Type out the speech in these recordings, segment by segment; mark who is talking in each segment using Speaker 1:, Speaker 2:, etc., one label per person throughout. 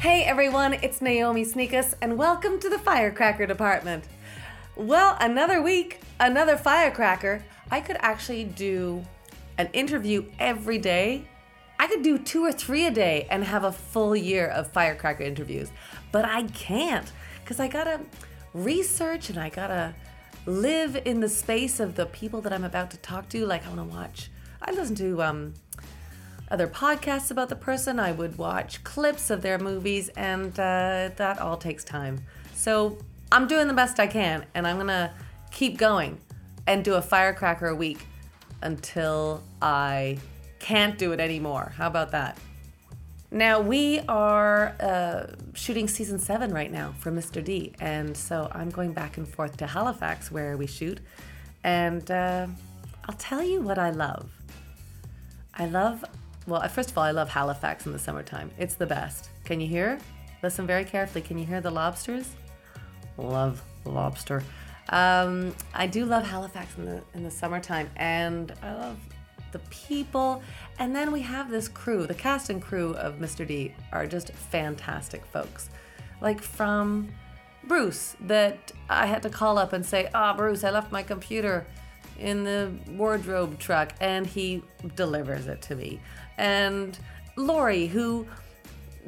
Speaker 1: Hey everyone, it's Naomi Sneakus, and welcome to the Firecracker Department. Well, another week, another firecracker. I could actually do an interview every day. I could do two or three a day and have a full year of firecracker interviews, but I can't because I gotta research and I gotta live in the space of the people that I'm about to talk to. Like, I wanna watch, I listen to, um, other podcasts about the person. I would watch clips of their movies, and uh, that all takes time. So I'm doing the best I can, and I'm gonna keep going and do a firecracker a week until I can't do it anymore. How about that? Now we are uh, shooting season seven right now for Mr. D, and so I'm going back and forth to Halifax where we shoot, and uh, I'll tell you what I love. I love, well, first of all, I love Halifax in the summertime. It's the best. Can you hear? Listen very carefully. Can you hear the lobsters? Love lobster. Um, I do love Halifax in the in the summertime, and I love the people. And then we have this crew. The cast and crew of Mr. D are just fantastic folks. Like from Bruce, that I had to call up and say, "Ah, Bruce, I left my computer." in the wardrobe truck and he delivers it to me. And Lori, who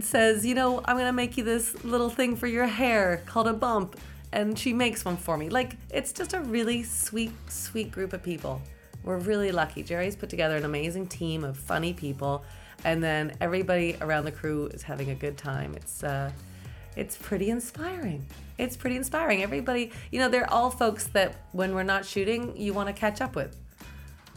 Speaker 1: says, You know, I'm going to make you this little thing for your hair called a bump. And she makes one for me. Like, it's just a really sweet, sweet group of people. We're really lucky. Jerry's put together an amazing team of funny people, and then everybody around the crew is having a good time. It's, uh, it's pretty inspiring. It's pretty inspiring. Everybody, you know, they're all folks that when we're not shooting, you want to catch up with.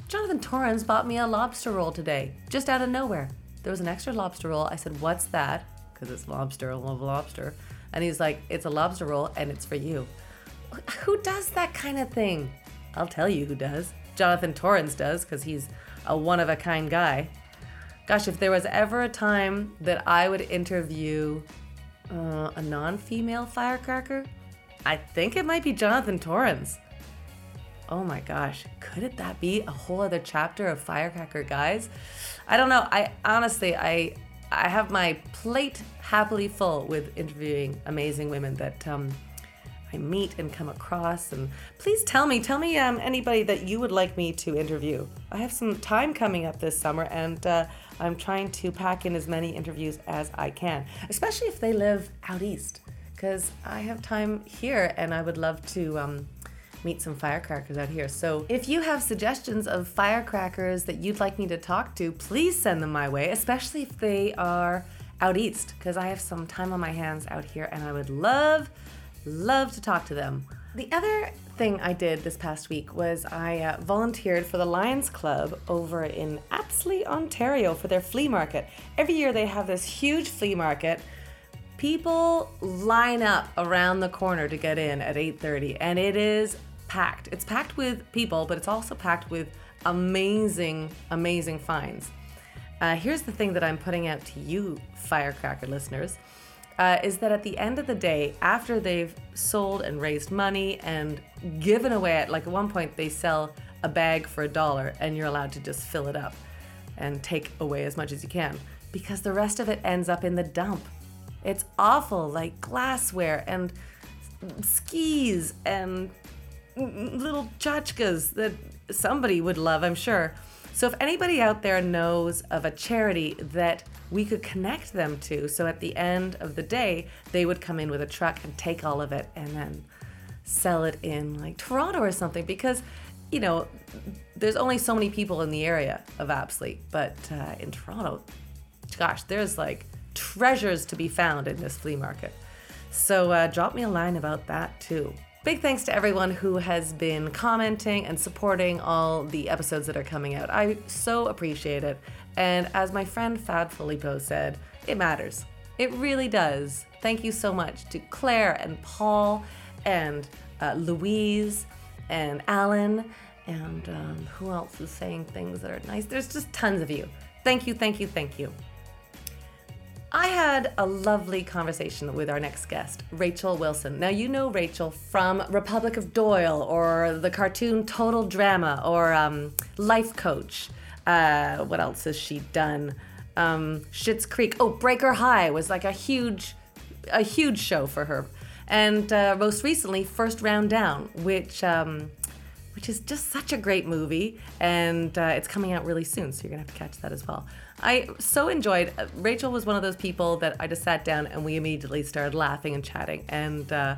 Speaker 1: Jonathan Torrens bought me a lobster roll today, just out of nowhere. There was an extra lobster roll. I said, What's that? Because it's lobster, I love lobster. And he's like, It's a lobster roll and it's for you. Who does that kind of thing? I'll tell you who does. Jonathan Torrens does, because he's a one of a kind guy. Gosh, if there was ever a time that I would interview uh, a non female firecracker? I think it might be Jonathan Torrens. Oh my gosh, could it that be a whole other chapter of firecracker guys? I don't know. I honestly, I I have my plate happily full with interviewing amazing women that um, I meet and come across. And please tell me, tell me um, anybody that you would like me to interview. I have some time coming up this summer, and uh, I'm trying to pack in as many interviews as I can, especially if they live out east, because I have time here and I would love to. Um, Meet some firecrackers out here. So, if you have suggestions of firecrackers that you'd like me to talk to, please send them my way, especially if they are out east, because I have some time on my hands out here and I would love love to talk to them. The other thing I did this past week was I uh, volunteered for the Lions Club over in Apsley, Ontario for their flea market. Every year they have this huge flea market. People line up around the corner to get in at 8:30 and it is packed. It's packed with people, but it's also packed with amazing amazing finds. Uh, here's the thing that I'm putting out to you firecracker listeners. Uh, is that at the end of the day, after they've sold and raised money and given away at like at one point they sell a bag for a dollar and you're allowed to just fill it up and take away as much as you can because the rest of it ends up in the dump. It's awful, like glassware and skis and little tchotchkes that somebody would love, I'm sure. So, if anybody out there knows of a charity that we could connect them to, so at the end of the day, they would come in with a truck and take all of it and then sell it in like Toronto or something, because you know, there's only so many people in the area of Apsley, but uh, in Toronto, gosh, there's like treasures to be found in this flea market. So, uh, drop me a line about that too. Big thanks to everyone who has been commenting and supporting all the episodes that are coming out. I so appreciate it. And as my friend Fab Filippo said, it matters. It really does. Thank you so much to Claire and Paul and uh, Louise and Alan and um, who else is saying things that are nice. There's just tons of you. Thank you, thank you, thank you. I had a lovely conversation with our next guest, Rachel Wilson. Now, you know Rachel from Republic of Doyle or the cartoon Total Drama or um, Life Coach. Uh, what else has she done? Um, Schitt's Creek. Oh, Breaker High was like a huge, a huge show for her. And uh, most recently, First Round Down, which um, which is just such a great movie, and uh, it's coming out really soon, so you're gonna have to catch that as well. I so enjoyed. uh, Rachel was one of those people that I just sat down and we immediately started laughing and chatting, and uh,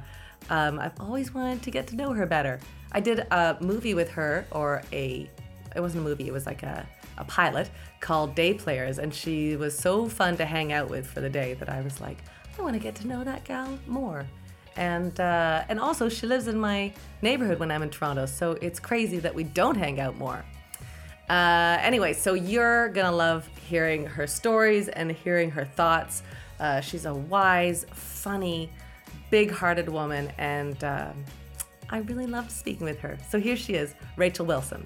Speaker 1: um, I've always wanted to get to know her better. I did a movie with her, or a it wasn't a movie, it was like a a pilot called Day Players, and she was so fun to hang out with for the day that I was like, I want to get to know that gal more and uh, and also she lives in my neighborhood when I'm in Toronto, so it's crazy that we don't hang out more. Uh, anyway, so you're gonna love hearing her stories and hearing her thoughts. Uh, she's a wise, funny, big-hearted woman, and um I really loved speaking with her. So here she is, Rachel Wilson.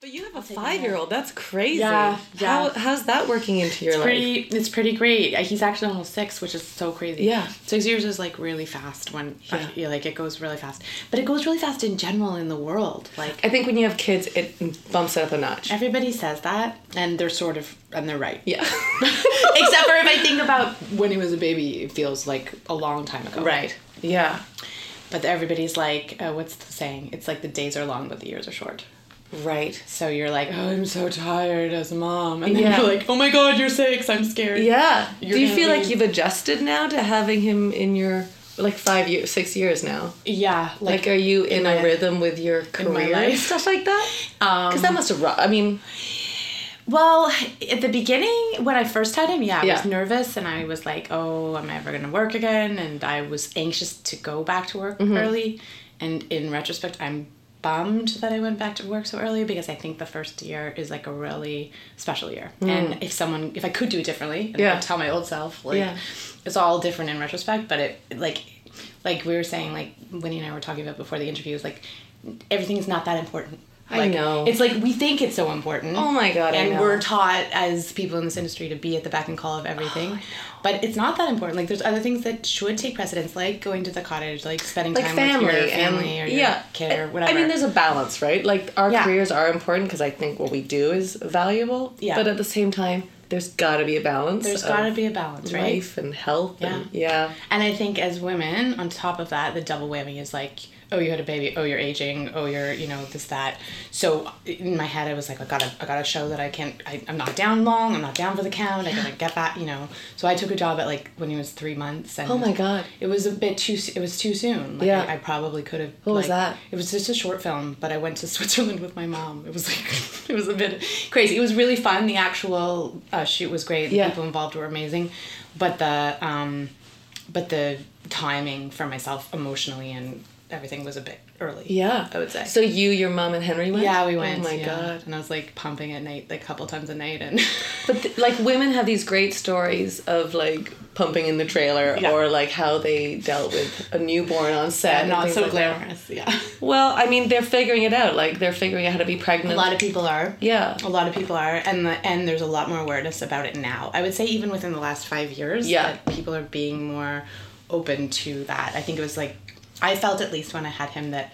Speaker 1: But you have a five-year-old. That's crazy.
Speaker 2: Yeah, yeah.
Speaker 1: How, how's that working into your life?
Speaker 2: Pretty, it's pretty great. Uh, He's actually almost six, which is so crazy.
Speaker 1: Yeah.
Speaker 2: six years is like really fast when
Speaker 1: Yeah.
Speaker 2: yeah. like it goes really fast. But it goes really fast in general in the world. Like
Speaker 1: I think when you have kids, it bumps it up a notch.
Speaker 2: everybody says that, and they're sort of and they're right.
Speaker 1: Yeah.
Speaker 2: Except for if I think about when he was a baby, it feels like a long time ago.
Speaker 1: Right. Yeah.
Speaker 2: But everybody's like, uh, what's the saying? It's like the days are long, but the years are short.
Speaker 1: Right.
Speaker 2: So you're like, oh, I'm so tired as a mom, and then
Speaker 1: Yeah.
Speaker 2: you're like, oh my god, you're six. I'm scared.
Speaker 1: Yeah.
Speaker 2: You're
Speaker 1: Do you
Speaker 2: gonna
Speaker 1: feel like
Speaker 2: be-
Speaker 1: you've adjusted now to having him in your like five years, six years now?
Speaker 2: Yeah.
Speaker 1: Like, are you in, a
Speaker 2: my-
Speaker 1: rhythm with your career
Speaker 2: my
Speaker 1: and
Speaker 2: life. Um,
Speaker 1: stuff like that? Because that must have. ru- I mean,
Speaker 2: Well, at the beginning, when I first had him, yeah, I was
Speaker 1: Yeah.
Speaker 2: nervous and I was like, oh, am I ever going to work again? And I was anxious to go back to work
Speaker 1: Mm-hmm.
Speaker 2: early. And in retrospect, I'm bummed that I went back to work so early because I think the first year is like a really special year. And if someone, if I could do it differently, and
Speaker 1: Mm. Yeah.
Speaker 2: I would tell my old self, like,
Speaker 1: Yeah.
Speaker 2: it's all different in retrospect, but it, like, like we were saying, like, Winnie and I were talking about before the interview, is like, everything is not that important.
Speaker 1: I
Speaker 2: Like,
Speaker 1: know.
Speaker 2: It's like we think it's so important.
Speaker 1: Oh my God, I
Speaker 2: And
Speaker 1: know.
Speaker 2: we're taught as people in this industry to be at the beck and call of
Speaker 1: Oh,
Speaker 2: everything, but it's not that important. Like there's other things that should take precedence, like going to the cottage, like spending
Speaker 1: like
Speaker 2: time
Speaker 1: family,
Speaker 2: with your
Speaker 1: and-
Speaker 2: family or your
Speaker 1: yeah,
Speaker 2: kid or whatever.
Speaker 1: I mean, there's a balance, right? Like our
Speaker 2: Yeah.
Speaker 1: careers are important because I think what we do is valuable.
Speaker 2: Yeah.
Speaker 1: But at the same time, there's got to be a balance.
Speaker 2: there's
Speaker 1: of
Speaker 2: got to be a balance, right?
Speaker 1: life and health. And, yeah.
Speaker 2: And I think as women, on top of that, the double whammy is like, oh, you had a baby, oh, you're aging, oh, you're, you know, this, that. So in my head, I was like, I gotta, I gotta show that I can't, I, I'm not down long, I'm not down for the count, I gotta get that, you know. So I took a job at like when he was three months. And
Speaker 1: Oh my God.
Speaker 2: It was a bit too, s- it was too soon. Like,
Speaker 1: Yeah.
Speaker 2: I, I probably could have.
Speaker 1: What was that?
Speaker 2: It was just a short film, but I went to Switzerland with my mom. It was like, it was a bit crazy. It was really fun. The actual uh, shoot was great. The
Speaker 1: Yeah.
Speaker 2: people involved were amazing, but the um, but the timing for myself emotionally and everything was a bit early.
Speaker 1: Yeah.
Speaker 2: I would say.
Speaker 1: So you, your mom, and Henry went.
Speaker 2: yeah, we went.
Speaker 1: Oh my
Speaker 2: yeah.
Speaker 1: God.
Speaker 2: And I was like pumping at night, like a couple times a night, and
Speaker 1: But th- like women have these great stories of like pumping in the trailer
Speaker 2: Yeah.
Speaker 1: or like how they dealt with a newborn on set. and
Speaker 2: not
Speaker 1: things
Speaker 2: so
Speaker 1: like that.
Speaker 2: glamorous. Yeah,
Speaker 1: Well, I mean, they're figuring it out. Like they're figuring out how to be pregnant.
Speaker 2: a lot of people are.
Speaker 1: yeah.
Speaker 2: A lot of people are, and the, and there's a lot more awareness about it now. I would say even within the last five years,
Speaker 1: Yeah.
Speaker 2: that people are being more open to that. I think it was like I felt at least when I had him that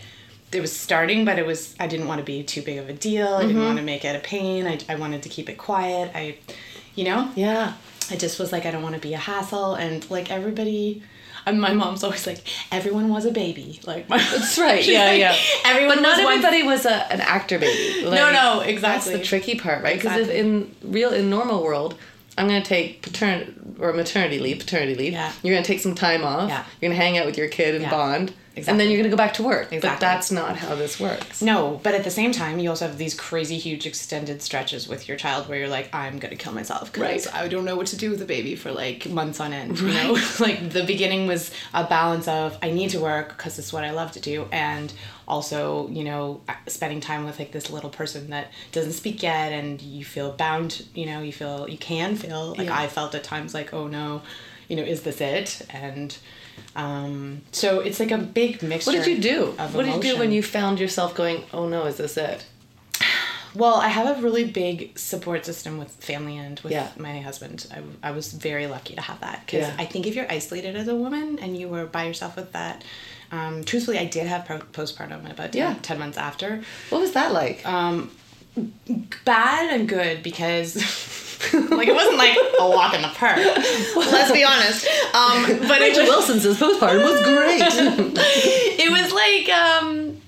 Speaker 2: it was starting, but it was I didn't want to be too big of a deal. I
Speaker 1: Mm-hmm.
Speaker 2: didn't want to make it a pain. I, I wanted to keep it quiet. I, you know,
Speaker 1: Yeah.
Speaker 2: I just was like I don't want to be a hassle, and like everybody. And my mom's always like, everyone was a baby. Like my,
Speaker 1: That's right. Yeah, yeah.
Speaker 2: Everyone
Speaker 1: But not
Speaker 2: was one-
Speaker 1: everybody was a, an actor baby. Like,
Speaker 2: No, no,
Speaker 1: That's
Speaker 2: exactly.
Speaker 1: the tricky part, right? Because
Speaker 2: Exactly.
Speaker 1: if in real in normal world, I'm gonna take paternity or maternity leave, paternity leave.
Speaker 2: Yeah.
Speaker 1: You're gonna take some time off.
Speaker 2: Yeah.
Speaker 1: You're gonna hang out with your kid and
Speaker 2: Yeah.
Speaker 1: bond. And
Speaker 2: Exactly.
Speaker 1: then you're gonna go back to work. But
Speaker 2: Exactly.
Speaker 1: that's not how this works.
Speaker 2: No, but at the same time, you also have these crazy, huge, extended stretches with your child where you're like, I'm gonna kill myself because
Speaker 1: Right.
Speaker 2: I don't know what to do with the baby for like months on end. You know, like the beginning was a balance of I need to work because it's what I love to do, and also you know uh, spending time with like this little person that doesn't speak yet, and you feel bound. You know, you feel you can feel like
Speaker 1: Yeah.
Speaker 2: I felt at times like, oh no. you know, is this it? And um, so it's like a big mixture.
Speaker 1: What did you do?
Speaker 2: of
Speaker 1: What did you do when
Speaker 2: emotion.
Speaker 1: you found yourself going, oh no, is this it?
Speaker 2: Well, I have a really big support system with family and with
Speaker 1: Yeah.
Speaker 2: my husband. I, I was very lucky to have that because
Speaker 1: Yeah.
Speaker 2: I think if you're isolated as a woman and you were by yourself with that, um, truthfully, I did have pro- postpartum about 10,
Speaker 1: Yeah.
Speaker 2: 10 months after.
Speaker 1: What was that like?
Speaker 2: Uh, Bad and good because. like it wasn't like a walk in the park. Let's be honest. Um, but it
Speaker 1: Rachel
Speaker 2: was,
Speaker 1: Wilson's postpartum was great.
Speaker 2: it was like um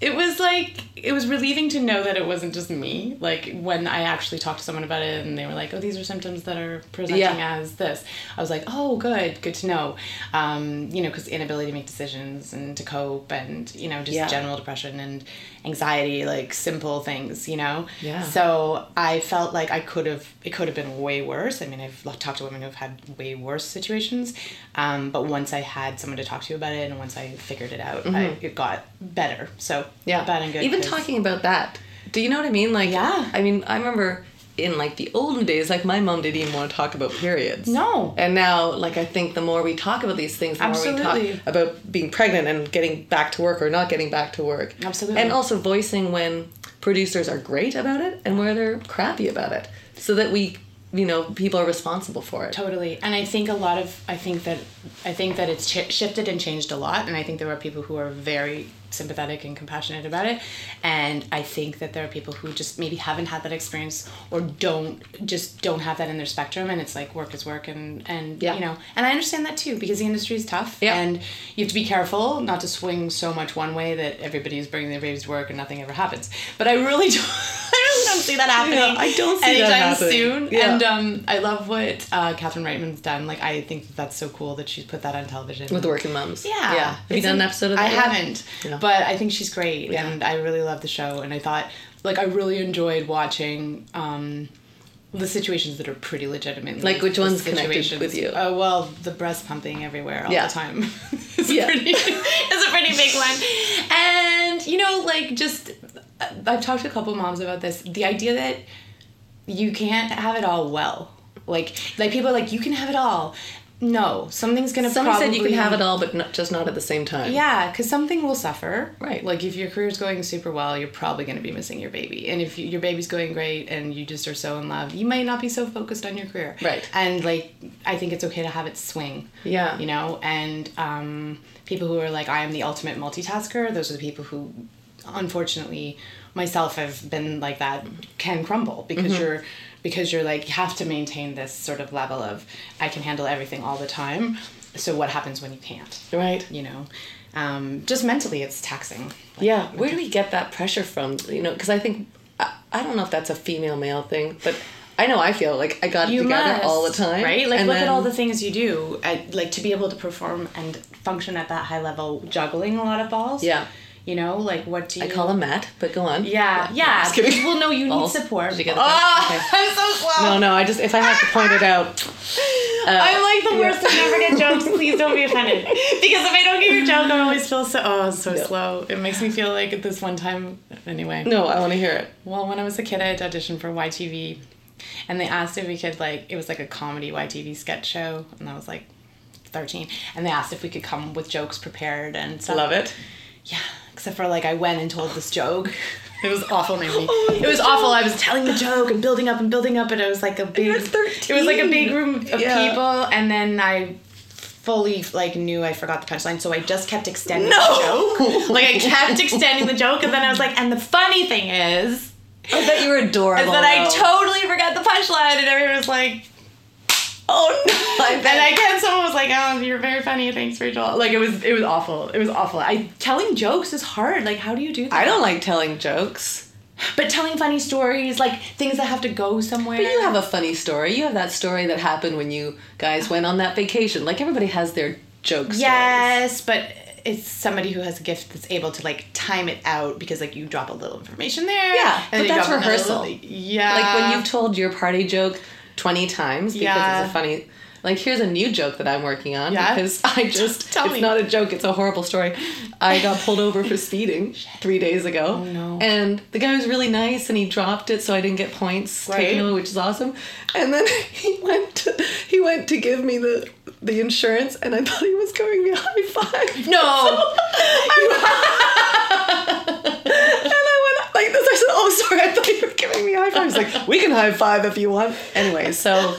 Speaker 2: it was like it was relieving to know that it wasn't just me like when i actually talked to someone about it and they were like oh these are symptoms that are presenting
Speaker 1: Yeah.
Speaker 2: as this i was like oh good good to know um, you know because inability to make decisions and to cope and you know just
Speaker 1: Yeah.
Speaker 2: general depression and anxiety like simple things you know
Speaker 1: Yeah.
Speaker 2: so i felt like i could have it could have been way worse i mean i've talked to women who've had way worse situations um, but once i had someone to talk to about it and once i figured it out I, it got better so
Speaker 1: Mm-hmm. yeah.
Speaker 2: bad and good
Speaker 1: Even
Speaker 2: 'cause-
Speaker 1: talking about that. Do you know what I mean? Like,
Speaker 2: Yeah.
Speaker 1: I mean, I remember in like the olden days, like my mom didn't even want to talk about periods.
Speaker 2: No.
Speaker 1: And now, like, I think the more we talk about these things, the more we
Speaker 2: Absolutely.
Speaker 1: talk about being pregnant and getting back to work or not getting back to work.
Speaker 2: Absolutely.
Speaker 1: And also voicing when producers are great about it and where they're crappy about it so that we, you know, people are responsible for it.
Speaker 2: totally and i think a lot of i think that i think that it's ch- shifted and changed a lot and i think there are people who are very sympathetic and compassionate about it and i think that there are people who just maybe haven't had that experience or don't just don't have that in their spectrum and it's like work is work and and
Speaker 1: Yeah.
Speaker 2: you know and i understand that too because the industry is tough
Speaker 1: Yeah.
Speaker 2: and you have to be careful not to swing so much one way that everybody is bringing their babies to work and nothing ever happens but i really don't i really don't see that happening
Speaker 1: Yeah, I don't see that
Speaker 2: anytime
Speaker 1: happening.
Speaker 2: soon
Speaker 1: Yeah.
Speaker 2: and um, I love what uh, Catherine Reitman's done. Like, I think that that's so cool that she's put that on television.
Speaker 1: With working moms.
Speaker 2: Yeah.
Speaker 1: Yeah. Have you
Speaker 2: It's
Speaker 1: done an episode of that?
Speaker 2: I
Speaker 1: yet?
Speaker 2: haven't,
Speaker 1: Yeah.
Speaker 2: but I think she's great, and I really love the show. And I thought, like, I really enjoyed watching um, the situations that are pretty legitimate.
Speaker 1: Like, which one's connected with you?
Speaker 2: Oh well, the breast pumping everywhere all
Speaker 1: Yeah.
Speaker 2: the time. is
Speaker 1: Yeah.
Speaker 2: a pretty, is a pretty big one, and you know, like, just I- I've talked to a couple moms about this. The idea that you can't have it all well. Like, like people are like you can have it all. No, something's gonna.
Speaker 1: Somebody said you can
Speaker 2: probably-
Speaker 1: have it all, but not, just not at the same time.
Speaker 2: yeah, because something will suffer.
Speaker 1: Right.
Speaker 2: Like if your career's going super well, you're probably going to be missing your baby. And if you, your baby's going great and you just are so in love, you might not be so focused on your career.
Speaker 1: Right.
Speaker 2: And like, I think it's okay to have it swing.
Speaker 1: Yeah.
Speaker 2: You know, and um, people who are like, I am the ultimate multitasker, those are the people who, unfortunately, myself have been like that can crumble because
Speaker 1: Mm-hmm.
Speaker 2: you're because you're like you have to maintain this sort of level of I can handle everything all the time. So what happens when you can't?
Speaker 1: Right.
Speaker 2: you know um, just mentally it's taxing
Speaker 1: Yeah, where do we get that pressure from? You know, because I think I, I don't know if that's a female male thing, but I know I feel like I got it together all the time,
Speaker 2: right like look
Speaker 1: then-
Speaker 2: at all the things you do at, like to be able to perform and function at that high level juggling a lot of balls
Speaker 1: Yeah.
Speaker 2: you know like what do you
Speaker 1: I call him Matt, but go on.
Speaker 2: yeah yeah
Speaker 1: just kidding.
Speaker 2: well no you
Speaker 1: Balls.
Speaker 2: need support
Speaker 1: Did you get the
Speaker 2: Ah,
Speaker 1: point? Okay.
Speaker 2: i'm so slow
Speaker 1: No, no. I just if I have to point it out,
Speaker 2: I'm like the worst at never get jokes. Please don't be offended. Because if I don't get your joke, I always feel so oh so slow. It makes me feel like at this one time anyway.
Speaker 1: no, I want to hear it.
Speaker 2: Well, when I was a kid, I had auditioned for YTV, and they asked if we could like it was like a comedy YTV sketch show, and I was like thirteen, and they asked if we could come with jokes prepared and stuff.
Speaker 1: Love it.
Speaker 2: Yeah, except for like I went and told this joke. It was awful, maybe.
Speaker 1: Oh
Speaker 2: it was awful. I was telling the joke and building up and building up, and it was like a big.
Speaker 1: were
Speaker 2: It was like a big
Speaker 1: 13.
Speaker 2: room of
Speaker 1: Yeah.
Speaker 2: people, and then I fully like knew I forgot the punchline, so I just kept extending
Speaker 1: No!
Speaker 2: the joke. Like I kept extending the joke, and then I was like, and the funny thing is
Speaker 1: I bet you were adorable.
Speaker 2: is that I
Speaker 1: though.
Speaker 2: totally forgot the punchline, and everyone was like,
Speaker 1: Oh no! I
Speaker 2: and
Speaker 1: bet.
Speaker 2: again, someone was like, "Oh, you're very funny. Thanks, Rachel." Like it was, it was awful. It was awful. I telling jokes is hard. Like, how do you do that?
Speaker 1: I don't like telling jokes.
Speaker 2: But telling funny stories, like things that have to go somewhere.
Speaker 1: But you have a funny story. You have that story that happened when you guys went on that vacation. Like everybody has their joke stories.
Speaker 2: yes, but it's somebody who has a gift that's able to like time it out because like you drop a little information there.
Speaker 1: Yeah,
Speaker 2: and then
Speaker 1: but
Speaker 2: you
Speaker 1: that's
Speaker 2: drop another
Speaker 1: rehearsal.
Speaker 2: little- yeah,
Speaker 1: Like when you've told your party joke 20 times because
Speaker 2: Yeah.
Speaker 1: it's a funny Like here's a new joke that I'm working on
Speaker 2: Yeah?
Speaker 1: because I just
Speaker 2: Tell
Speaker 1: it's
Speaker 2: me.
Speaker 1: not a joke, it's a horrible story. I got pulled over for speeding 3 days ago.
Speaker 2: Oh, no.
Speaker 1: And the guy was really nice and he dropped it so I didn't get points
Speaker 2: Right.
Speaker 1: taken away, which is awesome. And then he went to, he went to give me the the insurance and I thought he was giving me a high five.
Speaker 2: No.
Speaker 1: Oh, And I went like this. I said, "Oh, sorry, I thought you were giving me a high five." He's like, "We can high five if you want." Anyway, so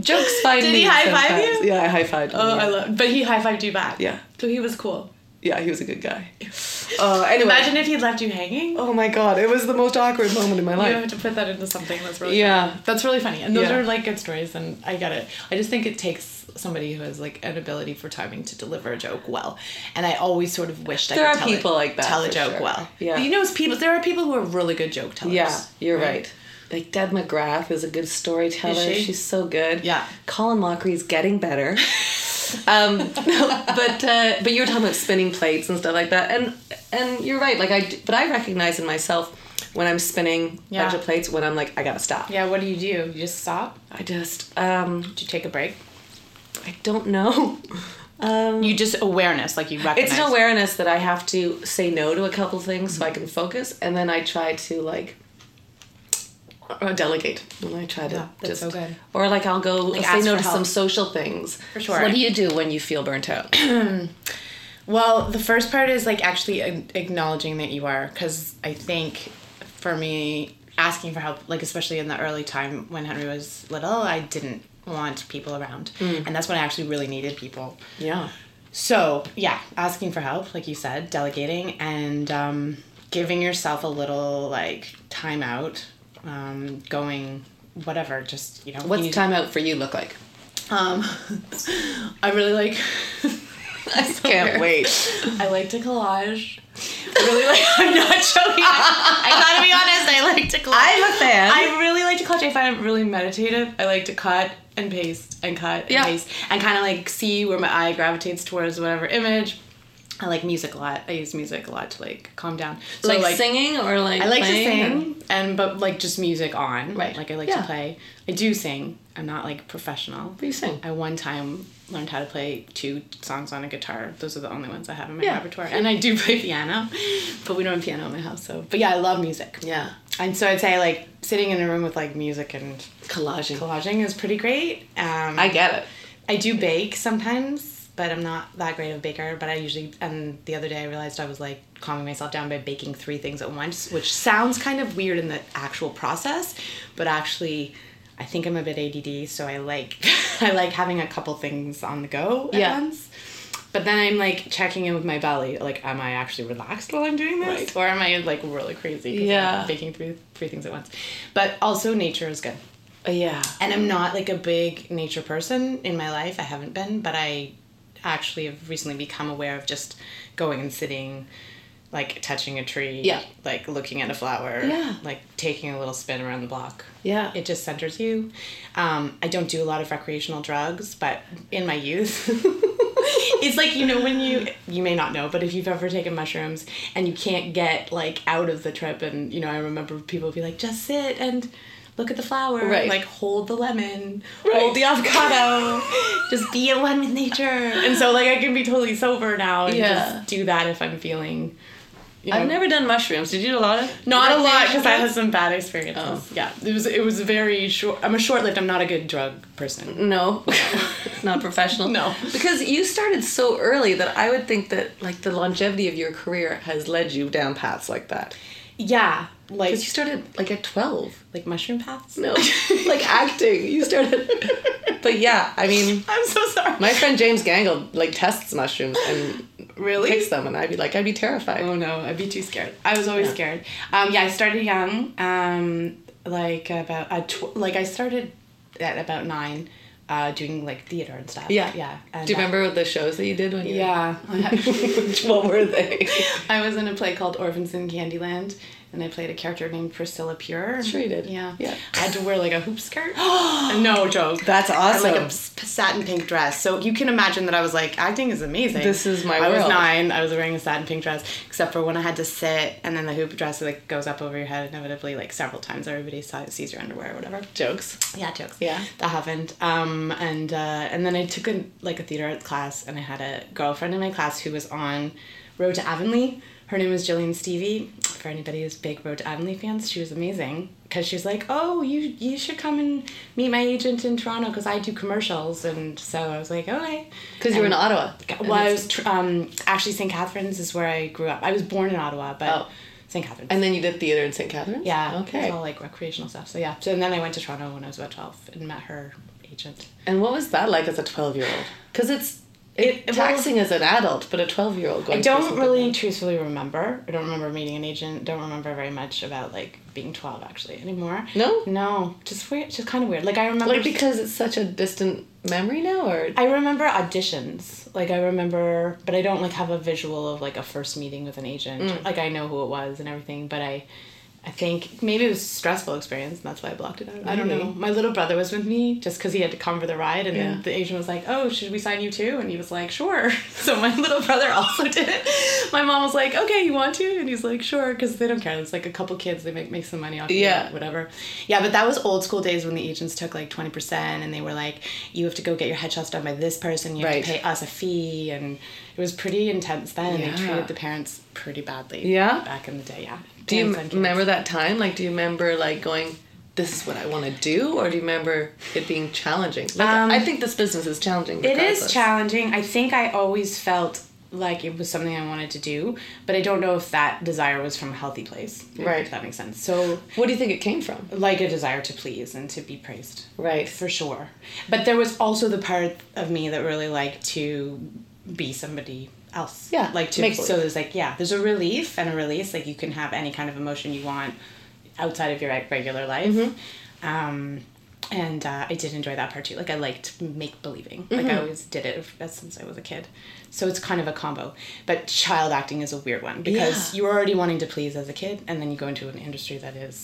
Speaker 1: jokes find
Speaker 2: Did
Speaker 1: me.
Speaker 2: he high-five
Speaker 1: sometimes.
Speaker 2: you?
Speaker 1: Yeah, I high fived.
Speaker 2: Oh, I love. But he high fived you back.
Speaker 1: Yeah.
Speaker 2: So he was cool.
Speaker 1: Yeah, he was a good guy. Uh, anyway,
Speaker 2: Imagine if he'd left you hanging.
Speaker 1: oh my god, it was the most awkward moment in my
Speaker 2: You
Speaker 1: life.
Speaker 2: have to put that into something that's really
Speaker 1: Yeah.
Speaker 2: funny. that's really funny, and those
Speaker 1: Yeah.
Speaker 2: are like good stories. And I get it. I just think it takes somebody who has like an ability for timing to deliver a joke well. And I always sort of wished
Speaker 1: There are
Speaker 2: I could tell
Speaker 1: people
Speaker 2: a,
Speaker 1: like that,
Speaker 2: tell a
Speaker 1: for
Speaker 2: joke
Speaker 1: sure.
Speaker 2: well.
Speaker 1: Yeah.
Speaker 2: you know, it's people. There are people who are really good joke tellers.
Speaker 1: Yeah, you're right. Like Deb McGrath is a good storyteller.
Speaker 2: Is she?
Speaker 1: She's so good.
Speaker 2: Yeah.
Speaker 1: Colin Mockery's getting better. um, no, but uh, but you were talking about spinning plates and stuff like that, and and you're right. Like I, d- but I recognize in myself when I'm spinning a bunch
Speaker 2: Yeah.
Speaker 1: of plates when I'm like I gotta stop.
Speaker 2: Yeah. What do you do? You just stop.
Speaker 1: I just um,
Speaker 2: Do you take a break?
Speaker 1: I don't know. Um,
Speaker 2: You just awareness, like you recognize.
Speaker 1: It's an awareness that I have to say no to a couple things so I can focus, and then I try to like uh, delegate. And I try to
Speaker 2: Yeah,
Speaker 1: just
Speaker 2: that's so good.
Speaker 1: or like I'll go I'll say
Speaker 2: ask
Speaker 1: no
Speaker 2: for
Speaker 1: to
Speaker 2: help.
Speaker 1: some social things. For
Speaker 2: sure.
Speaker 1: what do you do when you feel burnt out?
Speaker 2: Well, the first part is like actually a- acknowledging that you are, because I think for me, asking for help, like especially in the early time when Henry was little, I didn't want people around. And that's when I actually really needed people.
Speaker 1: yeah.
Speaker 2: So, yeah, asking for help, like you said, delegating and um, giving yourself a little like time out, um, going whatever, just, you know, you
Speaker 1: What's
Speaker 2: need-
Speaker 1: time out for you look like?
Speaker 2: Um, I really like. I
Speaker 1: Can't wait.
Speaker 2: I like to collage. Really like. I'm not joking. I, gotta be honest. I like to collage.
Speaker 1: I'm a fan.
Speaker 2: I really like to collage. I find it really meditative. I like to cut and paste and cut and
Speaker 1: Yeah.
Speaker 2: paste and kind of like see where my eye gravitates towards whatever image. I like music a lot. I use music a lot to like calm down. So
Speaker 1: like, singing or like
Speaker 2: I like to
Speaker 1: playing or-
Speaker 2: sing, and but like just music on.
Speaker 1: Right.
Speaker 2: Like I like
Speaker 1: Yeah.
Speaker 2: to play. I do sing. I'm not like professional.
Speaker 1: What do you sing?
Speaker 2: I one time learned how to play two songs on a guitar. Those are the only ones I have in my
Speaker 1: Yeah.
Speaker 2: repertoire. And I do play piano, but we don't have piano in my house. So, but yeah, I love music.
Speaker 1: yeah.
Speaker 2: And so I'd say like sitting in a room with like music and
Speaker 1: Collaging.
Speaker 2: collaging is pretty great. Um,
Speaker 1: I get it.
Speaker 2: I do bake sometimes, but I'm not that great of a baker. But I usually, and the other day I realized I was like calming myself down by baking three things at once, which sounds kind of weird in the actual process, but actually, I think I'm a bit ADD, so I like I like having a couple things on the go at
Speaker 1: Yeah.
Speaker 2: once. But then I'm like checking in with my belly, like, am I actually relaxed while I'm doing this,
Speaker 1: Right.
Speaker 2: or am I like really crazy? 'cause I'm
Speaker 1: Yeah.
Speaker 2: baking three three things at once. But also, nature is good
Speaker 1: Uh, yeah.
Speaker 2: and I'm not like a big nature person in my life. I haven't been, but I actually have recently become aware of just going and sitting, like touching a tree,
Speaker 1: Yeah.
Speaker 2: like looking at a flower,
Speaker 1: Yeah.
Speaker 2: like taking a little spin around the block.
Speaker 1: Yeah.
Speaker 2: It just centers you. Um, I don't do a lot of recreational drugs, but in my youth, it's like you know when you you may not know, but if you've ever taken mushrooms and you can't get like out of the trip, and you know I remember people would be like, just sit and look at the flower,
Speaker 1: Right.
Speaker 2: like hold the lemon,
Speaker 1: Right.
Speaker 2: hold the avocado, just be at one with nature. And so like I can be totally sober now and
Speaker 1: Yeah.
Speaker 2: just do that if I'm feeling. You know,
Speaker 1: I've never done mushrooms. Did you do a lot of?
Speaker 2: not a lot
Speaker 1: recreational
Speaker 2: because I had some bad experiences. Yeah, it was it was very short. I'm a short lived. I'm not a good drug person.
Speaker 1: No, it's not professional.
Speaker 2: No.
Speaker 1: because you started so early that I would think that like the longevity of your career has led you down paths like that.
Speaker 2: Yeah, like
Speaker 1: Because you started like at twelve.
Speaker 2: like mushroom paths.
Speaker 1: No, like acting. You started, but yeah, I mean,
Speaker 2: I'm so sorry.
Speaker 1: my friend James Gangle like tests mushrooms and
Speaker 2: really?
Speaker 1: picks them, and I'd be like, I'd be terrified.
Speaker 2: Oh no, I'd be too scared. I was always scared. Um, yeah, I started young. Um, like about uh, tw- like I started at about nine, uh, doing like theater and stuff.
Speaker 1: Yeah,
Speaker 2: yeah. And,
Speaker 1: Do you
Speaker 2: uh,
Speaker 1: remember the shows that you did when you?
Speaker 2: Oh, yeah, I had-
Speaker 1: Which- what were they?
Speaker 2: I was in a play called Orphans in Candyland, and and I played a character named Priscilla Pure.
Speaker 1: Sure you did.
Speaker 2: Yeah.
Speaker 1: Yeah.
Speaker 2: I had to wear like a hoop skirt. no joke.
Speaker 1: That's
Speaker 2: And, like
Speaker 1: awesome.
Speaker 2: a s- satin pink dress. So you can imagine that I was like, acting is amazing.
Speaker 1: This is my
Speaker 2: I was
Speaker 1: world.
Speaker 2: nine. I was wearing a satin pink dress, except for when I had to sit, and then the hoop dress like goes up over your head inevitably, like several times. Everybody saw, sees your underwear or whatever.
Speaker 1: Jokes.
Speaker 2: Yeah, jokes.
Speaker 1: Yeah.
Speaker 2: that happened. Um, and uh, and then I took a like a theater arts class, and I had a girlfriend in my class who was on Road to Avonlea. Her name was Jillian Stevie. For anybody who's big Road to Avonlea fans, she was amazing because she was like, "Oh, you you should come and meet my agent in Toronto because I do commercials." And so I was like, "Okay."
Speaker 1: Because you were in Ottawa.
Speaker 2: Well, I was tr- um, actually St. Catharines is where I grew up. I was born in Ottawa, but
Speaker 1: Oh.
Speaker 2: St. Catharines.
Speaker 1: And then you did theater in St. Catharines?
Speaker 2: Yeah.
Speaker 1: Okay.
Speaker 2: It's all like recreational stuff. So yeah. So and then I went to Toronto when I was about twelve and met her agent.
Speaker 1: And what was that like as a 12 year old? Because it's
Speaker 2: It-
Speaker 1: it,
Speaker 2: well-
Speaker 1: taxing as an adult, but a 12 year old going
Speaker 2: I
Speaker 1: through
Speaker 2: don't
Speaker 1: something
Speaker 2: really
Speaker 1: like-
Speaker 2: truthfully remember. I don't remember meeting an agent. Don't remember very much about like being twelve actually anymore.
Speaker 1: No?
Speaker 2: No. Just weird. Just kind of weird. Like I remember.
Speaker 1: Like, because it's such a distant memory now, or.
Speaker 2: I remember auditions. Like I remember, but I don't like have a visual of like a first meeting with an agent.
Speaker 1: Mm.
Speaker 2: Like I know who it was and everything, but I I think maybe it was a stressful experience and that's why I blocked it out. I don't know. My little brother was with me just cuz he had to come for the ride and
Speaker 1: Yeah.
Speaker 2: then the agent was like, "Oh, should we sign you too?" and he was like, "Sure." So my little brother also did it. My mom was like, "Okay, you want to?" and he's like, "Sure," cuz they don't care. It's like a couple kids, they make make some money off
Speaker 1: Yeah.
Speaker 2: yeah. whatever. Yeah, but that was old school days when the agents took like 20% and they were like, you have to go get your headshots done by this person, you
Speaker 1: Right.
Speaker 2: have to pay us a fee. And it was pretty intense then.
Speaker 1: Yeah.
Speaker 2: They treated the parents pretty badly.
Speaker 1: Yeah?
Speaker 2: Back in the day, yeah.
Speaker 1: Do you
Speaker 2: Parents
Speaker 1: m-
Speaker 2: and kids.
Speaker 1: remember that time? Like, do you remember, like, going, this is what I want to do, or do you remember it being challenging? Like,
Speaker 2: Um,
Speaker 1: I think this business is challenging.
Speaker 2: It is
Speaker 1: regardless.
Speaker 2: challenging. I think I always felt like it was something I wanted to do, but I don't know if that desire was from a healthy place.
Speaker 1: Right.
Speaker 2: If that makes sense. So,
Speaker 1: What do you think it came from?
Speaker 2: like a desire to please and to be praised.
Speaker 1: Right.
Speaker 2: for sure. But there was also the part of me that really liked to be somebody else.
Speaker 1: Yeah,
Speaker 2: like to
Speaker 1: make
Speaker 2: so there's like yeah, there's a relief and a release. Like you can have any kind of emotion you want outside of your reg- regular life.
Speaker 1: Mm-hmm.
Speaker 2: Um, and uh, I did enjoy that part too. Like I liked make believing.
Speaker 1: Mm-hmm.
Speaker 2: Like I always did it as- since I was a kid. So it's kind of a combo. But child acting is a weird one because
Speaker 1: Yeah.
Speaker 2: you're already wanting to please as a kid, and then you go into an industry that is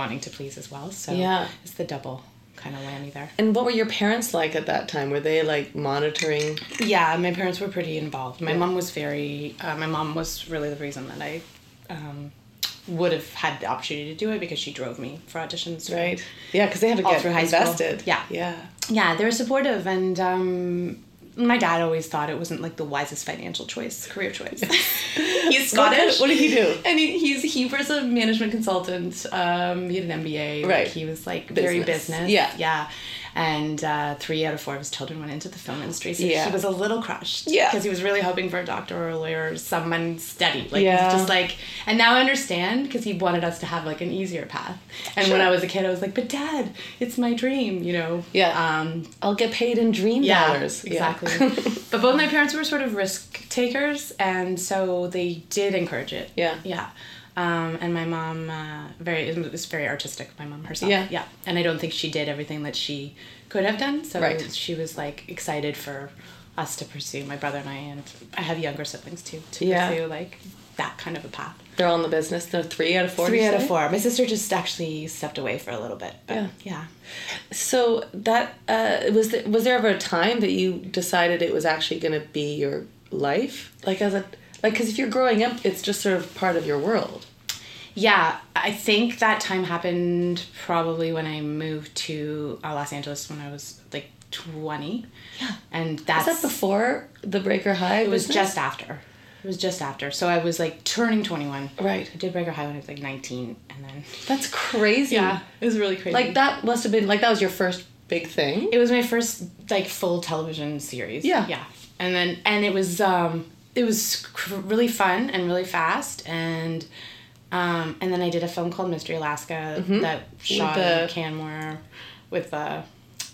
Speaker 2: wanting to please as well. So
Speaker 1: Yeah.
Speaker 2: it's the double kind of whammy there.
Speaker 1: And what were your parents like at that time? Were they like monitoring?
Speaker 2: Yeah, my parents were pretty involved. My mom was very. Uh, my mom was really the reason that I um, would have had the opportunity to do it because she drove me for auditions.
Speaker 1: Right. Yeah, because they had to
Speaker 2: All
Speaker 1: get
Speaker 2: through high school.
Speaker 1: invested.
Speaker 2: Yeah.
Speaker 1: Yeah.
Speaker 2: Yeah, they were supportive, and um, my dad always thought it wasn't like the wisest financial choice, career choice. he's Scottish.
Speaker 1: What did he do?
Speaker 2: And he, he's he was a management consultant. Um, he had an MBA. like,
Speaker 1: Right.
Speaker 2: he was like very
Speaker 1: Business.
Speaker 2: business.
Speaker 1: Yeah.
Speaker 2: Yeah. And uh, three out of four of his children went into the film industry. So
Speaker 1: Yeah.
Speaker 2: he was a little crushed.
Speaker 1: Yeah.
Speaker 2: Because he was really hoping for a doctor or a lawyer or someone steady. Like
Speaker 1: Yeah.
Speaker 2: he's just like and now I understand because he wanted us to have like an easier path. And when
Speaker 1: Sure.
Speaker 2: I was a kid I was like, But dad, it's my dream, you know.
Speaker 1: Yeah.
Speaker 2: Um
Speaker 1: I'll get paid in dream
Speaker 2: yeah,
Speaker 1: dollars. Yeah.
Speaker 2: Exactly. but both my parents were sort of risk takers, and so they did encourage it.
Speaker 1: Yeah.
Speaker 2: Yeah. Um, and my mom uh, very it was very artistic. My mom herself.
Speaker 1: Yeah.
Speaker 2: Yeah. And I don't think she did everything that she could have done. So
Speaker 1: Right.
Speaker 2: she was like excited for us to pursue my brother and I, and I have younger siblings too to
Speaker 1: Yeah.
Speaker 2: pursue like that kind of a path.
Speaker 1: They're all in the business. They're three out of four.
Speaker 2: Three
Speaker 1: you
Speaker 2: out of
Speaker 1: say?
Speaker 2: four. My sister just actually stepped away for a little bit. But
Speaker 1: Yeah.
Speaker 2: Yeah.
Speaker 1: So that uh, was the, was there ever a time that you decided it was actually going to be your life? Like as a like because if you're growing up, it's just sort of part of your world.
Speaker 2: Yeah, I think that time happened probably when I moved to uh, Los Angeles when I was like 20. Yeah. And that's
Speaker 1: Is that before the Breaker High?
Speaker 2: it was just after. It was just after. So I was like turning 21.
Speaker 1: Right.
Speaker 2: I did Breaker High when I was like 19 and then
Speaker 1: That's crazy.
Speaker 2: it was really crazy.
Speaker 1: Like that must have been like that was your first big thing.
Speaker 2: it was my first like full television series.
Speaker 1: Yeah.
Speaker 2: Yeah. And then and it was um it was cr- really fun and really fast and um and then I did a film called Mystery Alaska that shot
Speaker 1: Mm-hmm. With, uh,
Speaker 2: in Canmore with uh,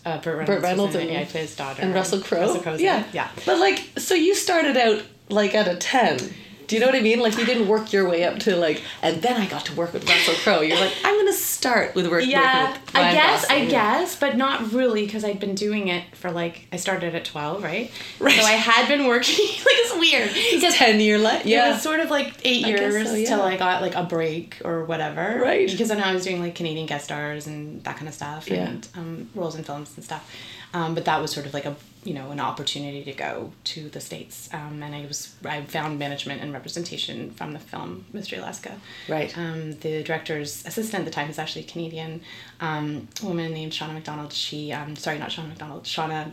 Speaker 2: uh Burt Reynolds.
Speaker 1: Burt Reynolds
Speaker 2: was in it.
Speaker 1: and-
Speaker 2: yeah, I played his daughter
Speaker 1: And Russell Crowe.
Speaker 2: Russell Crowe's in
Speaker 1: yeah.
Speaker 2: it. Yeah.
Speaker 1: But like so you started out like at a 10. Do you know what I mean? Like you didn't work your way up to like, and then I got to work with Russell Crowe. You're like, I'm gonna start with work,
Speaker 2: Yeah,
Speaker 1: working with
Speaker 2: I
Speaker 1: Ryan
Speaker 2: guess, I
Speaker 1: Gosling.
Speaker 2: guess, but not really because I'd been doing it for like I started at twelve, right? Right. So I had been working. like it's weird. Because
Speaker 1: Ten year life.
Speaker 2: It
Speaker 1: Yeah.
Speaker 2: was sort of like eight
Speaker 1: I guess
Speaker 2: years
Speaker 1: so, yeah.
Speaker 2: till I got like a break or whatever.
Speaker 1: Right.
Speaker 2: Because then I was doing like Canadian guest stars and that kind of stuff
Speaker 1: Yeah.
Speaker 2: and um, roles in films and stuff. Um, but that was sort of like a you know an opportunity to go to the states, um, and I was I found management and representation from the film Mystery Alaska.
Speaker 1: Right.
Speaker 2: Um, the director's assistant at the time is actually a Canadian um, woman named Shauna McDonald. She um, sorry not Shauna McDonald. Shauna.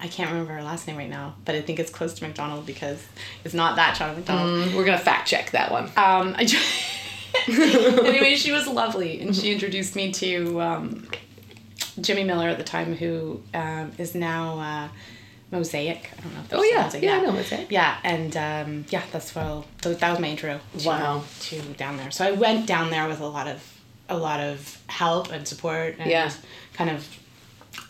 Speaker 2: I can't remember her last name right now, but I think it's close to McDonald because it's not that Shauna McDonald.
Speaker 1: Mm, We're gonna fact check that one.
Speaker 2: Um, I just, anyway, she was lovely, and she introduced me to um, Jimmy Miller at the time, who um, is now uh, Mosaic. I don't know. If they're
Speaker 1: Oh,
Speaker 2: still
Speaker 1: yeah.
Speaker 2: Mosaic.
Speaker 1: Yeah, I know Mosaic.
Speaker 2: Yeah, and um, yeah, that's well. So that was my intro. To,
Speaker 1: Wow.
Speaker 2: To down there, so I went down there with a lot of a lot of help and support, and
Speaker 1: Yeah.
Speaker 2: kind of.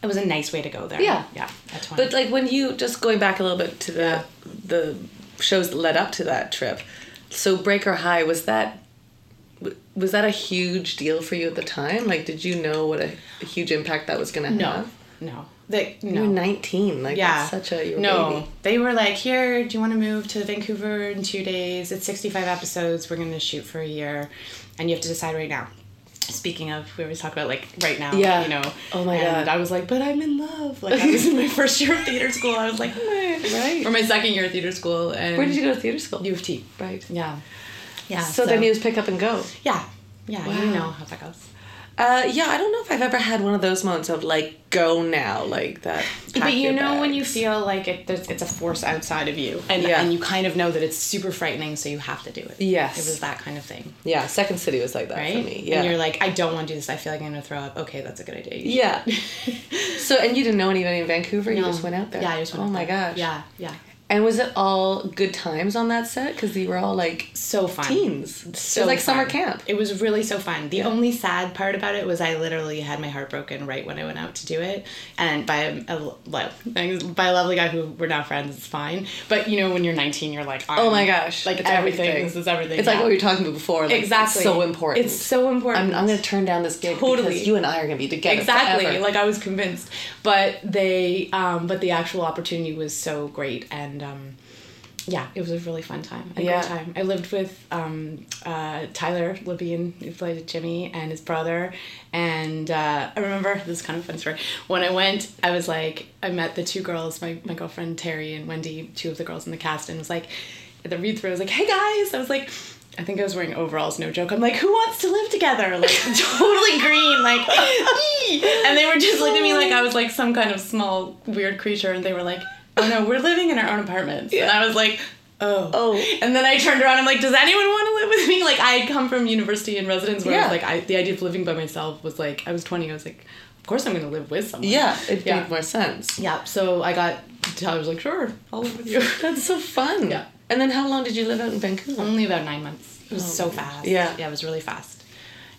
Speaker 2: It was a nice way to go there.
Speaker 1: Yeah.
Speaker 2: yeah. At 20.
Speaker 1: But like when you just going back a little bit to the the shows that led up to that trip. So Breaker High was that w- was that a huge deal for you at the time? Like did you know what a, a huge impact that was going to
Speaker 2: no,
Speaker 1: have?
Speaker 2: no, like no.
Speaker 1: You were 19. Like
Speaker 2: Yeah.
Speaker 1: that's such a you were a
Speaker 2: no.
Speaker 1: baby.
Speaker 2: They were like, "Here, do you want to move to Vancouver in two days? It's sixty-five episodes. We're going to shoot for a year, and you have to decide right now." Speaking of, we always talk about like right now.
Speaker 1: Yeah.
Speaker 2: You know.
Speaker 1: Oh my
Speaker 2: and
Speaker 1: God.
Speaker 2: I was like, "But I'm in love." Like I was in my first year of theater school. I was like,
Speaker 1: Right.
Speaker 2: Or my second year of theater school. And
Speaker 1: Where did you go to theater school?
Speaker 2: U of T.
Speaker 1: right.
Speaker 2: Yeah. Yeah.
Speaker 1: So, then you just pick up and go.
Speaker 2: Yeah. Yeah. You
Speaker 1: Wow.
Speaker 2: know how that goes.
Speaker 1: Uh, yeah, I don't know if I've ever had one of those moments of like go now like that.
Speaker 2: but
Speaker 1: pack
Speaker 2: you
Speaker 1: your
Speaker 2: know when
Speaker 1: bags.
Speaker 2: you feel like it, there's, it's a force outside of you, and
Speaker 1: Yeah.
Speaker 2: and you kind of know that it's super frightening, so you have to do it.
Speaker 1: Yes.
Speaker 2: it was that kind of thing,
Speaker 1: yeah, Second City was like that
Speaker 2: right?
Speaker 1: for me. Yeah,
Speaker 2: and you're like, I don't want to do this. I feel like I'm gonna throw up. Okay, that's a good idea. You
Speaker 1: Yeah. so and you didn't know anybody in Vancouver. You
Speaker 2: should-
Speaker 1: just went out there.
Speaker 2: Yeah, I just went.
Speaker 1: Oh
Speaker 2: out
Speaker 1: my
Speaker 2: there.
Speaker 1: gosh.
Speaker 2: Yeah, yeah.
Speaker 1: And was it all good times on that set? Because you were all like
Speaker 2: So fun.
Speaker 1: teens.
Speaker 2: So
Speaker 1: it was like
Speaker 2: fun.
Speaker 1: summer camp.
Speaker 2: It was really so fun. The only sad part about it was I literally had my heart broken right when I went out to do it, and by a, a lo- by a lovely guy who we're now friends. It's fine, but you know when you're 19, you're like,
Speaker 1: Oh
Speaker 2: I'm-
Speaker 1: my gosh.
Speaker 2: like
Speaker 1: It's
Speaker 2: everything. This is everything.
Speaker 1: It's like
Speaker 2: yeah.
Speaker 1: what we were talking about before. Like,
Speaker 2: exactly
Speaker 1: It's so important.
Speaker 2: it's so important
Speaker 1: I'm, I'm going to turn down this gig
Speaker 2: Totally.
Speaker 1: because you and I are going to be together
Speaker 2: exactly
Speaker 1: forever.
Speaker 2: like i was convinced but they um but the actual opportunity was so great and um yeah it was a really fun time a
Speaker 1: Yeah.
Speaker 2: great time i lived with um uh tyler libyan who played jimmy and his brother and uh i remember this is kind of a fun story when i went i was like i met the two girls my, my girlfriend terry and wendy two of the girls in the cast and was like at the read through i was like hey guys i was like I think I was wearing overalls, no joke. I'm like, who wants to live together? Like, totally green, like, "Ee." and they were just looking at me like
Speaker 1: Oh.
Speaker 2: I was like some kind of small weird creature, and they were like, oh no, we're living in our own apartments, and I was like. Oh.
Speaker 1: Oh.
Speaker 2: And then I turned around. I'm like, does anyone want to live with me? Like, I had come from university and residence where I
Speaker 1: Yeah.
Speaker 2: was like, I, the idea of living by myself was like, I was 20. I was like, of course I'm going to live with someone.
Speaker 1: Yeah, it
Speaker 2: Yeah.
Speaker 1: made more sense.
Speaker 2: Yeah. So I got. I was like, sure, I'll live with you.
Speaker 1: That's so fun.
Speaker 2: Yeah.
Speaker 1: And then how long did you live out in Vancouver?
Speaker 2: Only about nine months. It was so fast.
Speaker 1: Oh, Yeah.
Speaker 2: Yeah, it was really fast.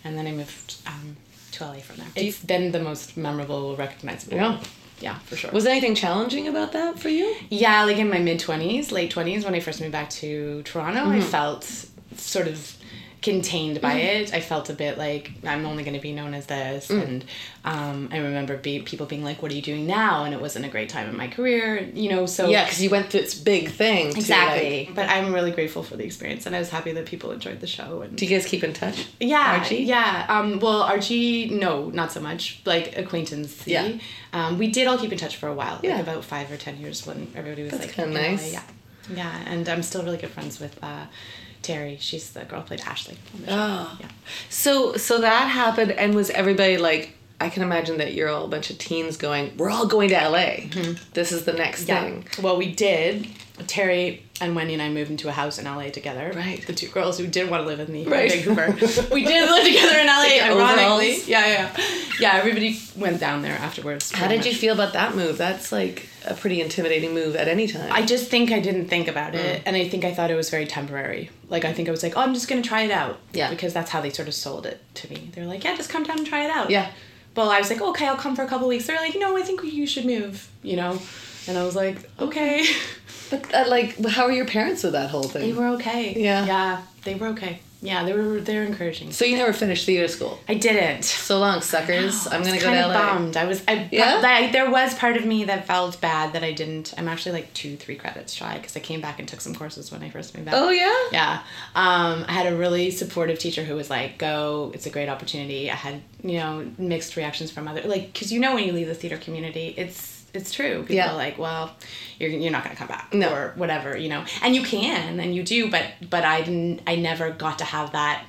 Speaker 2: And then I moved um, to LA from there. It's been the most memorable, recognizable.
Speaker 1: Yeah.
Speaker 2: Yeah, for sure.
Speaker 1: Was there anything challenging about that for you?
Speaker 2: yeah, like in my mid 20s, late 20s, when I first moved back to Toronto, I felt sort of contained by it. I felt a bit like I'm only going to be known as this. And um, I remember be- people being like, What are you doing now? And it wasn't a great time in my career, you know, so.
Speaker 1: Yeah, because you went through its big thing. to,
Speaker 2: Oh. Exactly.
Speaker 1: like-
Speaker 2: but I'm really grateful for the experience and I was happy that people enjoyed the show and
Speaker 1: do you guys keep in touch?
Speaker 2: Yeah,
Speaker 1: Archie?
Speaker 2: yeah. Um, well, Archie, no, not so much. Like acquaintance.
Speaker 1: Yeah.
Speaker 2: Um, we did all keep in touch for a while,
Speaker 1: Yeah.
Speaker 2: like about five or ten years when everybody was like
Speaker 1: kinda
Speaker 2: in LA,
Speaker 1: nice.
Speaker 2: Yeah, yeah. And I'm still really good friends with uh, Terry. She's the girl who played Ashley. on the show.
Speaker 1: Oh.
Speaker 2: Yeah.
Speaker 1: So so that happened and was everybody like I can imagine that you're all a bunch of teens going, We're all going to LA. This is the next thing.
Speaker 2: Mm-hmm. Yeah. Well, we did. Terry and Wendy and I moved into a house in LA together.
Speaker 1: Right.
Speaker 2: The two girls who didn't want to live in the
Speaker 1: Right.
Speaker 2: Vancouver. we did live together in LA. ironically.
Speaker 1: overalls.
Speaker 2: Yeah, yeah, yeah. Yeah. Everybody went down there afterwards.
Speaker 1: How did you feel about that move? That's like a pretty intimidating move at any time.
Speaker 2: I just think I didn't think about it,
Speaker 1: Mm.
Speaker 2: and I think I thought it was very temporary. Like I think I was like, oh, I'm just gonna try it out.
Speaker 1: Yeah.
Speaker 2: Because that's how they sort of sold it to me. They're like, yeah, just come down and try it out.
Speaker 1: Yeah.
Speaker 2: Well, I was like, okay, I'll come for a couple weeks. They're like, no, I think you should move. You know. And I was like, okay.
Speaker 1: But uh, like, how are your parents with that whole thing?
Speaker 2: They were okay.
Speaker 1: Yeah.
Speaker 2: Yeah, they were okay. Yeah, they were they're encouraging.
Speaker 1: so you never finished theater school.
Speaker 2: I didn't.
Speaker 1: So long, suckers. I'm gonna
Speaker 2: I was
Speaker 1: go
Speaker 2: kind
Speaker 1: to
Speaker 2: of
Speaker 1: LA.
Speaker 2: bummed. I was. I,
Speaker 1: Yeah?
Speaker 2: I- there was part of me that felt bad that I didn't. I'm actually like two, three credits shy because I came back and took some courses when I first moved back.
Speaker 1: Oh yeah.
Speaker 2: Yeah. Um, I had a really supportive teacher who was like, go, it's a great opportunity. I had, you know, mixed reactions from other, like, cause you know, when you leave the theater community, it's, it's true. People
Speaker 1: Yeah.
Speaker 2: are like, well, you're, you're not going to come back
Speaker 1: No.
Speaker 2: or whatever, you know, and you can, and you do, but, but I didn't, I never got to have that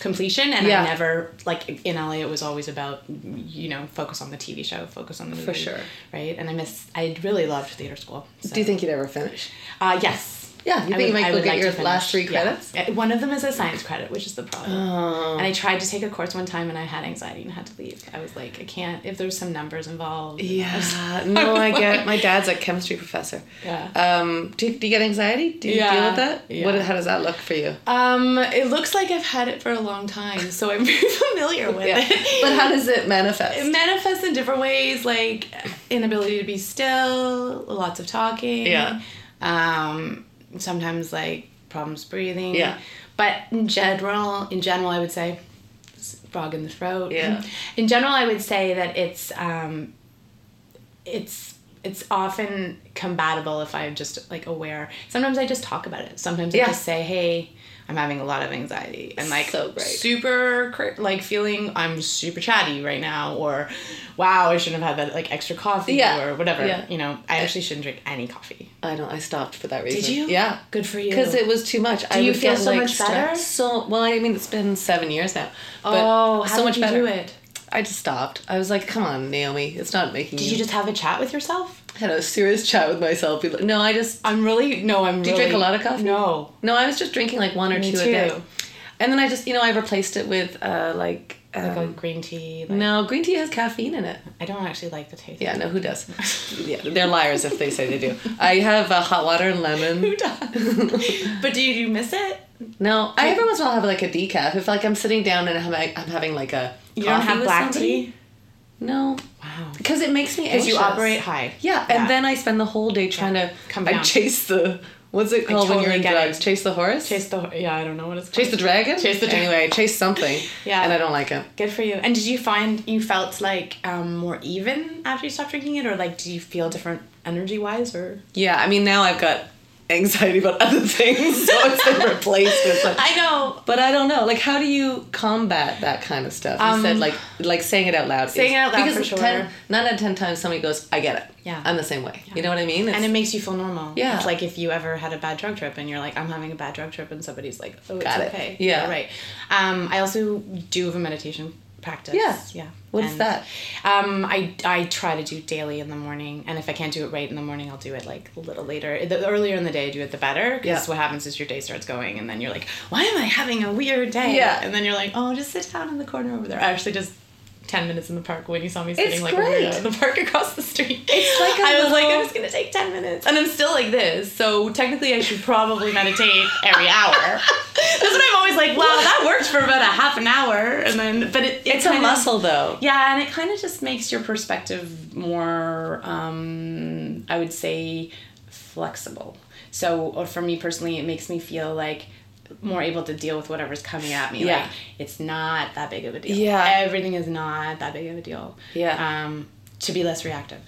Speaker 2: completion and
Speaker 1: Yeah.
Speaker 2: I never, like in LA, it was always about, you know, focus on the TV show, focus on the movie.
Speaker 1: sure.
Speaker 2: Right. And I miss, I really loved theater school. So.
Speaker 1: Do you think you'd ever finish?
Speaker 2: Uh, yes.
Speaker 1: Yeah, you
Speaker 2: I
Speaker 1: think you might
Speaker 2: I
Speaker 1: go get
Speaker 2: to
Speaker 1: your
Speaker 2: finish.
Speaker 1: last three
Speaker 2: Yeah.
Speaker 1: credits? Oh.
Speaker 2: Uh, One of them is a science credit, which is the problem. And I tried to take a course one time and I had anxiety and had to leave. I was like, I can't, if there's some numbers involved.
Speaker 1: Yeah. No, I get. My dad's a chemistry professor.
Speaker 2: Yeah.
Speaker 1: Um, do, you, do you get anxiety? Do you deal
Speaker 2: Yeah.
Speaker 1: with that? What?
Speaker 2: Yeah.
Speaker 1: How does that look for you?
Speaker 2: Um, it looks like I've had it for a long time, so I'm very familiar with it.
Speaker 1: But how does it manifest?
Speaker 2: It manifests in different ways, like inability to be still, lots of talking.
Speaker 1: Yeah.
Speaker 2: Um, sometimes like problems breathing.
Speaker 1: Yeah.
Speaker 2: But in general, in general, I would say, frog in the throat.
Speaker 1: Yeah.
Speaker 2: In general, I would say that it's um, it's it's often compatible if I'm just like aware. Sometimes I just talk about it. Sometimes
Speaker 1: Yeah.
Speaker 2: I just say, hey. I'm having a lot of anxiety and like
Speaker 1: So great.
Speaker 2: super cra- like feeling I'm super chatty right now or wow I shouldn't have had that like extra coffee
Speaker 1: Yeah.
Speaker 2: or whatever
Speaker 1: Yeah.
Speaker 2: you know I actually shouldn't drink any coffee.
Speaker 1: I don't. I stopped for that reason.
Speaker 2: Did you?
Speaker 1: Yeah.
Speaker 2: Good for you.
Speaker 1: Because it was too much. Do I
Speaker 2: you
Speaker 1: would
Speaker 2: feel
Speaker 1: get,
Speaker 2: so
Speaker 1: like,
Speaker 2: much
Speaker 1: stre-
Speaker 2: better?
Speaker 1: So well, I mean, it's been seven years now. But
Speaker 2: oh
Speaker 1: so
Speaker 2: how did
Speaker 1: much
Speaker 2: you
Speaker 1: better.
Speaker 2: do it?
Speaker 1: I just stopped. I was like, "Come on, Naomi, it's not making
Speaker 2: Did you just have a chat with yourself?
Speaker 1: had a serious chat with myself. Be like, No, I just
Speaker 2: I'm really no I'm. Do
Speaker 1: you drink a lot of coffee?
Speaker 2: No.
Speaker 1: no. I was just drinking like one or
Speaker 2: Me
Speaker 1: two a day,
Speaker 2: too.
Speaker 1: and then I just you know I replaced it with uh like, um,
Speaker 2: Like a green tea. Like,
Speaker 1: no green tea has caffeine in it.
Speaker 2: I don't actually like the taste.
Speaker 1: Yeah, no, who does? yeah, they're liars if they say they do. I have uh, hot water and lemon.
Speaker 2: Who does? but do you, do you miss it?
Speaker 1: No, I every once in a while have like a decaf. If like I'm sitting down and I'm, I'm having like a
Speaker 2: You don't
Speaker 1: coffee
Speaker 2: have
Speaker 1: with
Speaker 2: black
Speaker 1: somebody-
Speaker 2: tea.
Speaker 1: No,
Speaker 2: Wow.
Speaker 1: because it makes me
Speaker 2: Because
Speaker 1: anxious.
Speaker 2: you operate high.
Speaker 1: Yeah, and then I spend the whole day trying to
Speaker 2: Come
Speaker 1: I
Speaker 2: down.
Speaker 1: chase the what's it called when
Speaker 2: totally
Speaker 1: you're in
Speaker 2: get it.
Speaker 1: drugs? Chase the horse.
Speaker 2: chase the yeah I don't know what it's called.
Speaker 1: Chase the dragon.
Speaker 2: Chase the dra-
Speaker 1: anyway. Chase something.
Speaker 2: Yeah.
Speaker 1: and I don't like it.
Speaker 2: Good for you. And did you find you felt like um, more even after you stopped drinking it, or like do you feel different energy wise, or?
Speaker 1: Yeah, I mean now I've got anxiety about other things, so it's been replaced with like.
Speaker 2: I know.
Speaker 1: But I don't know. Like, how do you combat that kind of stuff? You said like like saying it out loud. is-
Speaker 2: Um, Saying it out loud
Speaker 1: because
Speaker 2: for sure.
Speaker 1: Ten, nine out of ten times somebody goes, "I get it."
Speaker 2: Yeah.
Speaker 1: I'm the same way. You know what I mean? It's-
Speaker 2: And it makes you feel normal.
Speaker 1: Yeah.
Speaker 2: It's like if you ever had a bad drug trip and you're like, I'm having a bad drug trip, and somebody's like, Oh, it's
Speaker 1: Got it.
Speaker 2: okay.
Speaker 1: Yeah.
Speaker 2: Right. Um, I also do have a meditation practice.
Speaker 1: Yeah.
Speaker 2: Yeah.
Speaker 1: What is
Speaker 2: And,
Speaker 1: that?
Speaker 2: Um, I I try to do daily in the morning, and if I can't do it right in the morning, I'll do it like a little later. The earlier in the day I do it, the better. Because
Speaker 1: Yeah.
Speaker 2: what happens is your day starts going, and then you're like, why am I having a weird day?
Speaker 1: Yeah.
Speaker 2: And then you're like, oh, just sit down in the corner over there. I actually just. 10 minutes in the park when you saw me sitting like a
Speaker 1: great.
Speaker 2: weirdo in the park across the street.
Speaker 1: It's like a
Speaker 2: I was like,
Speaker 1: little-
Speaker 2: I'm just gonna take 10 minutes. And I'm still like this, so technically I should probably meditate every hour. That's what I'm always like, wow, that worked for about a half an hour. And then, but it, it
Speaker 1: it's a
Speaker 2: kind of-
Speaker 1: muscle though.
Speaker 2: yeah, and it kind of just makes your perspective more, um, I would say, flexible. So, or for me personally, it makes me feel like more able to deal with whatever's coming at me.
Speaker 1: Yeah.
Speaker 2: Like, it's not that big of a deal.
Speaker 1: Yeah.
Speaker 2: Everything is not that big of a deal.
Speaker 1: Yeah.
Speaker 2: Um, to be less reactive.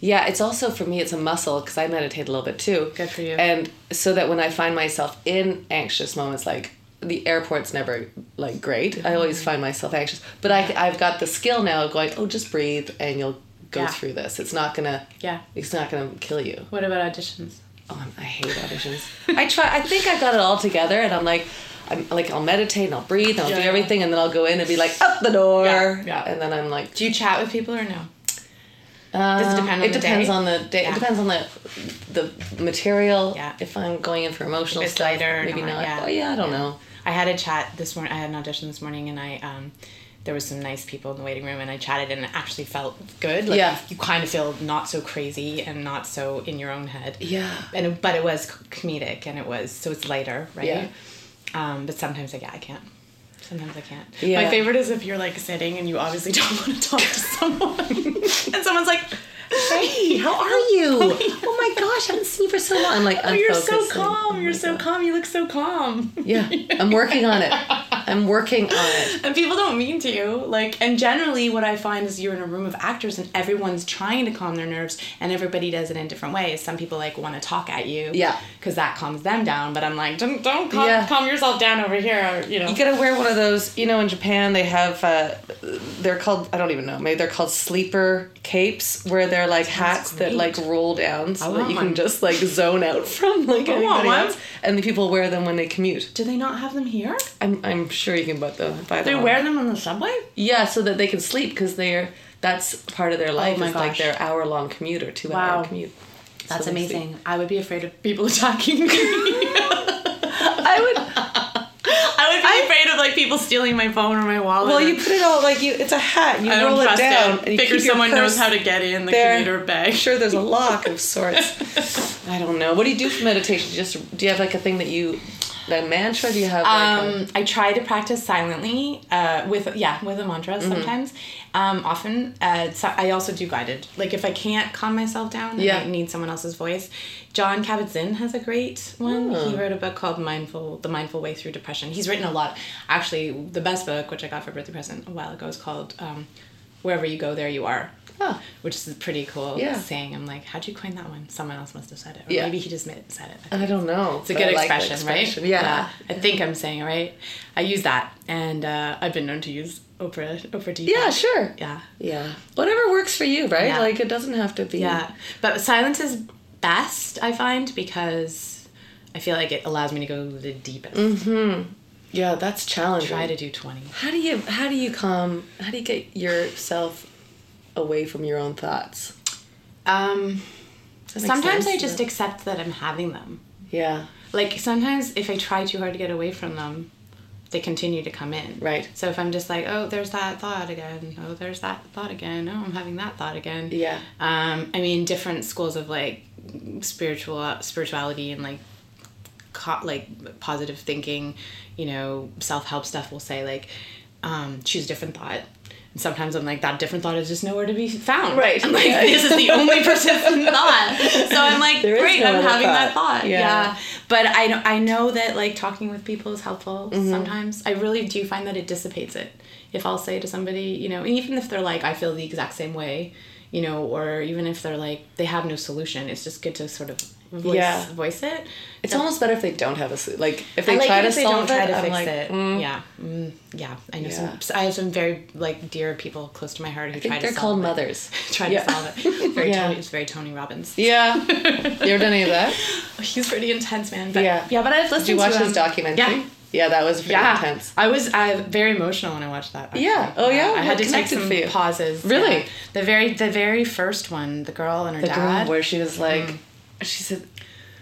Speaker 1: Yeah, it's also for me, it's a muscle because I meditate a little bit too.
Speaker 2: Good for you.
Speaker 1: And so that when I find myself in anxious moments, like the airport's never like great, I always find myself anxious. But I, I've got the skill now of going, oh, just breathe and you'll go
Speaker 2: Yeah.
Speaker 1: through this. It's not gonna.
Speaker 2: Yeah.
Speaker 1: It's not gonna kill you.
Speaker 2: What about auditions?
Speaker 1: Oh, I'm- I hate auditions. I try. I think I got it all together, and I'm like, I'm like, I'll meditate and I'll breathe and I'll
Speaker 2: Yeah,
Speaker 1: do
Speaker 2: yeah.
Speaker 1: everything, and then I'll go in and be like, up the door,
Speaker 2: Yeah, yeah.
Speaker 1: and then I'm like,
Speaker 2: Do you chat with people or no?
Speaker 1: um,
Speaker 2: it depend on
Speaker 1: it
Speaker 2: the
Speaker 1: depends
Speaker 2: day?
Speaker 1: on the day. It
Speaker 2: Yeah.
Speaker 1: depends on the the material.
Speaker 2: Yeah.
Speaker 1: If I'm going in for emotional
Speaker 2: If it's
Speaker 1: stuff,
Speaker 2: lighter or
Speaker 1: maybe
Speaker 2: not,
Speaker 1: not.
Speaker 2: yeah.
Speaker 1: Oh yeah, I don't know.
Speaker 2: I had a chat this morning. I had an audition this morning, and I um, there was some nice people in the waiting room, and I chatted, and it actually felt good. Like,
Speaker 1: Yeah.
Speaker 2: you kind of feel not so crazy and not so in your own head.
Speaker 1: Yeah.
Speaker 2: and it- but it was c- comedic, and it was so it's lighter, right?
Speaker 1: Yeah.
Speaker 2: Um, but sometimes I yeah, I can't. Sometimes I can't.
Speaker 1: Yeah.
Speaker 2: My favorite is if you're like sitting and you obviously don't want to talk to someone, and someone's like,
Speaker 1: Hey, how are you? Oh my gosh, I haven't seen you for so long. I'm like,
Speaker 2: Oh,
Speaker 1: I'm
Speaker 2: you're so
Speaker 1: focused and-
Speaker 2: calm. you're so calm. You look so calm.
Speaker 1: Yeah, I'm working on it. I'm working on it.
Speaker 2: and people don't mean to like and generally what i find is you're in a room of actors and everyone's trying to calm their nerves and everybody does it in different ways some people like want to talk at you
Speaker 1: Yeah.
Speaker 2: because that calms them down but i'm like don't don't calm,
Speaker 1: Yeah.
Speaker 2: calm yourself down over here or, you know
Speaker 1: You gotta wear one of those. You know, in Japan they have. Uh, they're called. I don't even know. Maybe they're called sleeper capes, where they're like hats that like roll down, so that
Speaker 2: want
Speaker 1: you
Speaker 2: one.
Speaker 1: can just like zone out from like
Speaker 2: I want
Speaker 1: anybody
Speaker 2: one.
Speaker 1: else. And the people wear them when they commute.
Speaker 2: do they not have them here
Speaker 1: I'm, I'm sure you can buy them. Buy
Speaker 2: they
Speaker 1: them
Speaker 2: wear them on the subway
Speaker 1: Yeah, so that they can sleep because they're that's part of their life.
Speaker 2: my
Speaker 1: is like
Speaker 2: gosh.
Speaker 1: their hour long commute or two
Speaker 2: Wow.
Speaker 1: hour commute. So
Speaker 2: that's
Speaker 1: they sleep.
Speaker 2: amazing i would be afraid of people attacking me
Speaker 1: I would.
Speaker 2: i would be afraid of like people stealing my phone or my wallet
Speaker 1: Well,
Speaker 2: or-
Speaker 1: you put it all like you. It's a hat. You
Speaker 2: I don't
Speaker 1: roll it
Speaker 2: trust
Speaker 1: down.
Speaker 2: it.
Speaker 1: And you
Speaker 2: Figure
Speaker 1: keep your
Speaker 2: someone knows
Speaker 1: purse
Speaker 2: how to get in the
Speaker 1: there.
Speaker 2: commuter bag.
Speaker 1: I'm sure there's a lock of sorts. I don't know. What do you do for meditation? Do you just do you have like a thing that you, like a mantra? Do you have like a-
Speaker 2: Um, I try to practice silently uh, with yeah with a mantra
Speaker 1: Mm-hmm.
Speaker 2: sometimes. Um, often, uh, so I also do guided. Like if I can't calm myself down,
Speaker 1: Yeah.
Speaker 2: and I need someone else's voice. John Kabat-Zinn has a great one.
Speaker 1: Oh.
Speaker 2: He wrote a book called Mindful: The Mindful Way Through Depression. He's written a lot. Actually, the best book which I got for a birthday present a while ago is called um, Wherever You Go, There You Are.
Speaker 1: Oh.
Speaker 2: Which is a pretty cool
Speaker 1: Yeah.
Speaker 2: saying. I'm like, how'd you coin that one? Someone else must have said it. Or
Speaker 1: Yeah.
Speaker 2: Maybe he just ma- said it.
Speaker 1: I don't know.
Speaker 2: It's a good expression, right?
Speaker 1: Yeah.
Speaker 2: I think I'm saying it right. I use that, and uh, I've been known to use Oprah, Oprah Deepak.
Speaker 1: Yeah. Sure.
Speaker 2: Yeah.
Speaker 1: Yeah. Whatever works for you, right?
Speaker 2: Yeah.
Speaker 1: Like it doesn't have to be.
Speaker 2: Yeah. But silence is best, I find, because I feel like it allows me to go the deepest.
Speaker 1: Mm-hmm. Yeah. That's challenging.
Speaker 2: Try to do 20.
Speaker 1: How do you how do you come how do you get yourself away from your own thoughts?
Speaker 2: Um,
Speaker 1: Does that make
Speaker 2: sometimes
Speaker 1: sense?
Speaker 2: I just accept that I'm having them.
Speaker 1: Yeah.
Speaker 2: Like, sometimes if I try too hard to get away from them, they continue to come in.
Speaker 1: Right.
Speaker 2: So if I'm just like, oh, there's that thought again. Oh, there's that thought again. Oh, I'm having that thought again.
Speaker 1: Yeah.
Speaker 2: um, I mean, different schools of like spiritual spirituality and like co- like positive thinking, you know, self help stuff will say like um, choose a different thought. And sometimes I'm like that different thought is just nowhere to be found.
Speaker 1: Right.
Speaker 2: I'm like
Speaker 1: Yeah.
Speaker 2: this is the only persistent thought. So I'm like
Speaker 1: There is
Speaker 2: great,
Speaker 1: no
Speaker 2: I'm
Speaker 1: other
Speaker 2: having that
Speaker 1: thought.
Speaker 2: thought.
Speaker 1: Yeah.
Speaker 2: Yeah. But I know, I know that like talking with people is helpful
Speaker 1: Mm-hmm.
Speaker 2: sometimes. I really do find that it dissipates it. If I'll say to somebody, you know, and even if they're like, I feel the exact same way, you know, or even if they're like, they have no solution, it's just good to sort of voice,
Speaker 1: Yeah.
Speaker 2: voice it.
Speaker 1: It's almost better if they don't have a s- like if
Speaker 2: I
Speaker 1: they
Speaker 2: like
Speaker 1: try
Speaker 2: it
Speaker 1: to
Speaker 2: if they
Speaker 1: solve
Speaker 2: don't try
Speaker 1: it,
Speaker 2: to
Speaker 1: I'm
Speaker 2: fix
Speaker 1: like,
Speaker 2: it.
Speaker 1: mm,
Speaker 2: Yeah, mm, yeah. I know
Speaker 1: Yeah.
Speaker 2: some. I have some very like dear people close to my heart who
Speaker 1: I think
Speaker 2: try to
Speaker 1: they're called
Speaker 2: solve it.
Speaker 1: mothers.
Speaker 2: try
Speaker 1: Yeah.
Speaker 2: to solve it. Very
Speaker 1: Yeah.
Speaker 2: Tony, it's very Tony Robbins.
Speaker 1: Yeah. you ever done any of that?
Speaker 2: He's pretty intense, man. But,
Speaker 1: Yeah.
Speaker 2: yeah, but I've listened
Speaker 1: Did you watch
Speaker 2: to
Speaker 1: his
Speaker 2: him.
Speaker 1: documentary?
Speaker 2: Yeah.
Speaker 1: um, Yeah, that was pretty
Speaker 2: yeah.
Speaker 1: intense.
Speaker 2: I was I very emotional when I watched that. actually.
Speaker 1: Yeah. Oh, yeah?
Speaker 2: I
Speaker 1: What
Speaker 2: had to take
Speaker 1: connected
Speaker 2: some
Speaker 1: for you?
Speaker 2: pauses.
Speaker 1: Really?
Speaker 2: Yeah. The very the very first one, the girl and her
Speaker 1: The
Speaker 2: dad.
Speaker 1: girl where she was like she said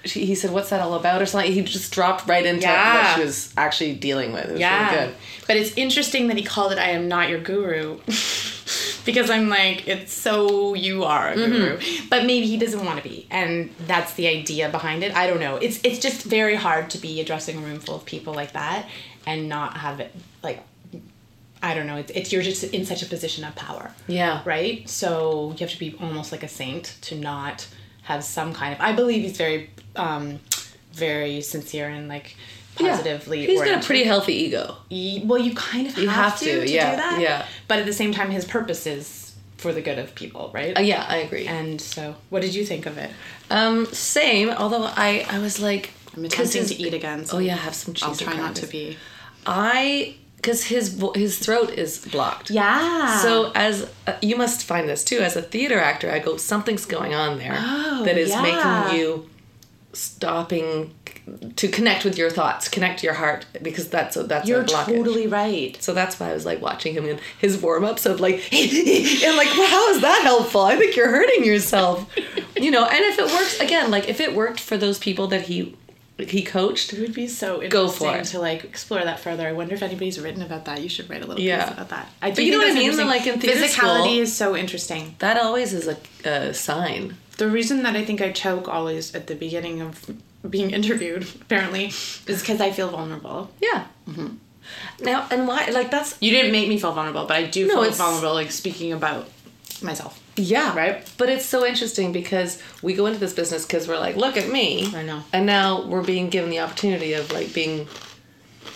Speaker 1: she, he said, "What's that all about?" Or something. He just dropped right into what
Speaker 2: Yeah.
Speaker 1: she was actually dealing with. It was really
Speaker 2: yeah.
Speaker 1: good.
Speaker 2: But it's interesting that he called it "I am not your guru," because I'm like, it's so you are a guru,
Speaker 1: Mm-hmm.
Speaker 2: but maybe he doesn't want to be, and that's the idea behind it. I don't know. It's it's just very hard to be addressing a room full of people like that and not have it like. I don't know. It's, it's you're just in such a position of power.
Speaker 1: Yeah.
Speaker 2: right? So you have to be almost like a saint to not have some kind of. I believe he's very, um, very sincere and like
Speaker 1: Yeah.
Speaker 2: positively.
Speaker 1: He's got a
Speaker 2: oriented.
Speaker 1: pretty healthy ego.
Speaker 2: Ye- well, you kind of have,
Speaker 1: have
Speaker 2: to,
Speaker 1: to,
Speaker 2: to
Speaker 1: yeah,
Speaker 2: do that.
Speaker 1: yeah.
Speaker 2: But at the same time, his purpose is for the good of people, right?
Speaker 1: Uh, yeah, I agree.
Speaker 2: And so, what did you think of it?
Speaker 1: Um, same. Although I, I was like,
Speaker 2: I'm
Speaker 1: 'cause
Speaker 2: attempting
Speaker 1: his-
Speaker 2: to eat again. So
Speaker 1: Oh yeah, have some cheese.
Speaker 2: I'll try
Speaker 1: and
Speaker 2: not to
Speaker 1: crackers.
Speaker 2: be.
Speaker 1: I, because his vo- his throat is blocked.
Speaker 2: Yeah.
Speaker 1: So as uh, you must find this too, as a theater actor, I go something's going on there
Speaker 2: Oh,
Speaker 1: that is
Speaker 2: yeah.
Speaker 1: making you stopping to connect with your thoughts, connect to your heart, because that's a, that's
Speaker 2: you're
Speaker 1: a blockage.
Speaker 2: totally right.
Speaker 1: So that's why I was like watching him in his warm ups of like, and like, well, how is that helpful? I think you're hurting yourself, you know. And if it works again, like if it worked for those people that he he coached,
Speaker 2: It would be so interesting
Speaker 1: Go for it.
Speaker 2: to like explore that further. I wonder if anybody's written about that. You should write a little
Speaker 1: Yeah.
Speaker 2: piece about that. I do
Speaker 1: you know
Speaker 2: think
Speaker 1: what I
Speaker 2: that's
Speaker 1: mean?
Speaker 2: interesting.
Speaker 1: Like, in theater
Speaker 2: physicality
Speaker 1: school-
Speaker 2: is so interesting.
Speaker 1: that always is a, a sign.
Speaker 2: The reason that I think I choke always at the beginning of being interviewed, apparently, is because I feel vulnerable.
Speaker 1: Yeah. Now and why? Like that's
Speaker 2: You didn't make me feel vulnerable, but I do
Speaker 1: No,
Speaker 2: feel
Speaker 1: it's-
Speaker 2: vulnerable, like speaking about myself.
Speaker 1: Yeah.
Speaker 2: Right?
Speaker 1: But it's so interesting because we go into this business because we're like, look at me.
Speaker 2: I know.
Speaker 1: And now we're being given the opportunity of like being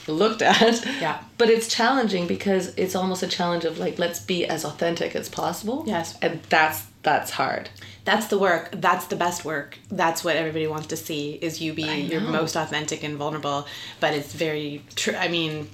Speaker 1: looked at.
Speaker 2: Yeah.
Speaker 1: But it's challenging because it's almost a challenge of like, let's be as authentic as possible.
Speaker 2: Yes.
Speaker 1: And that's that's hard.
Speaker 2: That's the work. That's the best work. That's what everybody wants to see is you be your most authentic and vulnerable. But it's very true. I mean,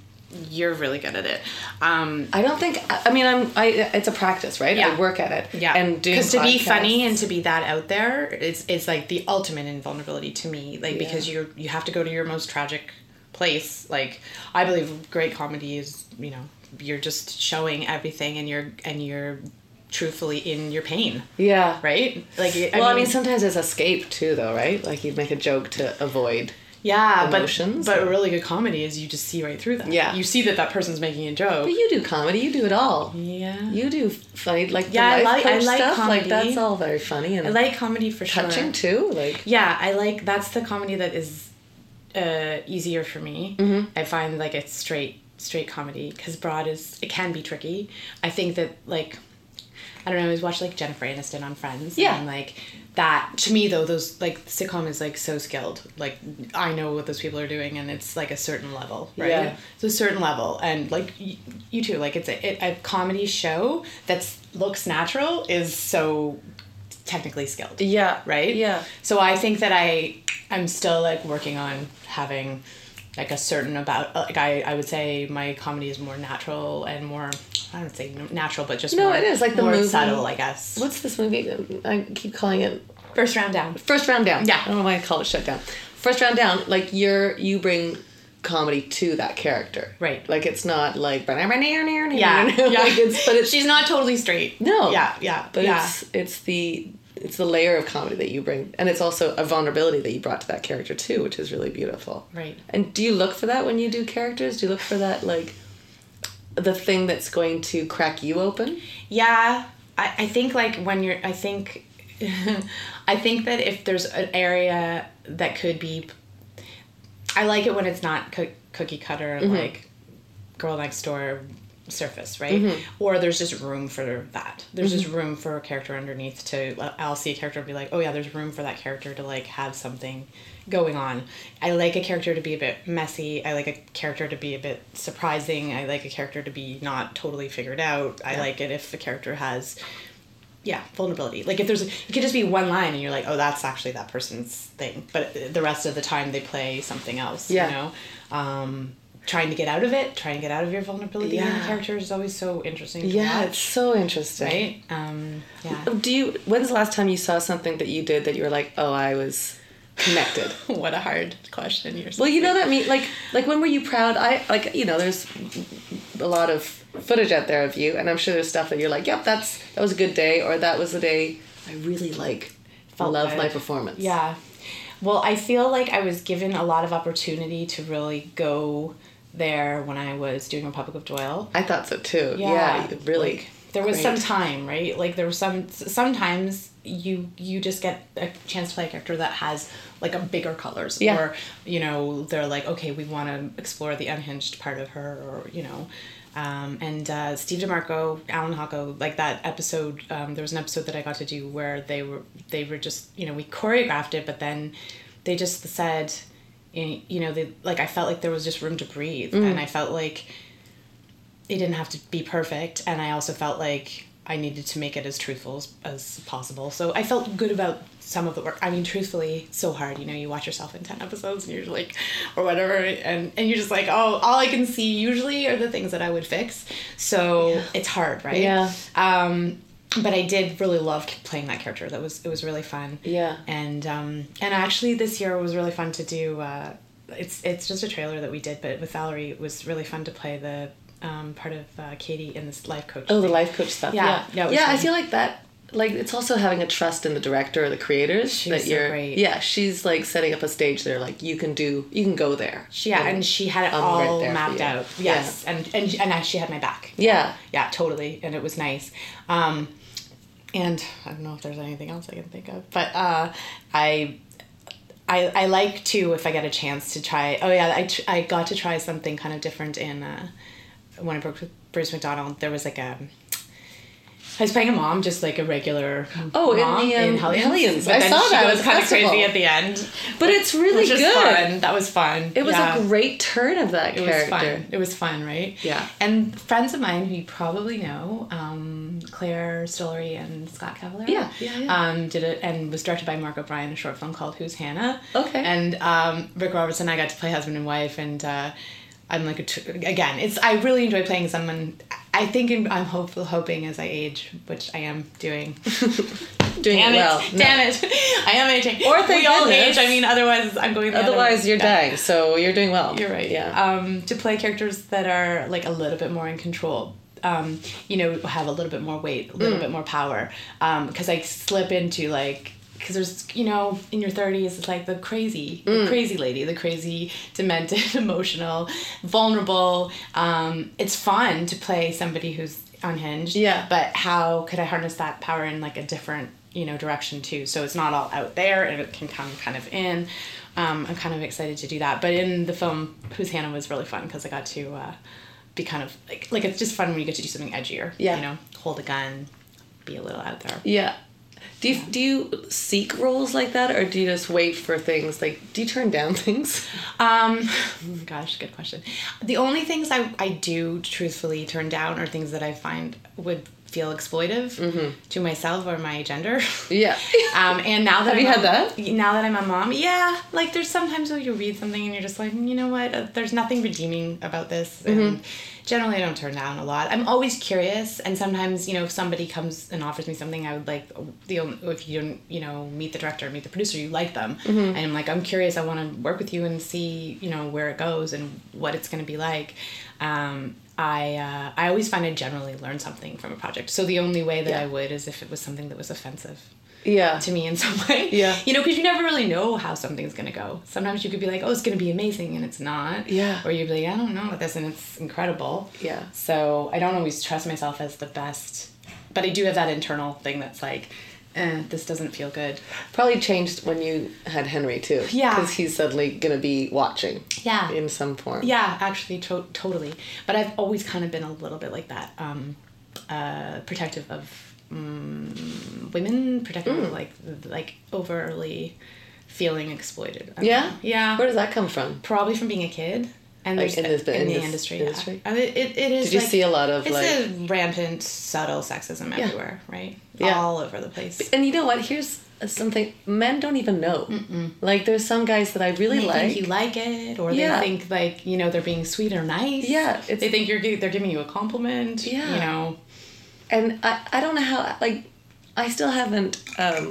Speaker 2: you're really good at it. Um,
Speaker 1: I don't think I I mean I'm I it's a practice, right?
Speaker 2: Yeah.
Speaker 1: I work at it.
Speaker 2: yeah,
Speaker 1: And doing
Speaker 2: because to be
Speaker 1: podcasts-
Speaker 2: funny and to be that out there, it's it's like the ultimate in vulnerability to me. Like because you are you have to go to your most tragic place. Like I believe great comedy is you know you're just showing everything and you're and you're truthfully in your pain,
Speaker 1: Yeah.
Speaker 2: right? Like I
Speaker 1: Well, I mean,
Speaker 2: mean
Speaker 1: sometimes it's escape too, though, right? Like you make a joke to avoid.
Speaker 2: Yeah,
Speaker 1: emotions,
Speaker 2: But, but really good comedy is you just see right through that.
Speaker 1: Yeah.
Speaker 2: you see that that person's making a
Speaker 1: But
Speaker 2: joke.
Speaker 1: you do comedy. You do it all.
Speaker 2: Yeah,
Speaker 1: You do funny, like
Speaker 2: Yeah, I
Speaker 1: the
Speaker 2: like-
Speaker 1: life
Speaker 2: I
Speaker 1: coach
Speaker 2: like
Speaker 1: stuff.
Speaker 2: comedy.
Speaker 1: Like that's all very funny and
Speaker 2: I like comedy for
Speaker 1: touching
Speaker 2: sure.
Speaker 1: too. Like
Speaker 2: Yeah, I like that's the comedy that is uh, easier for me.
Speaker 1: Mm-hmm.
Speaker 2: I find like it's straight straight comedy because broad is it can be tricky. I think that like I don't know. I always watch like Jennifer Aniston on Friends.
Speaker 1: Yeah.
Speaker 2: and like that to me though those like sitcom is like so skilled. Like I know what those people are doing and it's like a certain level, right?
Speaker 1: Yeah.
Speaker 2: It's a certain level and like y- you too. Like it's a, it, a comedy show that's looks natural is so technically skilled
Speaker 1: yeah,
Speaker 2: right?
Speaker 1: Yeah,
Speaker 2: So I think that I I'm still like working on having like a certain about uh, like I I would say my comedy is more natural and more I don't say natural but just
Speaker 1: No,
Speaker 2: more,
Speaker 1: it is, like the
Speaker 2: more
Speaker 1: movie-
Speaker 2: subtle I guess.
Speaker 1: what's this movie? I keep calling it
Speaker 2: First round down.
Speaker 1: First Round Down.
Speaker 2: Yeah.
Speaker 1: I don't know why I call it Shutdown. First Round Down. Like you're you bring comedy to that character,
Speaker 2: Right.
Speaker 1: Like it's not like yeah,
Speaker 2: Yeah,
Speaker 1: like
Speaker 2: yeah.
Speaker 1: it's, but it's
Speaker 2: She's not totally straight.
Speaker 1: No.
Speaker 2: Yeah, yeah,
Speaker 1: But
Speaker 2: yeah.
Speaker 1: it's it's the it's the layer of comedy that you bring, and it's also a vulnerability that you brought to that character too, which is really beautiful.
Speaker 2: Right.
Speaker 1: And do you look for that when you do characters? Do you look for that like the thing that's going to crack you open?
Speaker 2: Yeah, I, I think like when you're, I think, I think that if there's an area that could be, I like it when it's not coo- cookie cutter
Speaker 1: Mm-hmm.
Speaker 2: like girl next door surface, right? Or there's just room for that. There's just room for a character underneath to, uh, I'll see a character and be like, oh yeah, there's room for that character to like have something going on. I like a character to be a bit messy. I like a character to be a bit surprising. I like a character to be not totally figured out. I like it if the character has yeah, vulnerability. Like if there's, it could just be one line, and you're like, oh, that's actually that person's thing. But the rest of the time, they play something else.
Speaker 1: Yeah.
Speaker 2: You know, um, trying to get out of it, trying to get out of your vulnerability. in the
Speaker 1: Yeah.
Speaker 2: character is always so interesting. To
Speaker 1: Yeah, it's
Speaker 2: watch,
Speaker 1: so interesting.
Speaker 2: right. Um, yeah.
Speaker 1: Do you? When's the last time you saw something that you did that you were like, oh, I was connected?
Speaker 2: what a hard question. You're.
Speaker 1: Well, you know that mean like like when were you proud? I like you know there's a lot of footage out there of you, and I'm sure there's stuff that you're like, yep, that's that was a good day, or that was the day I really like
Speaker 2: Felt
Speaker 1: love
Speaker 2: good.
Speaker 1: my performance.
Speaker 2: Yeah. Well, I feel like I was given a lot of opportunity to really go there when I was doing Republic of Doyle.
Speaker 1: I thought so too. Yeah,
Speaker 2: Yeah.
Speaker 1: really.
Speaker 2: Like, there was some
Speaker 1: great.
Speaker 2: time right like there was some sometimes you you just get a chance to play a character that has like a bigger colors
Speaker 1: Yeah.
Speaker 2: or you know they're like okay we want to explore the unhinged part of her or you know um, and uh, Steve DeMarco, Alan Hocko, like that episode. Um, there was an episode that I got to do where they were they were just you know we choreographed it, but then they just said, you you know, they like I felt like there was just room to breathe,
Speaker 1: Mm.
Speaker 2: and I felt like it didn't have to be perfect and i also felt like i needed to make it as truthful as, as possible so i felt good about some of the work i mean truthfully it's so hard you know you watch yourself in 10 episodes and you're like or whatever and, and you're just like oh all i can see usually are the things that i would fix so it's hard right
Speaker 1: Yeah.
Speaker 2: um but i did really love playing that character that was it was really fun
Speaker 1: Yeah.
Speaker 2: and um, and actually this year was really fun to do. Uh, it's it's just a trailer that we did, but with Valerie, it was really fun to play the um, part of uh, Katie in this life coach.
Speaker 1: Oh, the
Speaker 2: thing.
Speaker 1: life coach stuff.
Speaker 2: Yeah.
Speaker 1: Yeah,
Speaker 2: Yeah, it was
Speaker 1: I
Speaker 2: fun.
Speaker 1: feel like that. Like it's also having a trust in the director or the creators that
Speaker 2: so
Speaker 1: you're.
Speaker 2: great.
Speaker 1: Yeah, she's like setting up a stage. They're like, you can do, you can go there.
Speaker 2: Yeah, and she had it
Speaker 1: I'm Um, right
Speaker 2: all
Speaker 1: there for
Speaker 2: mapped
Speaker 1: you.
Speaker 2: out. Yes, and and and I, she had my back.
Speaker 1: Yeah.
Speaker 2: yeah, totally, and it was nice. Um, and I don't know if there's anything else I can think of, but uh, I. I, I like to if I get a chance to try. Oh yeah, I, tr- I got to try something kind of different in uh, when I broke with Bruce McDonald. There was like a I was playing a mom, just like a regular
Speaker 1: Oh, in
Speaker 2: mom
Speaker 1: the, um,
Speaker 2: Hellions.
Speaker 1: Hellions.
Speaker 2: But
Speaker 1: I
Speaker 2: then
Speaker 1: saw
Speaker 2: she
Speaker 1: that at
Speaker 2: goes
Speaker 1: the
Speaker 2: kind of crazy
Speaker 1: festival.
Speaker 2: at the end.
Speaker 1: But it's really
Speaker 2: which is
Speaker 1: good.
Speaker 2: fun. That was fun.
Speaker 1: It was
Speaker 2: Yeah.
Speaker 1: a great turn of that
Speaker 2: It was
Speaker 1: character.
Speaker 2: fun. It was fun, right?
Speaker 1: Yeah.
Speaker 2: And friends of mine who you probably know, um, Claire Stillery and Scott Cavallari.
Speaker 1: Yeah, yeah, yeah.
Speaker 2: Um, did it and was directed by Mark O'Brien, a short film called Who's Hannah.
Speaker 1: Okay.
Speaker 2: And um, Rick Roberts and I got to play husband and wife, and uh, I'm like a tr- again, it's I really enjoy playing someone. I think I'm hopeful, hoping as I age, which I am doing.
Speaker 1: Doing
Speaker 2: Damn
Speaker 1: it well.
Speaker 2: it!
Speaker 1: No.
Speaker 2: Damn it! I am aging.
Speaker 1: Or
Speaker 2: we
Speaker 1: thank
Speaker 2: all age.
Speaker 1: goodness.
Speaker 2: I mean, otherwise I'm going. The other
Speaker 1: Otherwise,
Speaker 2: way.
Speaker 1: you're
Speaker 2: Yeah.
Speaker 1: dying. So you're doing well.
Speaker 2: You're right.
Speaker 1: Yeah.
Speaker 2: Um, to play characters that are like a little bit more in control. Um, you know, have a little bit more weight, a
Speaker 1: Mm.
Speaker 2: little bit more power. Because I slip into like, because there's, you know, in your 30s, it's like the crazy,
Speaker 1: Mm.
Speaker 2: the crazy lady, the crazy, demented, emotional, vulnerable. Um, it's fun to play somebody who's unhinged.
Speaker 1: Yeah.
Speaker 2: But how could I harness that power in like a different, you know, direction too? So it's not all out there and it can come kind of in. Um, I'm kind of excited to do that. But in the film, Who's Hannah was really fun because I got to uh, be kind of like, like it's just fun when you get to do something edgier.
Speaker 1: Yeah.
Speaker 2: You know, hold a gun, be a little out there.
Speaker 1: yeah. Do you, do you seek roles like that or do you just wait for things? Like, do you turn down things?
Speaker 2: Um, gosh, good question. The only things I, I do truthfully turn down are things that I find would feel exploitive to myself or my gender.
Speaker 1: Yeah.
Speaker 2: Um, and now
Speaker 1: Have
Speaker 2: that I'm
Speaker 1: you had
Speaker 2: a-
Speaker 1: that?
Speaker 2: Now that I'm a mom, yeah. Like there's sometimes where you read something and you're just like, you know what? Uh, There's nothing redeeming about this.
Speaker 1: Mm-hmm.
Speaker 2: And generally, I don't turn down a lot. I'm always curious, and sometimes you know if somebody comes and offers me something, I would like the only, if you don't you know meet the director, meet the producer, you like them,
Speaker 1: Mm-hmm.
Speaker 2: and I'm like, I'm curious. I want to work with you and see you know where it goes and what it's going to be like. Um, I uh, I always find I generally learn something from a project. So the only way that I would is if it was something that was offensive
Speaker 1: yeah.
Speaker 2: to me in some way.
Speaker 1: Yeah.
Speaker 2: You know, because you never really know how something's going to go. Sometimes you could be like, oh, it's going to be amazing, and it's not.
Speaker 1: Yeah.
Speaker 2: Or you'd be like, I don't know about this, and it's incredible.
Speaker 1: Yeah.
Speaker 2: So I don't always trust myself as the best, but I do have that internal thing that's like, eh, this doesn't feel good.
Speaker 1: Probably changed when you had Henry too.
Speaker 2: Yeah.
Speaker 1: Because he's suddenly going to be watching.
Speaker 2: Yeah.
Speaker 1: In some form.
Speaker 2: Yeah, actually, to- totally. But I've always kind of been a little bit like that, um, uh, protective of mm women, protective of like like overly feeling exploited. I don't
Speaker 1: Yeah?
Speaker 2: know. yeah.
Speaker 1: Where does that come from?
Speaker 2: probably from being a kid and
Speaker 1: Like,
Speaker 2: there's
Speaker 1: in this-
Speaker 2: in,
Speaker 1: in
Speaker 2: the
Speaker 1: this
Speaker 2: industry.
Speaker 1: industry?
Speaker 2: Yeah. I mean, it, it is.
Speaker 1: Did you
Speaker 2: like-
Speaker 1: see a lot of,
Speaker 2: It's
Speaker 1: like-
Speaker 2: a rampant, subtle sexism everywhere, right?
Speaker 1: Yeah.
Speaker 2: all over the place.
Speaker 1: And you know what? Here's something men don't even know. Like, there's some guys that I really
Speaker 2: They
Speaker 1: like.
Speaker 2: think you like it, or
Speaker 1: Yeah.
Speaker 2: they think like you know they're being sweet or nice.
Speaker 1: Yeah, it's-
Speaker 2: they think you're gi- they're giving you a compliment.
Speaker 1: Yeah.
Speaker 2: you know.
Speaker 1: and I, I don't know how like i still haven't um,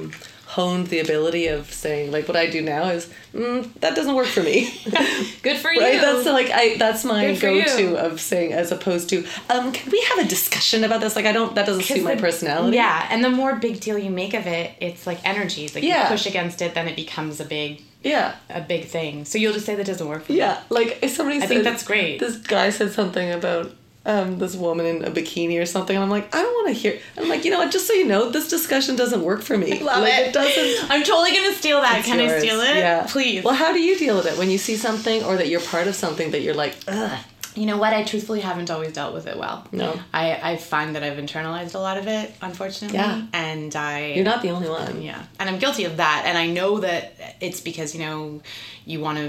Speaker 1: honed the ability of saying like what i do now is mm, that doesn't work for me
Speaker 2: Good for
Speaker 1: right
Speaker 2: you.
Speaker 1: that's like i that's my
Speaker 2: Good for you.
Speaker 1: go-to of saying as opposed to um, can we have a discussion about this like i don't that doesn't suit my
Speaker 2: the-
Speaker 1: personality
Speaker 2: Yeah, and the more big deal you make of it, it's like energy. It's like
Speaker 1: Yeah.
Speaker 2: you push against it, then it becomes a big
Speaker 1: yeah
Speaker 2: a big thing. So you'll just say that doesn't work for you.
Speaker 1: Yeah, like if somebody
Speaker 2: I
Speaker 1: said,
Speaker 2: think that's great.
Speaker 1: This guy said something about um, this woman in a bikini or something, and I'm like, I don't want to hear. I'm like, you know what? Just so you know, this discussion doesn't work for me.
Speaker 2: Love
Speaker 1: like it, doesn't.
Speaker 2: I'm totally gonna steal that. Can I
Speaker 1: yours.
Speaker 2: steal it?
Speaker 1: Yeah.
Speaker 2: Please.
Speaker 1: Well, how do you deal with it when you see something or that you're part of something that you're like, ugh?
Speaker 2: you know what? I truthfully haven't always dealt with it well.
Speaker 1: No.
Speaker 2: I, I find that I've internalized a lot of it, unfortunately.
Speaker 1: Yeah.
Speaker 2: And I
Speaker 1: You're not the only one.
Speaker 2: yeah. And I'm guilty of that. And I know that it's because, you know, you want to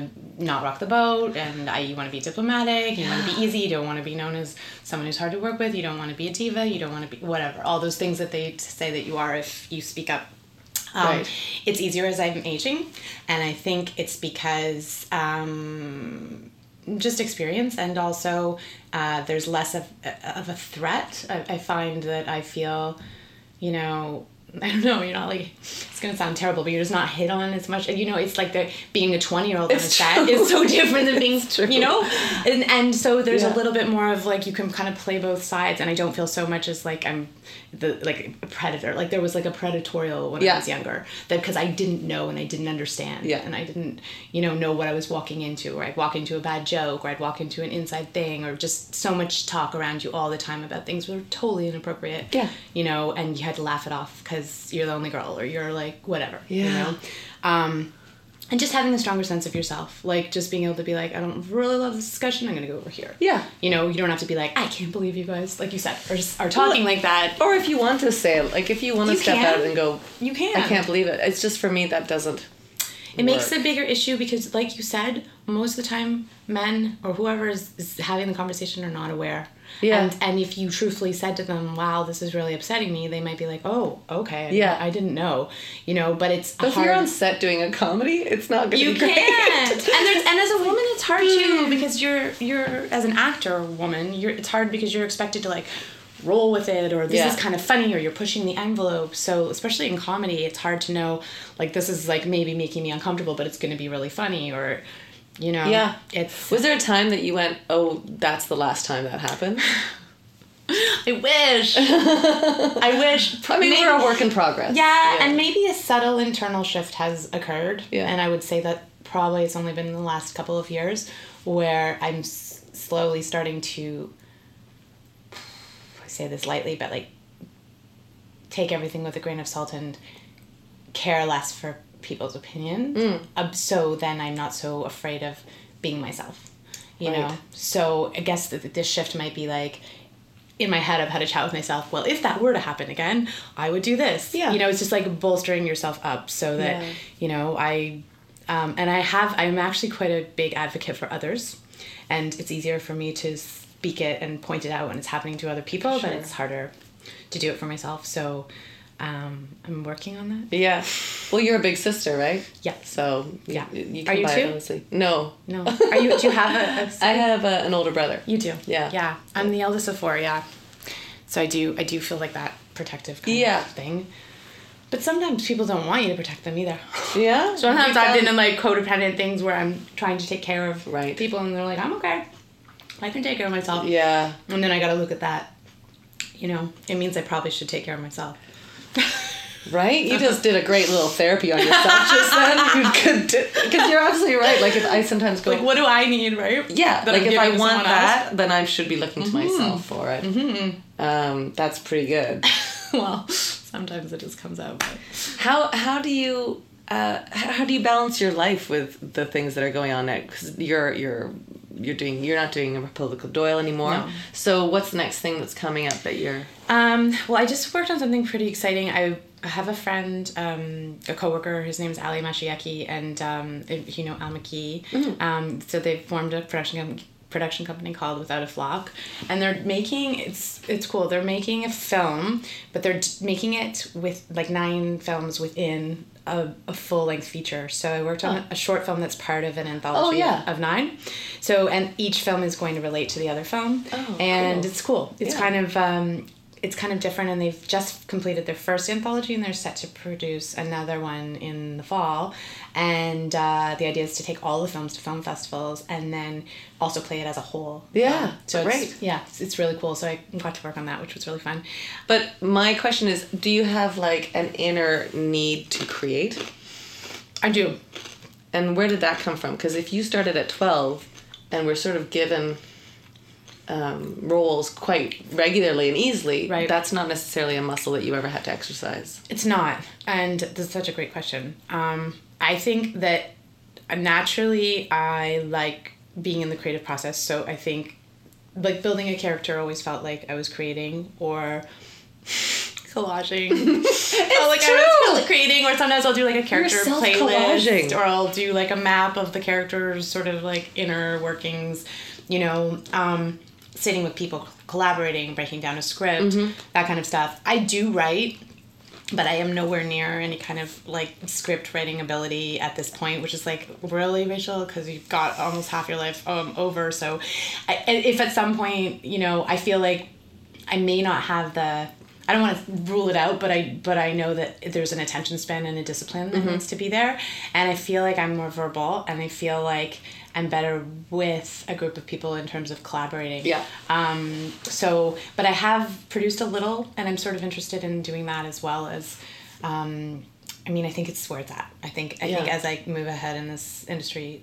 Speaker 2: not rock the boat and I, you want to be diplomatic. You want to be easy. You don't want to be known as someone who's hard to work with. You don't want to be a diva. You don't want to be whatever. All those things that they say that you are if you speak up. Um,
Speaker 1: Right.
Speaker 2: It's easier as I'm aging. And I think it's because. Um, just experience and also uh, there's less of, of a threat I, I find that i feel you know i don't know you're not like it's gonna sound terrible but you're just not hit on as much you know it's like the being a 20 year old on a
Speaker 1: It's
Speaker 2: set
Speaker 1: true.
Speaker 2: is so different than being
Speaker 1: It's true.
Speaker 2: you know and, and so there's
Speaker 1: Yeah.
Speaker 2: a little bit more of like you can kind of play both sides and i don't feel so much as like i'm the like a predator like there was like a predatorial when
Speaker 1: Yeah.
Speaker 2: i was younger that because i didn't know and i didn't understand
Speaker 1: Yeah.
Speaker 2: and I didn't, you know, know what I was walking into, or I'd walk into a bad joke, or I'd walk into an inside thing, or just so much talk around you all the time about things that were totally inappropriate.
Speaker 1: Yeah.
Speaker 2: You know, and you had to laugh it off because you're the only girl, or you're like whatever. You
Speaker 1: Yeah.
Speaker 2: know, um, and just having a stronger sense of yourself like just being able to be like i don't really love this discussion i'm gonna go over here
Speaker 1: Yeah.
Speaker 2: you know you don't have to be like i can't believe you guys like you said are, just, are talking like that
Speaker 1: Or if you want to say, like, if you want to
Speaker 2: You
Speaker 1: step
Speaker 2: can.
Speaker 1: out and go,
Speaker 2: you can
Speaker 1: I can't believe it. It's just for me that doesn't.
Speaker 2: it makes
Speaker 1: work.
Speaker 2: a bigger issue because like you said most of the time men or whoever is, is having the conversation are not aware
Speaker 1: Yeah.
Speaker 2: and, and if you truthfully said to them wow this is really upsetting me they might be like oh okay I-
Speaker 1: Yeah.
Speaker 2: i didn't know you know but it's
Speaker 1: But if you're
Speaker 2: hard-
Speaker 1: on set doing a comedy, it's not going to
Speaker 2: you
Speaker 1: be great.
Speaker 2: can't and there's and as a woman it's hard
Speaker 1: Mm.
Speaker 2: too because you're you're as an actor or woman you're it's hard because you're expected to like roll with it or this
Speaker 1: Yeah.
Speaker 2: is kind of funny or you're pushing the envelope so especially in comedy it's hard to know like this is like maybe making me uncomfortable but it's going to be really funny or you know
Speaker 1: Yeah.
Speaker 2: it's
Speaker 1: Was there a time that you went, oh, that's the last time that happened?
Speaker 2: i wish i wish
Speaker 1: I mean,
Speaker 2: Maybe-
Speaker 1: we're a work in progress.
Speaker 2: Yeah, and maybe a subtle internal shift has occurred.
Speaker 1: Yeah.
Speaker 2: And I would say that probably it's only been in the last couple of years where I'm s- slowly starting to, I say this lightly, but like take everything with a grain of salt and care less for people's opinions.
Speaker 1: Mm.
Speaker 2: Um, so then I'm not so afraid of being myself, you know?
Speaker 1: Right.
Speaker 2: So I guess that this shift might be like, in my head, I've had a chat with myself. Well, if that were to happen again, I would do this.
Speaker 1: Yeah.
Speaker 2: You know, it's just like bolstering yourself up so that,
Speaker 1: Yeah.
Speaker 2: you know, I, um, and I have, I'm actually quite a big advocate for others. And it's easier for me to speak it and point it out when it's happening to other people, but it's harder to do it for myself. So um, I'm working on that.
Speaker 1: Yeah. Well, you're a big sister, right?
Speaker 2: Yeah.
Speaker 1: So
Speaker 2: Yeah.
Speaker 1: you, you
Speaker 2: Are
Speaker 1: can
Speaker 2: you
Speaker 1: buy
Speaker 2: too?
Speaker 1: it honestly. No,
Speaker 2: No. Are you, do you have a, a
Speaker 1: I have a, an older brother.
Speaker 2: You do.
Speaker 1: Yeah.
Speaker 2: Yeah. I'm the eldest of four. Yeah. So I do. I do feel like that protective kind
Speaker 1: Yeah.
Speaker 2: of thing. But sometimes people don't want you to protect them either.
Speaker 1: Yeah.
Speaker 2: Sometimes
Speaker 1: You
Speaker 2: I've been
Speaker 1: found-
Speaker 2: in like codependent things where I'm trying to take care of
Speaker 1: Right.
Speaker 2: people, and they're like, "I'm okay. I can take care of myself."
Speaker 1: Yeah.
Speaker 2: And then I got to look at that. You know, it means I probably should take care of myself.
Speaker 1: Right. You just did a great little therapy on yourself just then. Because you're absolutely right. Like if I sometimes go.
Speaker 2: Like, what do I need, right?
Speaker 1: yeah,
Speaker 2: That
Speaker 1: like
Speaker 2: I'm
Speaker 1: if I
Speaker 2: giving to
Speaker 1: want
Speaker 2: someone else? Mm-hmm.
Speaker 1: that, then I should be looking to myself for it. Um, that's pretty good.
Speaker 2: well, sometimes it just comes out. But.
Speaker 1: How how do you uh, h- how do you balance your life with the things that are going on now? Because you're you're you're doing you're not doing a political Doyle anymore.
Speaker 2: No.
Speaker 1: So what's the next thing that's coming up that you're
Speaker 2: Um, well, I just worked on something pretty exciting. I have a friend, um, a coworker. His name's Ali Mashiaki, and um, if you know Al McKee.
Speaker 1: Mm-hmm.
Speaker 2: Um, so they formed a production com- production company called Without a Flock, and they're making it's it's cool. They're making a film, but they're d- making it with like nine films within. A, a full length feature. So I worked on a short film that's part of an anthology
Speaker 1: Oh, yeah.
Speaker 2: of nine. So, and each film is going to relate to the other film.
Speaker 1: Oh,
Speaker 2: and
Speaker 1: cool.
Speaker 2: it's cool. It's
Speaker 1: Yeah.
Speaker 2: kind of um, it's kind of different, and they've just completed their first anthology, and they're set to produce another one in the fall. And uh, the idea is to take all the films to film festivals, and then also play it as a whole.
Speaker 1: Yeah,
Speaker 2: Um, so
Speaker 1: great.
Speaker 2: It's, yeah, it's, it's really cool. So I got to work on that, which was really fun.
Speaker 1: But my question is, do you have like an inner need to create?
Speaker 2: I do.
Speaker 1: And where did that come from? Because if you started at 12 and were sort of given um, roles quite regularly and easily,
Speaker 2: Right.
Speaker 1: that's not necessarily a muscle that you ever had to exercise.
Speaker 2: It's not. And this is such a great question. Um, I think that naturally I like being in the creative process. So I think like building a character always felt like I was creating or collaging.
Speaker 1: Oh,
Speaker 2: felt like I was
Speaker 1: true.
Speaker 2: creating or sometimes I'll do like a character
Speaker 1: self-collaging.
Speaker 2: playlist or I'll do like a map of the character's sort of like inner workings, you know, um, sitting with people, collaborating, breaking down a script,
Speaker 1: Mm-hmm.
Speaker 2: that kind of stuff. I do write but I am nowhere near any kind of like script writing ability at this point, which is like really Rachel because you've got almost half your life um, over. So, I, and if at some point you know I feel like I may not have the I don't want to rule it out, but I but I know that there's an attention span and a discipline that needs to be there, and I feel like I'm more verbal, and I feel like I'm better with a group of people in terms of collaborating.
Speaker 1: Yeah.
Speaker 2: Um, so, but I have produced a little, and I'm sort of interested in doing that as well as. Um, I mean, I think it's where it's at. I think I think
Speaker 1: Yeah.
Speaker 2: as I move ahead in this industry,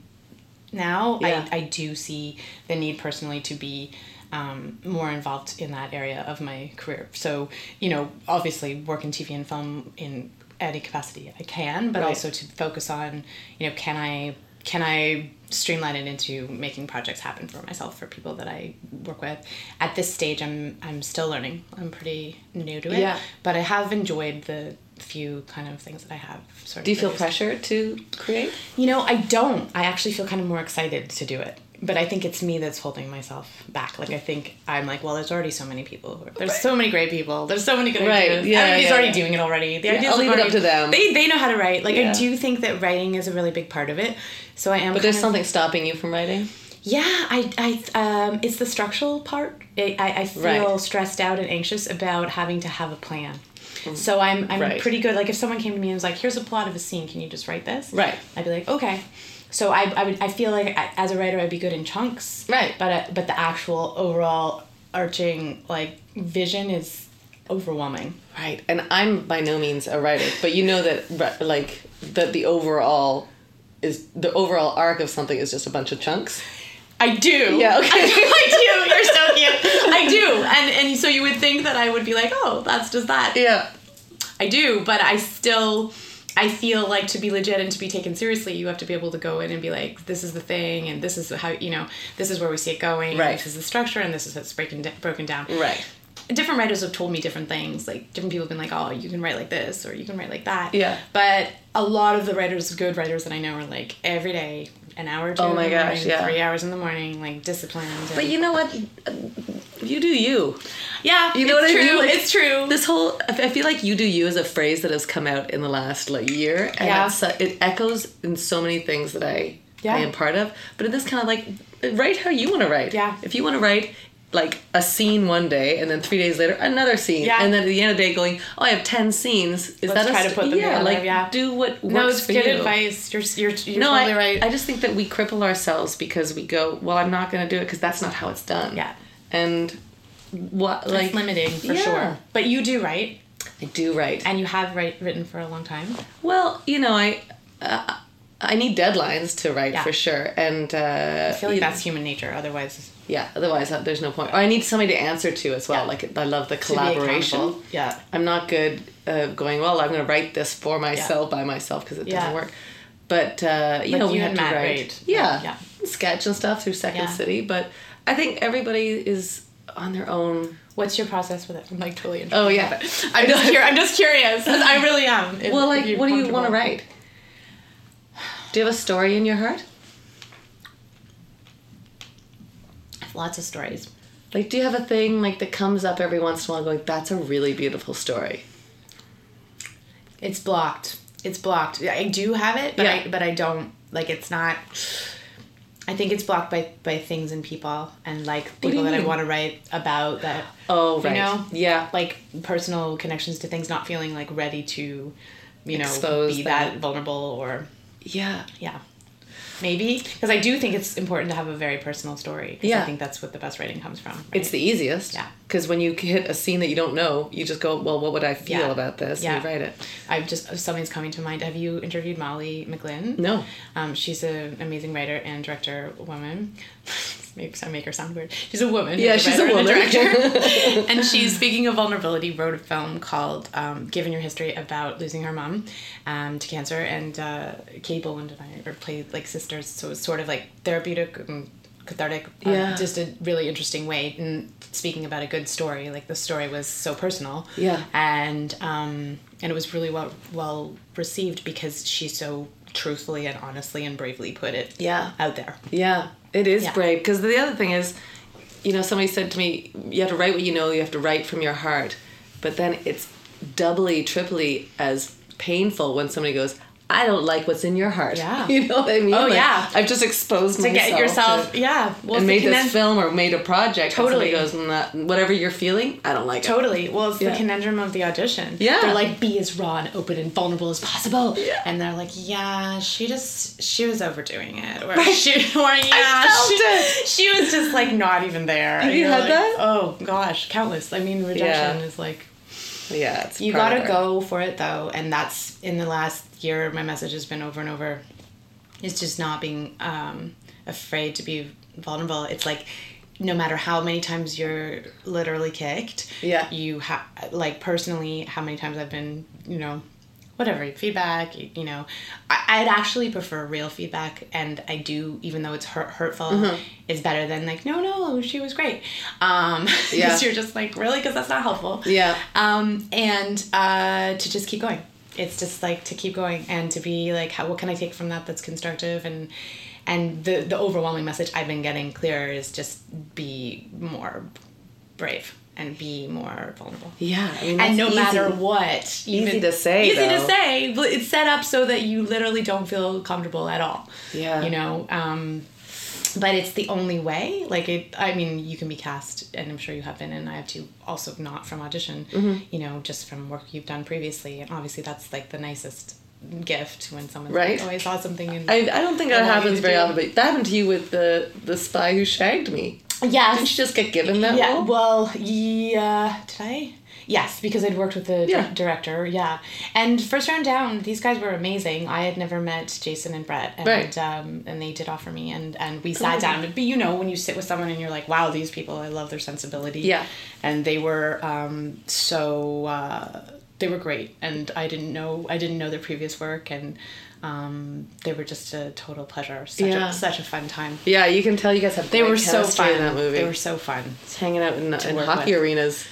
Speaker 2: now
Speaker 1: Yeah.
Speaker 2: I, I do see the need personally to be um, more involved in that area of my career so you know obviously work in tv and film in any capacity I can, but
Speaker 1: Right.
Speaker 2: also to focus on, you know, can I can I streamline it into making projects happen for myself for people that I work with. At this stage, I'm I'm still learning. I'm pretty new to it,
Speaker 1: Yeah.
Speaker 2: but I have enjoyed the few kind of things that I have sort of.
Speaker 1: Do you feel
Speaker 2: produced.
Speaker 1: pressure to create?
Speaker 2: You know, I don't. I actually feel kind of more excited to do it. But I think it's me that's holding myself back. Like I think I'm like, well, there's already so many people. who- There's so many great people. There's so many good
Speaker 1: Right,
Speaker 2: ideas.
Speaker 1: yeah,
Speaker 2: Everybody's
Speaker 1: yeah,
Speaker 2: already
Speaker 1: yeah.
Speaker 2: doing it already. The ideas
Speaker 1: I'll
Speaker 2: are
Speaker 1: leave it up
Speaker 2: already-
Speaker 1: to them.
Speaker 2: They, they know how to write. Like
Speaker 1: Yeah.
Speaker 2: I do think that writing is a really big part of it. So I am.
Speaker 1: But there's
Speaker 2: kind of-
Speaker 1: something stopping you from writing.
Speaker 2: yeah, I, I, um, it's the structural part. I, I, I feel
Speaker 1: Right.
Speaker 2: stressed out and anxious about having to have a plan. So I'm,
Speaker 1: Mm.
Speaker 2: I'm
Speaker 1: Right.
Speaker 2: pretty good. Like if someone came to me and was like, "Here's a plot of a scene. Can you just write this?"
Speaker 1: Right.
Speaker 2: I'd be like, "Okay." So I, I, would, I feel like I, as a writer, I'd be good in chunks.
Speaker 1: Right.
Speaker 2: But uh, but the actual overall arching like vision is overwhelming.
Speaker 1: Right, and I'm by no means a writer, but you know that ri- like that the overall is the overall arc of something is just a bunch of chunks.
Speaker 2: I do.
Speaker 1: Yeah, okay.
Speaker 2: I do. I do. You're so cute. I do. And and so you would think that I would be like, "Oh, that's just that."
Speaker 1: Yeah.
Speaker 2: I do, but I still I feel like to be legit and to be taken seriously, you have to be able to go in and be like, this is the thing, and this is how you know, this is where we see it going, and
Speaker 1: Right.
Speaker 2: this is the structure, and this is how it's breaking da- broken down.
Speaker 1: Right.
Speaker 2: Different writers have told me different things. Like different people have been like, oh, you can write like this, or you can write like that.
Speaker 1: Yeah.
Speaker 2: But a lot of the writers, good writers that I know, are like every day, an hour, or two
Speaker 1: Oh
Speaker 2: in
Speaker 1: my
Speaker 2: the
Speaker 1: gosh,
Speaker 2: morning,
Speaker 1: yeah.
Speaker 2: three hours in the morning, like disciplined. and-
Speaker 1: But you know what? You do you.
Speaker 2: yeah,
Speaker 1: You know what
Speaker 2: it's
Speaker 1: I mean?
Speaker 2: true.
Speaker 1: Like,
Speaker 2: it's true.
Speaker 1: This whole I I feel like you do you is a phrase that has come out in the last like year, and
Speaker 2: Yeah.
Speaker 1: it's, uh, it echoes in so many things that I
Speaker 2: Yeah.
Speaker 1: I am part of. But in this kind of like write how you want to write.
Speaker 2: Yeah.
Speaker 1: If you want to write like a scene one day, and then three days later another scene,
Speaker 2: Yeah.
Speaker 1: and then at the end of the day going, oh, I have ten scenes. Is
Speaker 2: Let's
Speaker 1: that a
Speaker 2: try to
Speaker 1: st-
Speaker 2: put them
Speaker 1: yeah,
Speaker 2: together,
Speaker 1: Like
Speaker 2: yeah.
Speaker 1: do what works
Speaker 2: no, it's
Speaker 1: for
Speaker 2: good
Speaker 1: you.
Speaker 2: advice. You're you're, you're
Speaker 1: No,
Speaker 2: totally
Speaker 1: I,
Speaker 2: right.
Speaker 1: I just think that we cripple ourselves because we go, well, I'm not going to do it because that's not how it's done.
Speaker 2: Yeah.
Speaker 1: And what like
Speaker 2: It's limiting for
Speaker 1: Yeah.
Speaker 2: sure. But you do write,
Speaker 1: I do write.
Speaker 2: and you have write, written for a long time.
Speaker 1: Well, you know, I uh, I need deadlines to write
Speaker 2: Yeah.
Speaker 1: for sure, and uh,
Speaker 2: I feel like that's human nature. Otherwise,
Speaker 1: yeah, otherwise uh, there's no point. Or I need somebody to answer to as well.
Speaker 2: Yeah.
Speaker 1: Like I love the
Speaker 2: to be
Speaker 1: collaboration.
Speaker 2: accountable. Yeah.
Speaker 1: I'm not good uh, going. Well, I'm going to write this for myself by myself because it
Speaker 2: Yeah.
Speaker 1: doesn't work. But uh, you
Speaker 2: Like
Speaker 1: know, we
Speaker 2: you
Speaker 1: have
Speaker 2: and
Speaker 1: to
Speaker 2: Matt
Speaker 1: write.
Speaker 2: Reid.
Speaker 1: Yeah.
Speaker 2: Yeah.
Speaker 1: sketch and stuff through Second
Speaker 2: Yeah.
Speaker 1: City. But I think everybody is on their own.
Speaker 2: What's your process with it? I'm like totally. Interested.
Speaker 1: Oh yeah,
Speaker 2: I'm just, cur- I'm just curious. I really am. If-
Speaker 1: well,
Speaker 2: if
Speaker 1: like,
Speaker 2: you're
Speaker 1: what do you want
Speaker 2: comfortable.
Speaker 1: to write? Do you have a story in your heart?
Speaker 2: Lots of stories.
Speaker 1: Like, do you have a thing like that comes up every once in a while? Going, that's a really beautiful story.
Speaker 2: It's blocked. It's blocked. I do have it, but I
Speaker 1: Yeah.
Speaker 2: but I don't like. It's not. I think it's blocked by by things and people and like
Speaker 1: do
Speaker 2: people
Speaker 1: you
Speaker 2: that I
Speaker 1: mean?
Speaker 2: want to write about that.
Speaker 1: Oh, right.
Speaker 2: know?
Speaker 1: Yeah.
Speaker 2: like personal connections to things, not feeling like ready to, you know,
Speaker 1: Expose
Speaker 2: be
Speaker 1: that.
Speaker 2: that vulnerable or
Speaker 1: Yeah.
Speaker 2: yeah, maybe because I do think it's important to have a very personal story. 'cause
Speaker 1: Yeah.
Speaker 2: I think that's what the best writing comes from. right?
Speaker 1: It's the easiest.
Speaker 2: Yeah.
Speaker 1: Because when you hit a scene that you don't know, you just go, well, what would I feel
Speaker 2: Yeah.
Speaker 1: about this?
Speaker 2: Yeah.
Speaker 1: And you write it.
Speaker 2: I've just something's coming to mind. Have you interviewed Molly McGlynn?
Speaker 1: No.
Speaker 2: Um, she's an amazing writer and director woman. Makes I make her sound weird. She's a woman.
Speaker 1: Yeah, she's a
Speaker 2: writer and
Speaker 1: woman.
Speaker 2: director. and she's speaking of vulnerability. Wrote a film called um, "Given Your History" about losing her mom um, to cancer, and uh, Katie Boland and I are played like sisters. So it's sort of like therapeutic. And, cathartic uh,
Speaker 1: Yeah.
Speaker 2: just a really interesting way and speaking about a good story like the story was so personal
Speaker 1: Yeah.
Speaker 2: and um, and it was really well well received because she so truthfully and honestly and bravely put it
Speaker 1: Yeah.
Speaker 2: out there.
Speaker 1: Yeah. It is
Speaker 2: Yeah.
Speaker 1: brave. Because the other thing is, you know, somebody said to me, you have to write what you know, you have to write from your heart. But then it's doubly, triply as painful when somebody goes, I don't like what's in your heart.
Speaker 2: Yeah.
Speaker 1: You know what I mean?
Speaker 2: Oh,
Speaker 1: Like,
Speaker 2: yeah.
Speaker 1: I've just exposed
Speaker 2: To
Speaker 1: myself
Speaker 2: get yourself, yeah, well,
Speaker 1: and
Speaker 2: it's
Speaker 1: made
Speaker 2: the
Speaker 1: this
Speaker 2: conundrum-
Speaker 1: film or made a project. and somebody
Speaker 2: Totally.
Speaker 1: goes, "Nah, whatever you're feeling, I don't like it.
Speaker 2: Totally. Well, it's
Speaker 1: Yeah.
Speaker 2: the conundrum of the audition.
Speaker 1: Yeah.
Speaker 2: They're like, be as raw and open and vulnerable as possible.
Speaker 1: Yeah.
Speaker 2: And they're like, yeah, she just, she was overdoing it. Or, she, or yeah,
Speaker 1: felt
Speaker 2: she,
Speaker 1: it.
Speaker 2: she was just like not even there. Have
Speaker 1: you had that?
Speaker 2: Oh, gosh, countless. I mean, rejection
Speaker 1: Yeah.
Speaker 2: is like,
Speaker 1: Yeah, it's
Speaker 2: You
Speaker 1: part
Speaker 2: gotta
Speaker 1: of our-
Speaker 2: go for it though, and that's in the last year. My message has been over and over. It's just not being um, afraid to be vulnerable. It's like no matter how many times you're literally kicked,
Speaker 1: Yeah.
Speaker 2: you have like personally how many times I've been, you know. whatever feedback. You, you know, I, I'd actually prefer real feedback, and I do, even though it's hurt, hurtful,
Speaker 1: Mm-hmm.
Speaker 2: is better than like no, no, she was great. Um, 'cause
Speaker 1: Yeah.
Speaker 2: you're just like really because that's not helpful.
Speaker 1: Yeah.
Speaker 2: Um, and uh, to just keep going. It's just like to keep going and to be like, how, what can I take from that that's constructive and and the the overwhelming message I've been getting clearer is just be more brave and be more vulnerable.
Speaker 1: Yeah, I mean,
Speaker 2: And
Speaker 1: that's
Speaker 2: no
Speaker 1: easy.
Speaker 2: matter what,
Speaker 1: Easy to say,
Speaker 2: easy to
Speaker 1: though.
Speaker 2: say, but it's set up so that you literally don't feel comfortable at all.
Speaker 1: Yeah.
Speaker 2: you know. Um, but it's the only way like it i mean you can be cast and i'm sure you have been and i have too also not from audition
Speaker 1: Mm-hmm.
Speaker 2: you know just from work you've done previously and obviously that's like the nicest gift when someone's
Speaker 1: Right.
Speaker 2: like, oh i saw something and
Speaker 1: I, I don't think that
Speaker 2: I want you
Speaker 1: happens
Speaker 2: to
Speaker 1: very
Speaker 2: do-
Speaker 1: often, but that happened to you with the the spy who shagged me.
Speaker 2: yes
Speaker 1: Didn't you just get given that
Speaker 2: yeah
Speaker 1: role?
Speaker 2: well yeah did i yes because i'd worked with the di-
Speaker 1: Yeah.
Speaker 2: director yeah and first round down these guys were amazing i had never met jason and brett and
Speaker 1: Right.
Speaker 2: um, and they did offer me and and we sat down but you know when you sit with someone and you're like wow these people i love their sensibility
Speaker 1: Yeah.
Speaker 2: and they were um, so uh, they were great and i didn't know i didn't know their previous work and um, they were just a total pleasure such,
Speaker 1: Yeah.
Speaker 2: a, such a fun time
Speaker 1: Yeah, you can tell you guys have
Speaker 2: they were so fun
Speaker 1: in that movie.
Speaker 2: they were so fun
Speaker 1: Just hanging out in, in
Speaker 2: work
Speaker 1: hockey
Speaker 2: with.
Speaker 1: arenas,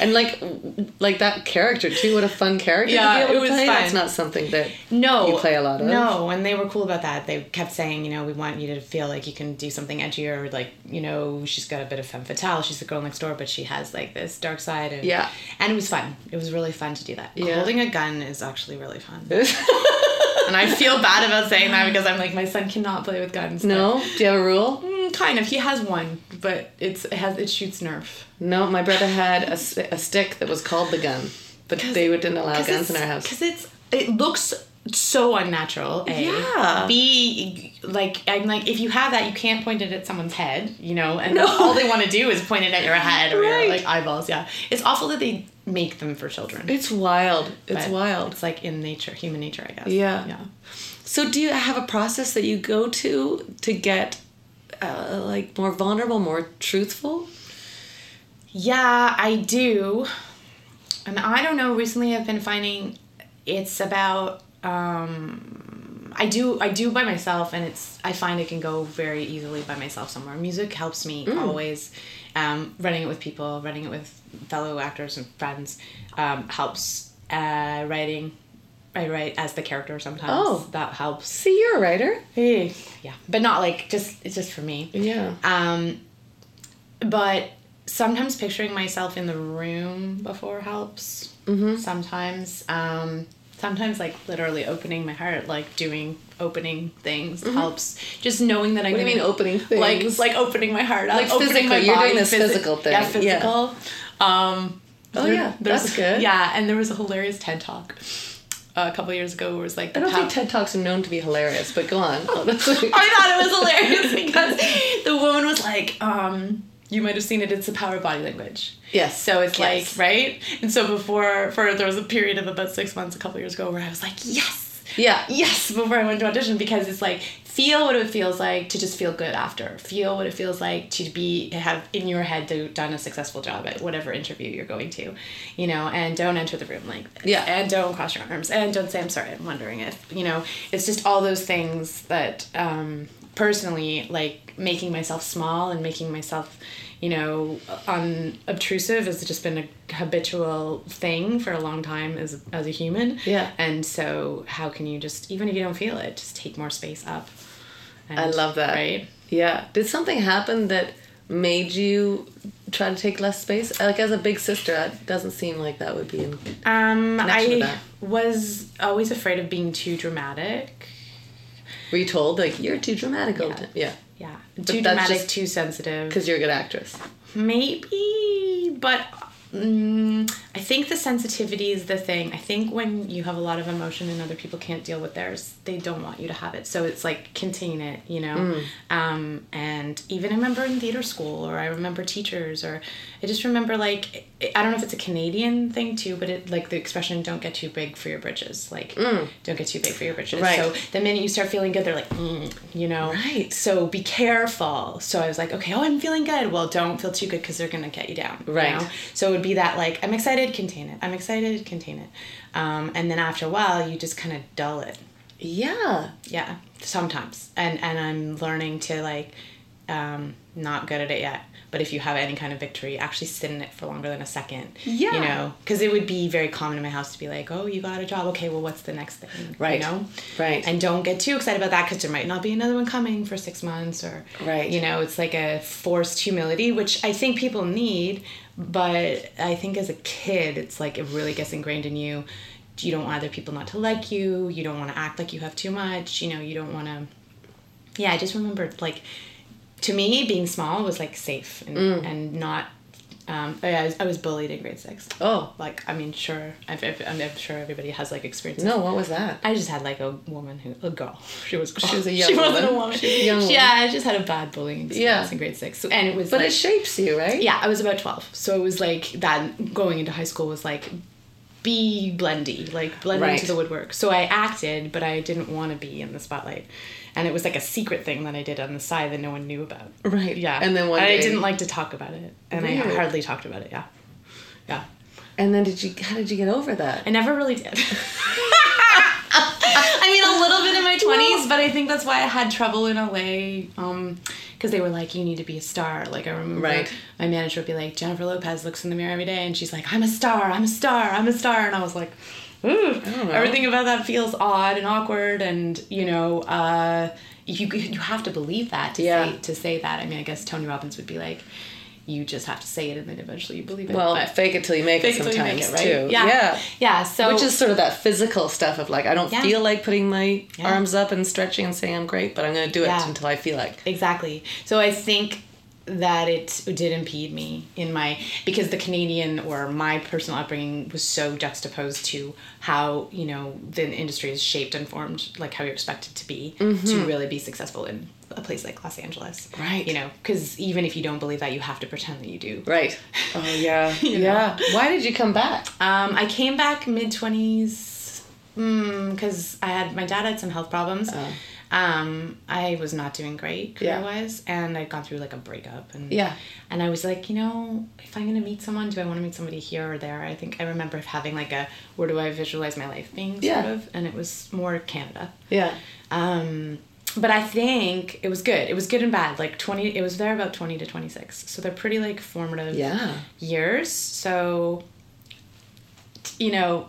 Speaker 1: and like w- like that character too. What a fun character to
Speaker 2: Yeah,
Speaker 1: be able
Speaker 2: it
Speaker 1: to
Speaker 2: was
Speaker 1: play.
Speaker 2: fun.
Speaker 1: That's not something that
Speaker 2: No.
Speaker 1: you play a lot of.
Speaker 2: No, and they were cool about that. They kept saying, you know, we want you to feel like you can do something edgier. Like, you know, she's got a bit of femme fatale. She's the girl next door, but she has like this dark side. And,
Speaker 1: Yeah.
Speaker 2: And it was fun. It was really fun to do that.
Speaker 1: Yeah.
Speaker 2: Holding a gun is actually really fun. and I feel bad about saying that because I'm like, my son cannot play with guns.
Speaker 1: No, do you have a rule?
Speaker 2: But, mm, kind of. He has one, but it's it has it shoots Nerf.
Speaker 1: No, my brother had a, s- a stick that was called the gun, but they didn't allow guns in our house.
Speaker 2: Because it's it looks so unnatural. A.
Speaker 1: Yeah.
Speaker 2: B like I'm like if you have that you can't point it at someone's head, you know, and all they want to do is point it at your head or
Speaker 1: Right.
Speaker 2: your like eyeballs. Yeah. It's awful that they make them for children.
Speaker 1: It's wild. It's
Speaker 2: but
Speaker 1: wild.
Speaker 2: It's like in nature, human nature, I guess.
Speaker 1: Yeah.
Speaker 2: Yeah.
Speaker 1: So, do you have a process that you go to to get uh, like more vulnerable, more truthful?
Speaker 2: Yeah, I do. And I don't know, recently I've been finding it's about um I do I do by myself and it's I find it can go very easily by myself somewhere. Music helps me always. Um running it with people, running it with fellow actors and friends um helps uh writing I write as the character sometimes.
Speaker 1: Oh.
Speaker 2: That helps.
Speaker 1: See, you're a writer.
Speaker 2: Eh, Yeah. But not like just it's just for me.
Speaker 1: Yeah.
Speaker 2: Um, but sometimes picturing myself in the room before helps. Mm-hmm. Sometimes, um, sometimes like literally opening my heart, like doing opening things helps. Just knowing that I. What
Speaker 1: Mm-hmm. do you mean opening things?
Speaker 2: Like like opening my heart up,
Speaker 1: Like
Speaker 2: opening my
Speaker 1: physical, you're
Speaker 2: body,
Speaker 1: doing this
Speaker 2: physi-
Speaker 1: physical thing,
Speaker 2: Yeah,
Speaker 1: yeah.
Speaker 2: physical. Um,
Speaker 1: Oh, yeah,
Speaker 2: there's-
Speaker 1: that's good.
Speaker 2: Yeah, and there was a hilarious TED talk uh, a couple years ago where it was like the
Speaker 1: I don't
Speaker 2: pow-
Speaker 1: think TED Talks are known to be hilarious, but go on.
Speaker 2: I thought it was hilarious because the woman was like, um, you might have seen it, it's the power of body language.
Speaker 1: Yes.
Speaker 2: So it's
Speaker 1: Yes.
Speaker 2: like, right? And so before, for there was a period of about six months, a couple years ago, where I was like, yes,
Speaker 1: yeah.
Speaker 2: yes, before I went to audition because it's like, feel what it feels like to just feel good after. Feel what it feels like to be, have in your head do, done a successful job at whatever interview you're going to, you know, and don't enter the room like this.
Speaker 1: Yeah.
Speaker 2: And don't cross your arms. And don't say, I'm sorry, I'm wondering if, you know, it's just all those things that, um, personally, like making myself small and making myself, you know, unobtrusive has just been a habitual thing for a long time as, as a human.
Speaker 1: Yeah.
Speaker 2: And so, how can you just, even if you don't feel it, just take more space up? And,
Speaker 1: I love that.
Speaker 2: Right?
Speaker 1: Yeah. Did something happen that made you try to take less space? Uh, Like as a big sister, that doesn't seem like that would be. In-
Speaker 2: Um,
Speaker 1: Connection with
Speaker 2: I
Speaker 1: that.
Speaker 2: was always afraid of being too dramatic.
Speaker 1: Were you told like you're too dramatic all the time? Yeah.
Speaker 2: Yeah. too
Speaker 1: that's
Speaker 2: dramatic,
Speaker 1: just-
Speaker 2: too sensitive.
Speaker 1: Because you're a good actress.
Speaker 2: Maybe, but mm, I think the sensitivity is the thing. I think when you have a lot of emotion and other people can't deal with theirs, they don't want you to have it. So it's like contain it, you know. Um, and even I remember in theater school, or I remember teachers, or I just remember like I I don't know if it's a Canadian thing too, but it like the expression "don't get too big for your britches," like don't get too big for your britches.
Speaker 1: Right.
Speaker 2: So the minute you start feeling good, they're like, mm, you know,
Speaker 1: Right.
Speaker 2: So be careful. So I was like, okay, oh, I'm feeling good. Well, don't feel too good because they're gonna get you down. you
Speaker 1: Right.
Speaker 2: know? So it would be that like, I'm excited, contain it. I'm excited, contain it. Um, and then after a while, you just kind of dull it.
Speaker 1: Yeah.
Speaker 2: Yeah, sometimes. And and I'm learning to like, um, not good at it yet. But if you have any kind of victory, actually sit in it for longer than a second.
Speaker 1: Yeah.
Speaker 2: You know, because it would be very common in my house to be like, oh, you got a job. Okay, well, what's the next thing?
Speaker 1: Right.
Speaker 2: You know?
Speaker 1: Right.
Speaker 2: And don't get too excited about that because there might not be another one coming for six months or,
Speaker 1: Right.
Speaker 2: you know, it's like a forced humility, which I think people need. But I think as a kid, it's like it really gets ingrained in you. You don't want other people not to like you. You don't want to act like you have too much. You know, you don't want to yeah i just remembered like to me being small was like safe and, and not um, I, was, I was bullied in grade six
Speaker 1: Oh.
Speaker 2: like i mean sure I've, I've, I'm, I'm sure everybody has like experiences
Speaker 1: No, what was that?
Speaker 2: i just had like a woman who a girl she was
Speaker 1: Oh, She was a young
Speaker 2: she wasn't
Speaker 1: woman.
Speaker 2: a woman
Speaker 1: She was a young
Speaker 2: yeah i just had a bad bullying experience
Speaker 1: Yeah.
Speaker 2: in grade six and it was
Speaker 1: But
Speaker 2: like,
Speaker 1: it shapes you, right?
Speaker 2: yeah i was about 12 so it was like that going into high school was like be blendy like blend
Speaker 1: Right.
Speaker 2: into the woodwork so i acted but i didn't want to be in the spotlight and it was like a secret thing that i did on the side that no one knew about
Speaker 1: Right.
Speaker 2: yeah
Speaker 1: And then one
Speaker 2: i
Speaker 1: day-
Speaker 2: didn't like to talk about it and i
Speaker 1: Weird.
Speaker 2: hardly talked about it yeah yeah
Speaker 1: And then did you? How did you get over that?
Speaker 2: i never really did I mean, a little bit in my 20s, but I think that's why I had trouble in LA. Um, because they were like, you need to be a star. Like, I remember
Speaker 1: Right.
Speaker 2: my manager would be like, Jennifer Lopez looks in the mirror every day, and she's like, I'm a star, I'm a star, I'm a star. And I was like, ooh, everything about that feels odd and awkward. And, you know, uh, you, you have to believe that to,
Speaker 1: Yeah.
Speaker 2: say, to say that. I mean, I guess Tony Robbins would be like, you just have to say it, and then eventually you believe it.
Speaker 1: Well,
Speaker 2: but
Speaker 1: fake it till you make
Speaker 2: fake
Speaker 1: it
Speaker 2: it till
Speaker 1: sometimes
Speaker 2: you make it, right?
Speaker 1: too.
Speaker 2: Yeah.
Speaker 1: yeah.
Speaker 2: Yeah, so.
Speaker 1: Which is sort of that physical stuff of like I don't
Speaker 2: Yeah.
Speaker 1: feel like putting my arms up and stretching and saying I'm great, but I'm going to do it
Speaker 2: Yeah.
Speaker 1: until I feel like.
Speaker 2: Exactly. So I think that it did impede me in my because the Canadian or my personal upbringing was so juxtaposed to how you know the industry is shaped and formed, like how you're expected to be to really be successful in a place like Los Angeles.
Speaker 1: Mm-hmm. Right.
Speaker 2: You know, because even if you don't believe that, you have to pretend that you do.
Speaker 1: Right. Oh yeah. yeah. Why did you come back?
Speaker 2: Um, I came back mid twenties because I had my dad had some health problems. Um, I was not doing great
Speaker 1: Oh. Yeah.
Speaker 2: career wise, and I'd gone through like a breakup, and
Speaker 1: Yeah.
Speaker 2: and I was like, you know, if I'm gonna meet someone, do I want to meet somebody here or there? I think I remember having like a where do I visualize my life being sort
Speaker 1: Yeah.
Speaker 2: of, and it was more Canada.
Speaker 1: Yeah.
Speaker 2: Um, but I think it was good. It was good and bad. Like twenty, it was there about twenty to twenty six. So they're pretty like formative
Speaker 1: Yeah.
Speaker 2: years. So, you know,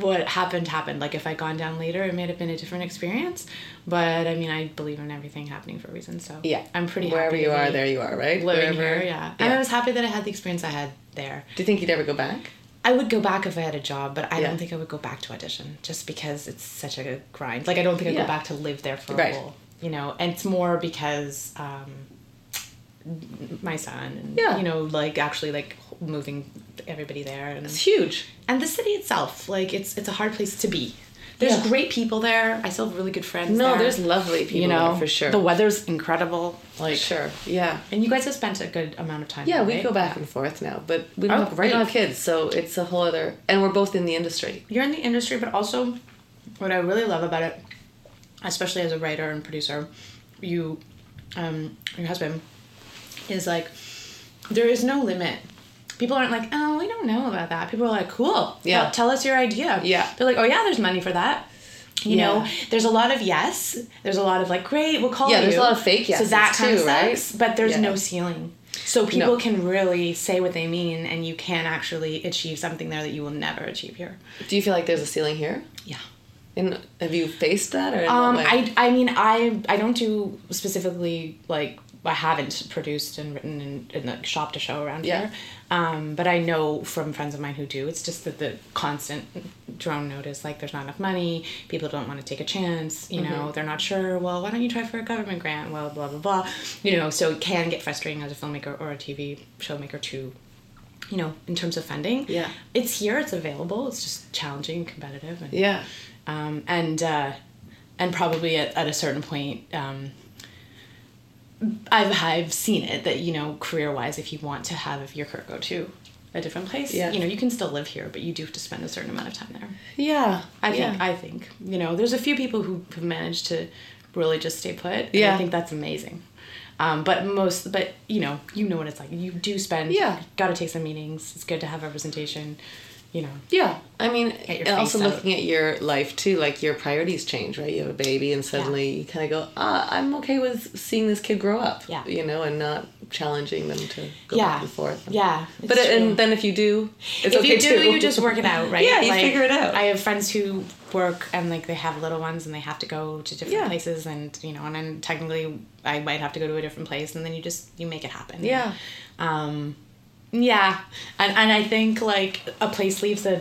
Speaker 2: what happened happened. Like if I'd gone down later, it may have been a different experience. But I mean, I believe in everything happening for a reason. So
Speaker 1: Yeah.
Speaker 2: I'm pretty
Speaker 1: Wherever
Speaker 2: happy
Speaker 1: you
Speaker 2: to
Speaker 1: are,
Speaker 2: be
Speaker 1: there you are, right?
Speaker 2: Living
Speaker 1: Wherever.
Speaker 2: here, yeah. And I was happy that I had the experience I had there.
Speaker 1: Do you think you'd ever go back?
Speaker 2: I would go back if I had a job, but I
Speaker 1: Yeah.
Speaker 2: don't think I would go back to audition just because it's such a grind. Like I don't think I'd
Speaker 1: Yeah.
Speaker 2: go back to live there for
Speaker 1: Right.
Speaker 2: a whole, you know. And it's more because um, my son and
Speaker 1: Yeah.
Speaker 2: you know, like actually like moving everybody there and
Speaker 1: It's huge.
Speaker 2: and the city itself. Like it's it's a hard place to be. There's
Speaker 1: Yeah.
Speaker 2: great people there. I still have really good friends.
Speaker 1: No,
Speaker 2: there.
Speaker 1: there's lovely people
Speaker 2: you know
Speaker 1: there for sure.
Speaker 2: The weather's incredible. Like
Speaker 1: sure. Yeah.
Speaker 2: And you guys have spent a good amount of time.
Speaker 1: Yeah,
Speaker 2: there,
Speaker 1: we
Speaker 2: right?
Speaker 1: go back and forth now, but we don't,
Speaker 2: Oh,
Speaker 1: have, we don't
Speaker 2: great.
Speaker 1: have kids, so it's a whole other. And we're both in the industry.
Speaker 2: you're in the industry, but also what I really love about it, especially as a writer and producer, you, um, your husband, is like, there is no limit. People aren't like, oh, we don't know about that. People are like, cool,
Speaker 1: Yeah.
Speaker 2: tell, tell us your idea.
Speaker 1: Yeah.
Speaker 2: They're like, oh yeah, there's money for that. You
Speaker 1: Yeah.
Speaker 2: know, there's a lot of yes. There's a lot of like, great, we'll call
Speaker 1: Yeah,
Speaker 2: you.
Speaker 1: there's a lot of fake
Speaker 2: So that
Speaker 1: yeses
Speaker 2: kind
Speaker 1: too,
Speaker 2: of
Speaker 1: right?
Speaker 2: sucks, but there's
Speaker 1: Yeah.
Speaker 2: no ceiling. So people
Speaker 1: No.
Speaker 2: can really say what they mean, and you can actually achieve something there that you will never achieve here.
Speaker 1: Do you feel like there's a ceiling here?
Speaker 2: Yeah.
Speaker 1: And have you faced that or? in
Speaker 2: Um,
Speaker 1: what way?
Speaker 2: I, I mean, I, I don't do specifically like I haven't produced and written in, in the shop to show around
Speaker 1: Yeah.
Speaker 2: here. Um, but I know from friends of mine who do. It's just that the constant drone notice, like there's not enough money. People don't want to take a chance. You
Speaker 1: Mm-hmm.
Speaker 2: know, they're not sure. Well, why don't you try for a government grant? Well, blah blah blah. You know, so it can get frustrating as a filmmaker or a TV showmaker to you know, in terms of funding,
Speaker 1: Yeah.
Speaker 2: it's here, it's available. It's just challenging, and competitive, and
Speaker 1: Yeah.
Speaker 2: um, and uh, and probably at, at a certain point um, I've, I've seen it that you know career wise if you want to have your career go to a different place
Speaker 1: Yeah.
Speaker 2: you know you can still live here but you do have to spend a certain amount of time there
Speaker 1: Yeah.
Speaker 2: i
Speaker 1: yeah.
Speaker 2: think i think you know there's a few people who have managed to really just stay put and
Speaker 1: Yeah.
Speaker 2: i think that's amazing Um, but most, but you know, you know what it's like. You do spend.
Speaker 1: Yeah.
Speaker 2: Got to take some meetings. It's good to have representation. You know.
Speaker 1: Yeah, I mean,
Speaker 2: Get your
Speaker 1: and also
Speaker 2: face out.
Speaker 1: looking at your life too, like your priorities change, right? You have a baby, and suddenly you kind of go, ah, I'm okay with seeing this kid grow up,
Speaker 2: Yeah.
Speaker 1: you know, and not challenging them to go
Speaker 2: yeah.
Speaker 1: back and forth.
Speaker 2: Yeah.
Speaker 1: but
Speaker 2: it's
Speaker 1: it,
Speaker 2: true.
Speaker 1: and then if you do, it's
Speaker 2: if
Speaker 1: okay
Speaker 2: you do,
Speaker 1: too.
Speaker 2: you just work it out, right?
Speaker 1: Yeah, you figure it out.
Speaker 2: I have friends who work and like they have little ones and they have to go to different
Speaker 1: Yeah.
Speaker 2: places and you know, and then technically I might have to go to a different place and then you just you make it happen.
Speaker 1: Yeah.
Speaker 2: Um yeah. And and I think like a place leaves a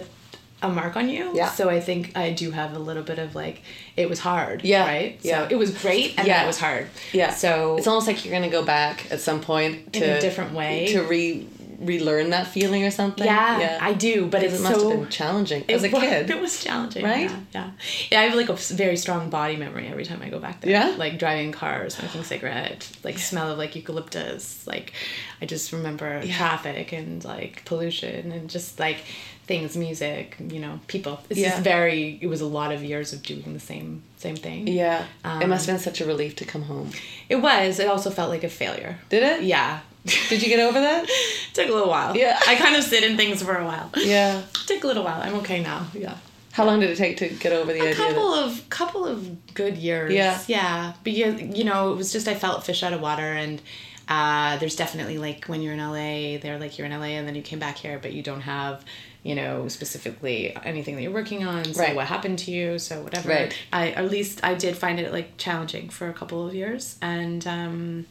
Speaker 2: a mark on you.
Speaker 1: Yeah.
Speaker 2: So I think I do have a little bit of like it was hard.
Speaker 1: Yeah.
Speaker 2: Right?
Speaker 1: Yeah.
Speaker 2: So it was great and
Speaker 1: Yeah.
Speaker 2: then it was hard.
Speaker 1: yeah.
Speaker 2: So
Speaker 1: it's almost like you're gonna go back at some point
Speaker 2: In
Speaker 1: to
Speaker 2: a different way.
Speaker 1: to re relearn that feeling or something.
Speaker 2: yeah, I do, but
Speaker 1: Because
Speaker 2: it's
Speaker 1: it must
Speaker 2: so
Speaker 1: have been challenging as a
Speaker 2: was,
Speaker 1: kid.
Speaker 2: It was challenging,
Speaker 1: Right?
Speaker 2: Yeah, yeah, Yeah, I have like a s- very strong body memory every time I go back there.
Speaker 1: Yeah?
Speaker 2: like driving cars, smoking cigarette, like smell of like eucalyptus. Like I just remember traffic and like pollution and just like things, music, you know, people. It's
Speaker 1: Yeah.
Speaker 2: just very. It was a lot of years of doing the same same thing.
Speaker 1: Yeah, it must
Speaker 2: Um,
Speaker 1: have been such a relief to come home.
Speaker 2: it was. It also felt like a failure.
Speaker 1: Did it?
Speaker 2: Yeah.
Speaker 1: Did you get over that?
Speaker 2: Took a little while.
Speaker 1: Yeah.
Speaker 2: I kind of sit in things for a while.
Speaker 1: Yeah.
Speaker 2: Took a little while. I'm okay now. Yeah.
Speaker 1: How long did it take to get over the
Speaker 2: a
Speaker 1: idea? that-
Speaker 2: couple of couple of good years.
Speaker 1: Yeah.
Speaker 2: yeah. But you, you know, it was just I felt fish out of water, and uh, there's definitely like when you're in LA, they're like you're in LA, and then you came back here, but you don't have, you know, specifically anything that you're working on. So
Speaker 1: Right.
Speaker 2: what happened to you? So whatever.
Speaker 1: Right.
Speaker 2: I at least I did find it like challenging for a couple of years, and um,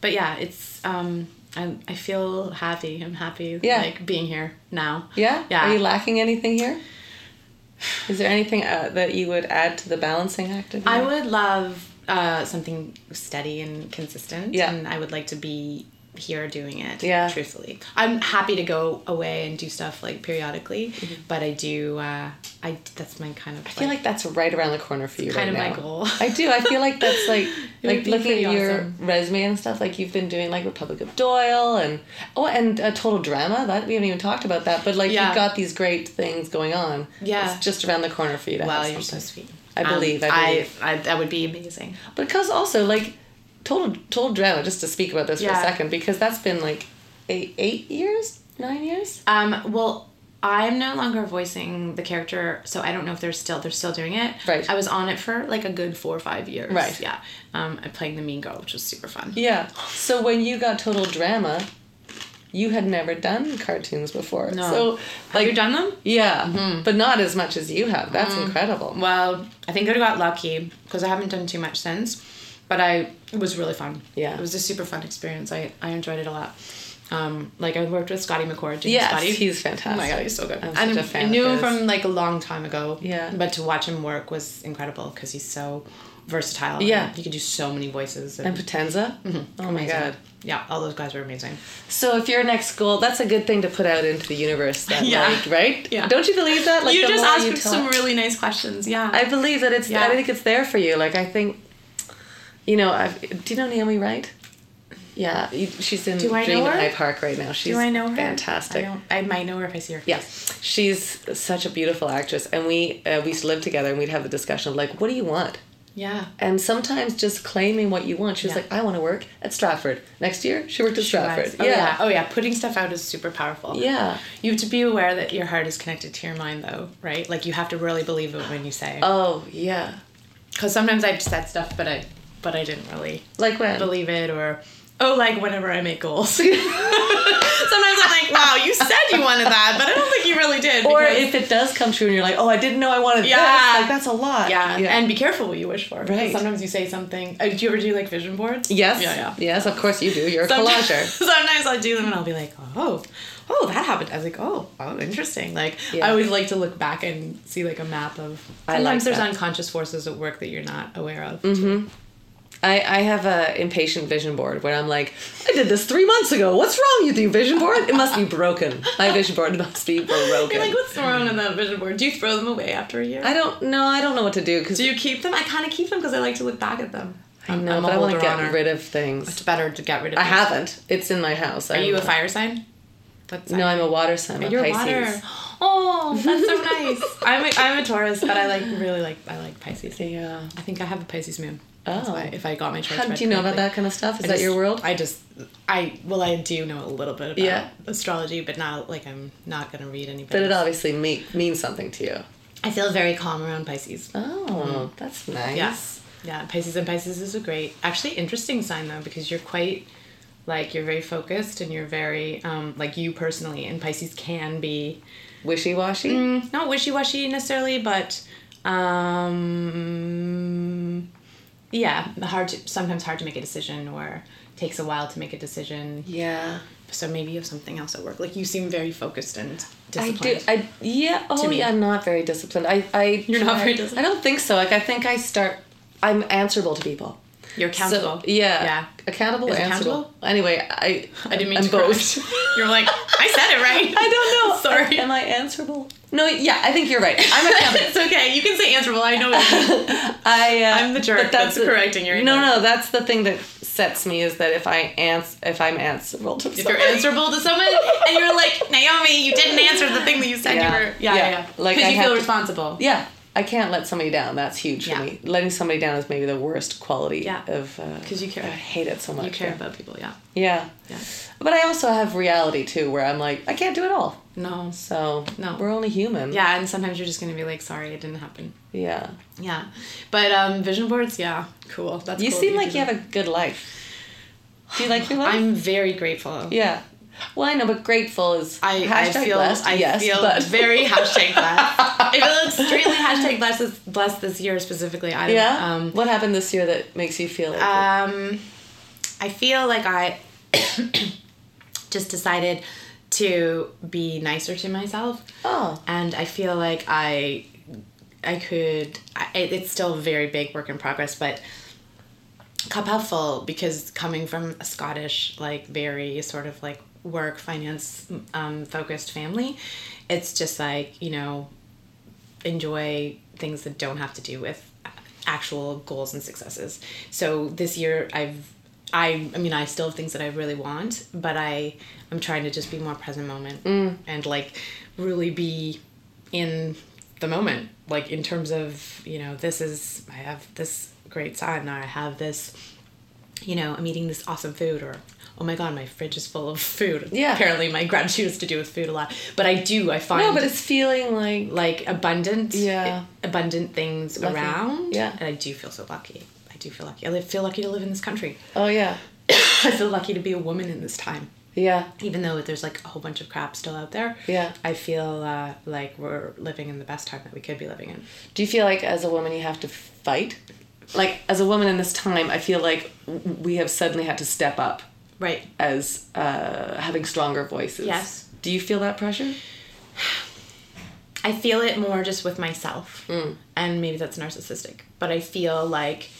Speaker 2: but yeah, it's um. I, I feel happy. I'm happy,
Speaker 1: Yeah.
Speaker 2: like being here now.
Speaker 1: Yeah?
Speaker 2: yeah.
Speaker 1: Are you lacking anything here? Is there anything uh, that you would add to the balancing act? Of
Speaker 2: I
Speaker 1: your-
Speaker 2: would love uh, something steady and consistent.
Speaker 1: Yeah.
Speaker 2: And I would like to be here doing it.
Speaker 1: Yeah.
Speaker 2: Truthfully, I'm happy to go away and do stuff like periodically, but I do. Uh, I that's my kind of.
Speaker 1: Mm-hmm. I feel like that's right around the corner for you
Speaker 2: kind
Speaker 1: right
Speaker 2: of my
Speaker 1: now.
Speaker 2: goal.
Speaker 1: I do. I feel like that's like
Speaker 2: It
Speaker 1: like
Speaker 2: would be
Speaker 1: looking at
Speaker 2: pretty
Speaker 1: your
Speaker 2: awesome.
Speaker 1: resume and stuff. Like you've been doing like Republic of Doyle and oh, and uh, Total Drama. That we haven't even talked about that. But like
Speaker 2: Yeah.
Speaker 1: you've got these great things going on.
Speaker 2: Yeah.
Speaker 1: it's just around the corner for you to
Speaker 2: Wow,
Speaker 1: have
Speaker 2: you're so
Speaker 1: something.
Speaker 2: sweet.
Speaker 1: I
Speaker 2: Um,
Speaker 1: believe, I believe.
Speaker 2: I, I that would be amazing.
Speaker 1: because also like total total drama. Just to speak about this for
Speaker 2: Yeah.
Speaker 1: a second, because that's been like eight eight years, nine years.
Speaker 2: Um, well, I'm no longer voicing the character, so I don't know if they're still they're still doing it.
Speaker 1: Right.
Speaker 2: I was on it for like a good four or five years.
Speaker 1: Right.
Speaker 2: Yeah. Um, I'm playing the mean girl, which was super fun.
Speaker 1: Yeah. So when you got total drama, you had never done cartoons before.
Speaker 2: No.
Speaker 1: So like
Speaker 2: Have you done them?
Speaker 1: yeah,
Speaker 2: Mm-hmm.
Speaker 1: but not as much as you have. That's incredible.
Speaker 2: Well, I think I got lucky because I haven't done too much since, but I it was really fun.
Speaker 1: Yeah.
Speaker 2: it was a super fun experience. I I enjoyed it a lot. Um, like I worked with Scotty McCord. Do you know
Speaker 1: Yes,
Speaker 2: Scotty?
Speaker 1: he's
Speaker 2: Oh
Speaker 1: fantastic.
Speaker 2: my god, he's so good.
Speaker 1: I'm such
Speaker 2: And
Speaker 1: a fan
Speaker 2: I
Speaker 1: of
Speaker 2: knew him
Speaker 1: his.
Speaker 2: from like a long time ago.
Speaker 1: Yeah.
Speaker 2: But to watch him work was incredible because he's so versatile.
Speaker 1: Yeah.
Speaker 2: And He could do so many voices.
Speaker 1: and Potenza.
Speaker 2: Mm-hmm.
Speaker 1: Oh my
Speaker 2: amazing.
Speaker 1: god.
Speaker 2: Yeah, all those guys were amazing.
Speaker 1: So if your next goal, that's a good thing to put out into the universe. That
Speaker 2: Yeah.
Speaker 1: like, right?
Speaker 2: Yeah.
Speaker 1: Don't you believe that? Like
Speaker 2: you
Speaker 1: the
Speaker 2: just
Speaker 1: more
Speaker 2: asked
Speaker 1: you
Speaker 2: him
Speaker 1: talk-
Speaker 2: some really nice questions. Yeah.
Speaker 1: I believe that it's.
Speaker 2: Yeah.
Speaker 1: I think it's there for you. Like I think, you know. I've, do you know Naomi Wright? Yeah, you- she's in
Speaker 2: Do I know
Speaker 1: Dream at
Speaker 2: her?
Speaker 1: High Park right now. She's
Speaker 2: do I know her?
Speaker 1: Fantastic.
Speaker 2: I, don't, I might know her if I see her.
Speaker 1: Yeah, she's such a beautiful actress, and we uh, we used to live together, and we'd have the discussion of like, what do you want?
Speaker 2: Yeah.
Speaker 1: And sometimes just claiming what you want. She was
Speaker 2: Yeah.
Speaker 1: like, I want to work at Stratford. Next year, she worked at Stratford.
Speaker 2: Oh,
Speaker 1: yeah.
Speaker 2: Oh yeah. Putting stuff out is super powerful.
Speaker 1: Yeah.
Speaker 2: You have to be aware that your heart is connected to your mind, though, right? Like you have to really believe it when you say.
Speaker 1: Oh yeah.
Speaker 2: Because sometimes I've said stuff, but I, but I didn't really
Speaker 1: Like when?
Speaker 2: believe it, or oh, like whenever I make goals. sometimes I'm like, wow, you said you wanted that, but I don't think you really did.
Speaker 1: or
Speaker 2: because-
Speaker 1: if it does come true and you're like, oh, I didn't know I wanted
Speaker 2: Yeah.
Speaker 1: this. Like that's a lot.
Speaker 2: yeah, and be careful what you wish for. 'cause
Speaker 1: Right.
Speaker 2: Sometimes you say something. Uh, do you ever do like vision boards?
Speaker 1: yes.
Speaker 2: Yeah, yeah.
Speaker 1: Yes, of course you do. You're a
Speaker 2: Sometimes,
Speaker 1: collager.
Speaker 2: sometimes I'll do them and I'll be like, oh, oh, that happened. I was like, oh, oh, interesting. Like
Speaker 1: Yeah.
Speaker 2: I always like to look back and see like a map of. Sometimes
Speaker 1: I like
Speaker 2: there's
Speaker 1: that. Mm-hmm.
Speaker 2: unconscious forces at work that you're not aware of.
Speaker 1: I, I have a impatient vision board where I'm like, I did this three months ago. What's wrong with you, vision board? It must be broken. My vision board must be broken.
Speaker 2: You're like, what's wrong on that vision board? Do you throw them away after a year?
Speaker 1: I don't know. I don't know what to do because
Speaker 2: Do you keep them? I kind of keep them because I like to look back at them.
Speaker 1: I know,
Speaker 2: I'm a
Speaker 1: but I want to
Speaker 2: holder
Speaker 1: get
Speaker 2: honor.
Speaker 1: rid of things.
Speaker 2: It's better to get rid of.
Speaker 1: I
Speaker 2: them.
Speaker 1: haven't. It's in my house.
Speaker 2: Are you a fire sign? What sign?
Speaker 1: No, I'm a water sign. I'm
Speaker 2: You're
Speaker 1: a
Speaker 2: a
Speaker 1: Pisces.
Speaker 2: water. Oh, that's so nice. I'm a, I'm a Taurus, but I like really like I like Pisces.
Speaker 1: Yeah.
Speaker 2: I think I have a Pisces moon. That's
Speaker 1: Oh.
Speaker 2: why- if I got my church.
Speaker 1: How
Speaker 2: read
Speaker 1: do you know about
Speaker 2: correctly.
Speaker 1: that kind of stuff? Is
Speaker 2: I
Speaker 1: that
Speaker 2: just-
Speaker 1: your world?
Speaker 2: I just, I well, I do know a little bit about
Speaker 1: Yeah.
Speaker 2: astrology, but not like I'm not gonna read anybody.
Speaker 1: but it obviously me- means something to you.
Speaker 2: I feel very calm around Pisces.
Speaker 1: Oh, that's nice.
Speaker 2: Yes. Yeah. Pisces and Pisces is a great, actually interesting sign though, because you're quite like you're very focused and you're very um, like you personally, and Pisces can be
Speaker 1: Wishy washy.
Speaker 2: mm, not wishy washy necessarily, but um, yeah, hard to, sometimes hard to make a decision or takes a while to make a decision.
Speaker 1: Yeah.
Speaker 2: So maybe you have something else at work. Like you seem very focused and
Speaker 1: I
Speaker 2: disciplined.
Speaker 1: do. I yeah. Oh,
Speaker 2: me.
Speaker 1: yeah. I'm not very disciplined. I. I
Speaker 2: You're not
Speaker 1: try-
Speaker 2: very disciplined?
Speaker 1: I don't think so. Like I think I start. I'm answerable to people.
Speaker 2: You're accountable.
Speaker 1: So, yeah.
Speaker 2: Yeah.
Speaker 1: Accountable.
Speaker 2: Is it
Speaker 1: answerable.
Speaker 2: accountable?
Speaker 1: Anyway, I.
Speaker 2: I didn't mean
Speaker 1: I'm
Speaker 2: to
Speaker 1: both.
Speaker 2: correct. You're like, I said it right.
Speaker 1: I don't know.
Speaker 2: Sorry.
Speaker 1: Am I answerable? No. Yeah. I think you're right. I'm accountable.
Speaker 2: it's okay. You can say answerable. I know. What you mean.
Speaker 1: I. Uh,
Speaker 2: I'm the jerk
Speaker 1: But that's
Speaker 2: that's correcting your
Speaker 1: No,
Speaker 2: ignorance.
Speaker 1: no. That's the thing that sets me is that if I ans if I'm answerable to
Speaker 2: If you're
Speaker 1: someone-
Speaker 2: answerable to someone and you're like Naomi, you didn't answer the thing that you said
Speaker 1: Yeah.
Speaker 2: you were. Yeah, yeah.
Speaker 1: Yeah.
Speaker 2: yeah.
Speaker 1: Like, I
Speaker 2: because you
Speaker 1: have
Speaker 2: feel
Speaker 1: to-
Speaker 2: responsible.
Speaker 1: yeah. I can't let somebody down. That's huge
Speaker 2: Yeah.
Speaker 1: for me. Letting somebody down is maybe the worst quality
Speaker 2: Yeah.
Speaker 1: of. Because
Speaker 2: 'Cause you care.
Speaker 1: I hate it so much.
Speaker 2: You care
Speaker 1: yeah.
Speaker 2: about people. Yeah.
Speaker 1: Yeah.
Speaker 2: Yeah.
Speaker 1: But I also have reality too, where I'm like, I can't do it all.
Speaker 2: No.
Speaker 1: So
Speaker 2: No.
Speaker 1: we're only human.
Speaker 2: Yeah, and sometimes you're just gonna be like, sorry, it didn't happen.
Speaker 1: Yeah.
Speaker 2: Yeah, but um, vision boards. Yeah, cool. That's
Speaker 1: You
Speaker 2: cool that
Speaker 1: seem like
Speaker 2: do
Speaker 1: you
Speaker 2: that.
Speaker 1: have a good life. Do you like your life?
Speaker 2: I'm very grateful.
Speaker 1: yeah. Well, I know, but grateful is
Speaker 2: I, I
Speaker 1: hashtag
Speaker 2: feel
Speaker 1: blessed.
Speaker 2: I
Speaker 1: yes,
Speaker 2: feel
Speaker 1: but
Speaker 2: very hashtag blessed. I feel extremely hashtag blessed this, blessed this year specifically. I don't,
Speaker 1: yeah.
Speaker 2: Um,
Speaker 1: what happened this year that makes you feel? Like
Speaker 2: um, I feel like I just decided to be nicer to myself,
Speaker 1: oh,
Speaker 2: and I feel like I I could. I, it- it's still a very big work in progress, but cup half full because coming from a Scottish, like very sort of like work finance um, focused family, it's just like you know enjoy things that don't have to do with actual goals and successes. So this year I've I I mean I still have things that I really want, but I I'm trying to just be more present moment
Speaker 1: Mm.
Speaker 2: and like really be in the moment. Like in terms of, you know, this is I have this great sign or I have this you know, I'm eating this awesome food or oh my god, my fridge is full of food.
Speaker 1: Yeah.
Speaker 2: Apparently my gratitude is to do with food a lot. But I do I find
Speaker 1: no, but it's feeling like
Speaker 2: like abundant
Speaker 1: Yeah.
Speaker 2: abundant things
Speaker 1: Lucky.
Speaker 2: around
Speaker 1: Yeah.
Speaker 2: and i do feel so lucky i do feel lucky i li- feel lucky to live in this country
Speaker 1: oh yeah,
Speaker 2: i feel lucky to be a woman in this time
Speaker 1: yeah,
Speaker 2: even though there's like a whole bunch of crap still out there
Speaker 1: yeah.
Speaker 2: i feel uh, like we're living in the best time that we could be living in
Speaker 1: Do you feel like as a woman you have to fight? Like as a woman in this time, I feel like w- we have suddenly had to step up
Speaker 2: right
Speaker 1: as uh, having stronger voices.
Speaker 2: Yes.
Speaker 1: Do you feel that pressure?
Speaker 2: I feel it more just with myself. And maybe that's narcissistic, but I feel like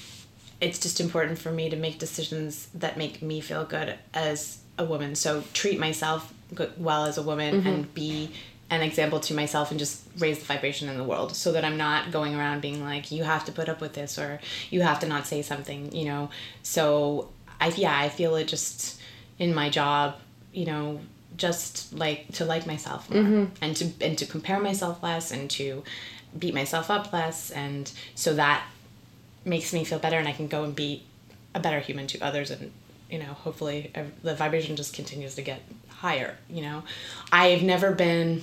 Speaker 2: it's just important for me to make decisions that make me feel good as a woman. So treat myself good, well as a woman and be an example to myself and just raise the vibration in the world so that I'm not going around being like, you have to put up with this or you have to not say something, you know? So I, yeah, I feel it just in my job, you know, just like to like myself more and to and to compare myself less and to beat myself up less and so that makes me feel better and I can go and be a better human to others and you know hopefully ev- the vibration just continues to get higher you know I've never been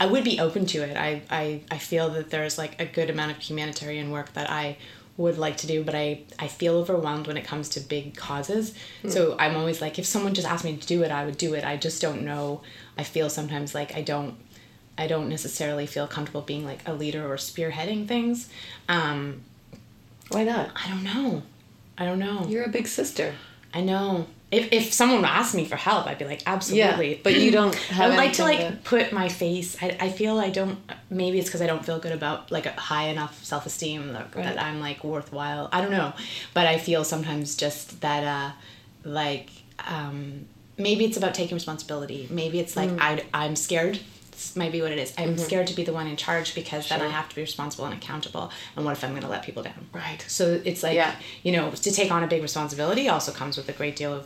Speaker 2: I would be open to it I I, I feel that there's like a good amount of humanitarian work that I would like to do but I I feel overwhelmed when it comes to big causes
Speaker 1: Hmm.
Speaker 2: so I'm always like if someone just asked me to do it I would do it I just don't know I feel sometimes like I don't I don't necessarily feel comfortable being like a leader or spearheading things um
Speaker 1: Why not?
Speaker 2: I don't know. I don't know.
Speaker 1: You're a big sister.
Speaker 2: I know. If, if someone asked me for help, I'd be like, absolutely.
Speaker 1: but you don't
Speaker 2: I
Speaker 1: have.
Speaker 2: would like to like
Speaker 1: anything
Speaker 2: put my face. I, I feel I don't. Maybe it's because I don't feel good about like a high enough self esteem that,
Speaker 1: Right.
Speaker 2: that I'm like worthwhile. I don't know, but I feel sometimes just that uh, like um, maybe it's about taking responsibility. Maybe it's
Speaker 1: Mm.
Speaker 2: like I I'm scared. This might be what it is.
Speaker 1: Mm-hmm.
Speaker 2: I'm scared to be the one in charge because then I have to be responsible and accountable. And what if I'm going to let people down?
Speaker 1: Right.
Speaker 2: So it's like
Speaker 1: Yeah.
Speaker 2: you know to take on a big responsibility also comes with a great deal of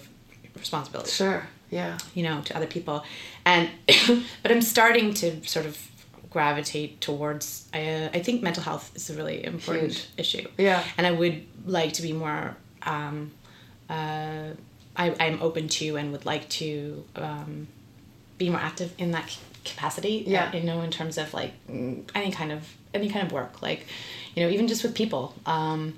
Speaker 2: responsibility
Speaker 1: Sure. Yeah.
Speaker 2: you know to other people and but i'm starting to sort of gravitate towards. I, uh, I think mental health is a really important
Speaker 1: Huge.
Speaker 2: issue.
Speaker 1: Yeah.
Speaker 2: And I would like to be more. Um, uh, I, I'm open to and would like to um, be more active in that c- capacity. Uh,
Speaker 1: Yeah.
Speaker 2: You know, in terms of like mm, any kind of any kind of work, like you know, even just with people. Um,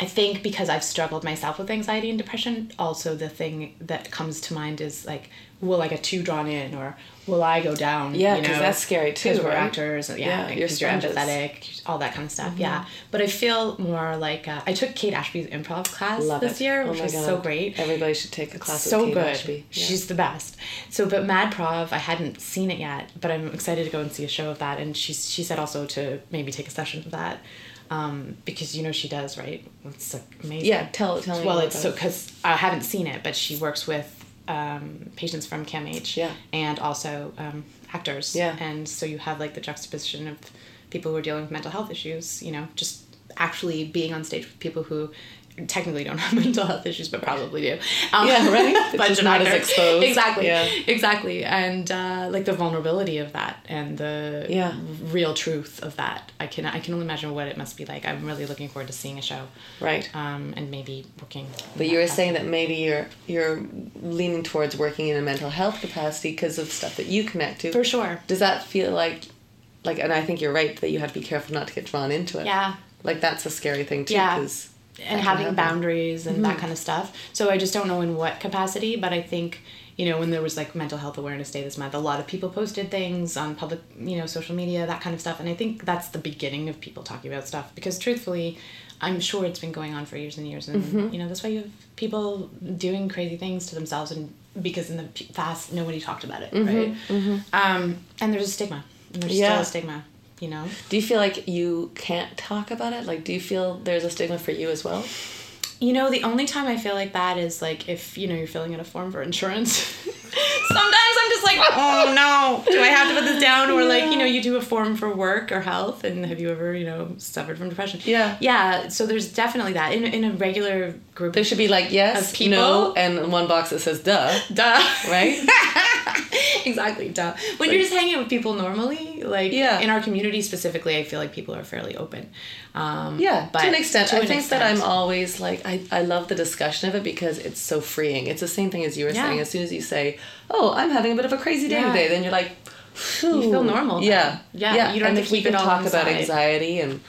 Speaker 2: I think because I've struggled myself with anxiety and depression, also the thing that comes to mind is like, will I get too drawn in or will I go down?
Speaker 1: Yeah, 'cause that's scary too,
Speaker 2: 'Cause we're
Speaker 1: right?
Speaker 2: actors, and yeah,
Speaker 1: Yeah,
Speaker 2: and
Speaker 1: you're
Speaker 2: 'cause you're,
Speaker 1: sponges.
Speaker 2: empathetic, all that kind of stuff. Yeah, but I feel more like uh, I took Kate Ashby's improv class
Speaker 1: Love
Speaker 2: this
Speaker 1: it.
Speaker 2: year,
Speaker 1: Oh
Speaker 2: which
Speaker 1: my
Speaker 2: was
Speaker 1: God.
Speaker 2: so great.
Speaker 1: Everybody should take a class
Speaker 2: so
Speaker 1: with Kate
Speaker 2: good.
Speaker 1: Ashby. Yeah.
Speaker 2: She's the best. So, but Madprov, I hadn't seen it yet, but I'm excited to go and see a show of that. And she she said also to maybe take a session of that, um, because you know she does right. It's like amazing.
Speaker 1: yeah, tell tell me.
Speaker 2: Well,
Speaker 1: more
Speaker 2: it's so
Speaker 1: about it.
Speaker 2: because I haven't seen it, but she works with um, patients from CAMH
Speaker 1: Yeah.
Speaker 2: and also um, actors.
Speaker 1: Yeah.
Speaker 2: And so you have like the juxtaposition of people who are dealing with mental health issues, you know, just actually being on stage with people who technically don't have mental health issues, but probably do. Um,
Speaker 1: Yeah, right?
Speaker 2: bunch
Speaker 1: Just
Speaker 2: of
Speaker 1: not as
Speaker 2: actors.
Speaker 1: exposed.
Speaker 2: Exactly.
Speaker 1: Yeah.
Speaker 2: Exactly. And uh, like the vulnerability of that and the
Speaker 1: Yeah.
Speaker 2: real truth of that. I can, I can only imagine what it must be like. I'm really looking forward to seeing a show
Speaker 1: right.
Speaker 2: um, and maybe working.
Speaker 1: But you were saying that maybe you're you're leaning towards working in a mental health capacity because of stuff that you connect to.
Speaker 2: for sure.
Speaker 1: Does that feel like like and I think you're right that you have to be careful not to get drawn into it.
Speaker 2: Yeah.
Speaker 1: Like that's a scary thing too
Speaker 2: Yeah.
Speaker 1: cuz
Speaker 2: And
Speaker 1: can
Speaker 2: having
Speaker 1: happen.
Speaker 2: boundaries and
Speaker 1: Hmm.
Speaker 2: that kind of stuff. So I just don't know in what capacity, but I think you know when there was like mental health awareness day this month, a lot of people posted things on public, you know, social media, that kind of stuff, and I think that's the beginning of people talking about stuff because truthfully, I'm sure it's been going on for years and years, and
Speaker 1: Mm-hmm.
Speaker 2: you know that's why you have people doing crazy things to themselves, and because in the p- past nobody talked about it, right? Um, and there's a stigma. And there's
Speaker 1: Mm-hmm. Yeah.
Speaker 2: still a stigma, you know.
Speaker 1: do you feel like you can't talk about it? Like do you feel there's a stigma for you as well?
Speaker 2: You know, the only time I feel like that is like if you know you're filling out a form for insurance. Sometimes I'm just like, oh no, do I have to put this down? Or like, you know, you do a form for work or health, and have you ever, you know, suffered from depression?
Speaker 1: Yeah.
Speaker 2: yeah. So there's definitely that in in a regular group.
Speaker 1: There should be like yes,
Speaker 2: Of people?
Speaker 1: no and one box that says duh,
Speaker 2: duh,
Speaker 1: right?
Speaker 2: exactly, duh. When you're just hanging out with people normally, like
Speaker 1: Yeah.
Speaker 2: in our community specifically, I feel like people are fairly open. Um,
Speaker 1: Yeah,
Speaker 2: but
Speaker 1: to an extent.
Speaker 2: to
Speaker 1: I
Speaker 2: an
Speaker 1: think that I'm
Speaker 2: extent.
Speaker 1: always like, I, I love the discussion of it because it's so freeing. It's the same thing as you were
Speaker 2: Yeah.
Speaker 1: saying. As soon as you say, oh, I'm having a bit of a crazy day
Speaker 2: Yeah.
Speaker 1: today, then you're like, you
Speaker 2: feel normal then.
Speaker 1: Yeah.
Speaker 2: Yeah, you don't
Speaker 1: and
Speaker 2: have to
Speaker 1: we
Speaker 2: keep
Speaker 1: can
Speaker 2: it all
Speaker 1: talk about
Speaker 2: inside.
Speaker 1: anxiety and.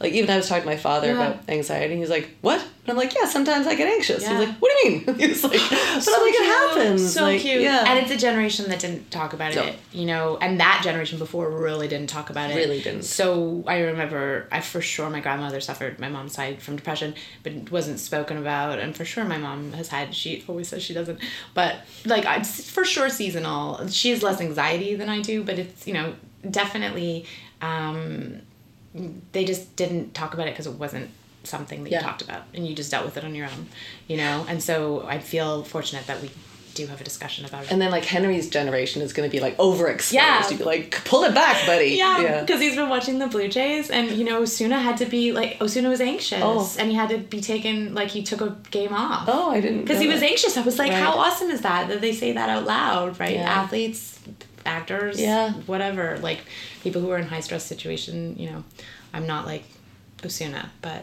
Speaker 1: Like even I was talking to my father
Speaker 2: Yeah.
Speaker 1: about anxiety, and he's like, "What?" And I'm like, "Yeah, sometimes I get anxious."
Speaker 2: Yeah.
Speaker 1: He's like, "What do you mean?" He's like, "But I'm like, it
Speaker 2: cute.
Speaker 1: happens."
Speaker 2: So
Speaker 1: Like,
Speaker 2: cute.
Speaker 1: Yeah.
Speaker 2: And it's a generation that didn't talk about
Speaker 1: No.
Speaker 2: it, you know, and that generation before really didn't talk about it.
Speaker 1: Really didn't.
Speaker 2: So I remember, I for sure my grandmother suffered my mom's side from depression, but it wasn't spoken about, and for sure my mom has had. She always says she doesn't, but like I for sure seasonal. She has less anxiety than I do, but it's you know definitely. Um, they just didn't talk about it because it wasn't something that
Speaker 1: Yeah.
Speaker 2: you talked about and you just dealt with it on your own you know and so i feel fortunate that we do have a discussion about it
Speaker 1: And then like Henry's generation is going to be like overexposed.
Speaker 2: Yeah.
Speaker 1: You'd be like, "Pull it back, buddy."
Speaker 2: yeah because he's been watching the blue jays and you know osuna had to be like osuna was anxious
Speaker 1: Oh.
Speaker 2: and he had to be taken like he took a game off
Speaker 1: Oh, I didn't.
Speaker 2: because
Speaker 1: know
Speaker 2: he was
Speaker 1: that.
Speaker 2: anxious i was like
Speaker 1: Right.
Speaker 2: how awesome is that that they say that out loud right
Speaker 1: Yeah.
Speaker 2: athletes actors
Speaker 1: Yeah.
Speaker 2: whatever like people who are in high stress situation you know i'm not like osuna but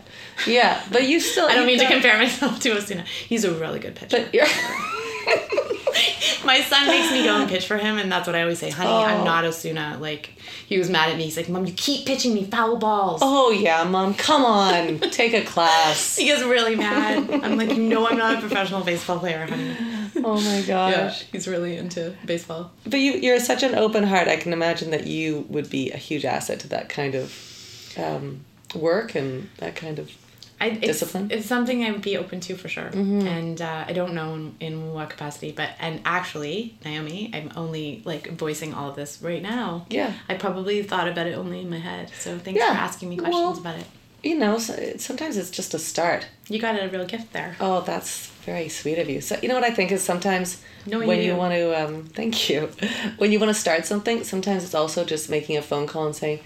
Speaker 1: Yeah, but you still.
Speaker 2: I don't
Speaker 1: you
Speaker 2: mean to
Speaker 1: got-
Speaker 2: compare myself to Osuna. He's a really good pitcher.
Speaker 1: But you're.
Speaker 2: My son makes me go and pitch for him, and that's what I always say, honey,
Speaker 1: Oh.
Speaker 2: I'm not Osuna. Like, he was mad at me. He's like, Mom, you keep pitching me foul balls.
Speaker 1: oh yeah, mom, come on, take a class.
Speaker 2: He gets really mad. I'm like, no, I'm not a professional baseball player, honey.
Speaker 1: Oh my gosh.
Speaker 2: he's really into baseball.
Speaker 1: But you, you're such an open heart. I can imagine that you would be a huge asset to that kind of um, work and that kind of.
Speaker 2: I, it's,
Speaker 1: Discipline?
Speaker 2: It's something I would be open to for sure. And uh, I don't know in, in what capacity, but, and actually, Naomi, I'm only like voicing all of this right now.
Speaker 1: Yeah.
Speaker 2: I probably thought about it only in my head. So thanks
Speaker 1: Yeah.
Speaker 2: for asking me
Speaker 1: Well-
Speaker 2: questions about it.
Speaker 1: You know, so it- sometimes it's just a start.
Speaker 2: You got a real gift there.
Speaker 1: Oh, that's very sweet of you. So you know what I think is sometimes
Speaker 2: Knowing
Speaker 1: when you,
Speaker 2: you.
Speaker 1: want to, um, thank you, when you want to start something, sometimes it's also just making a phone call and saying,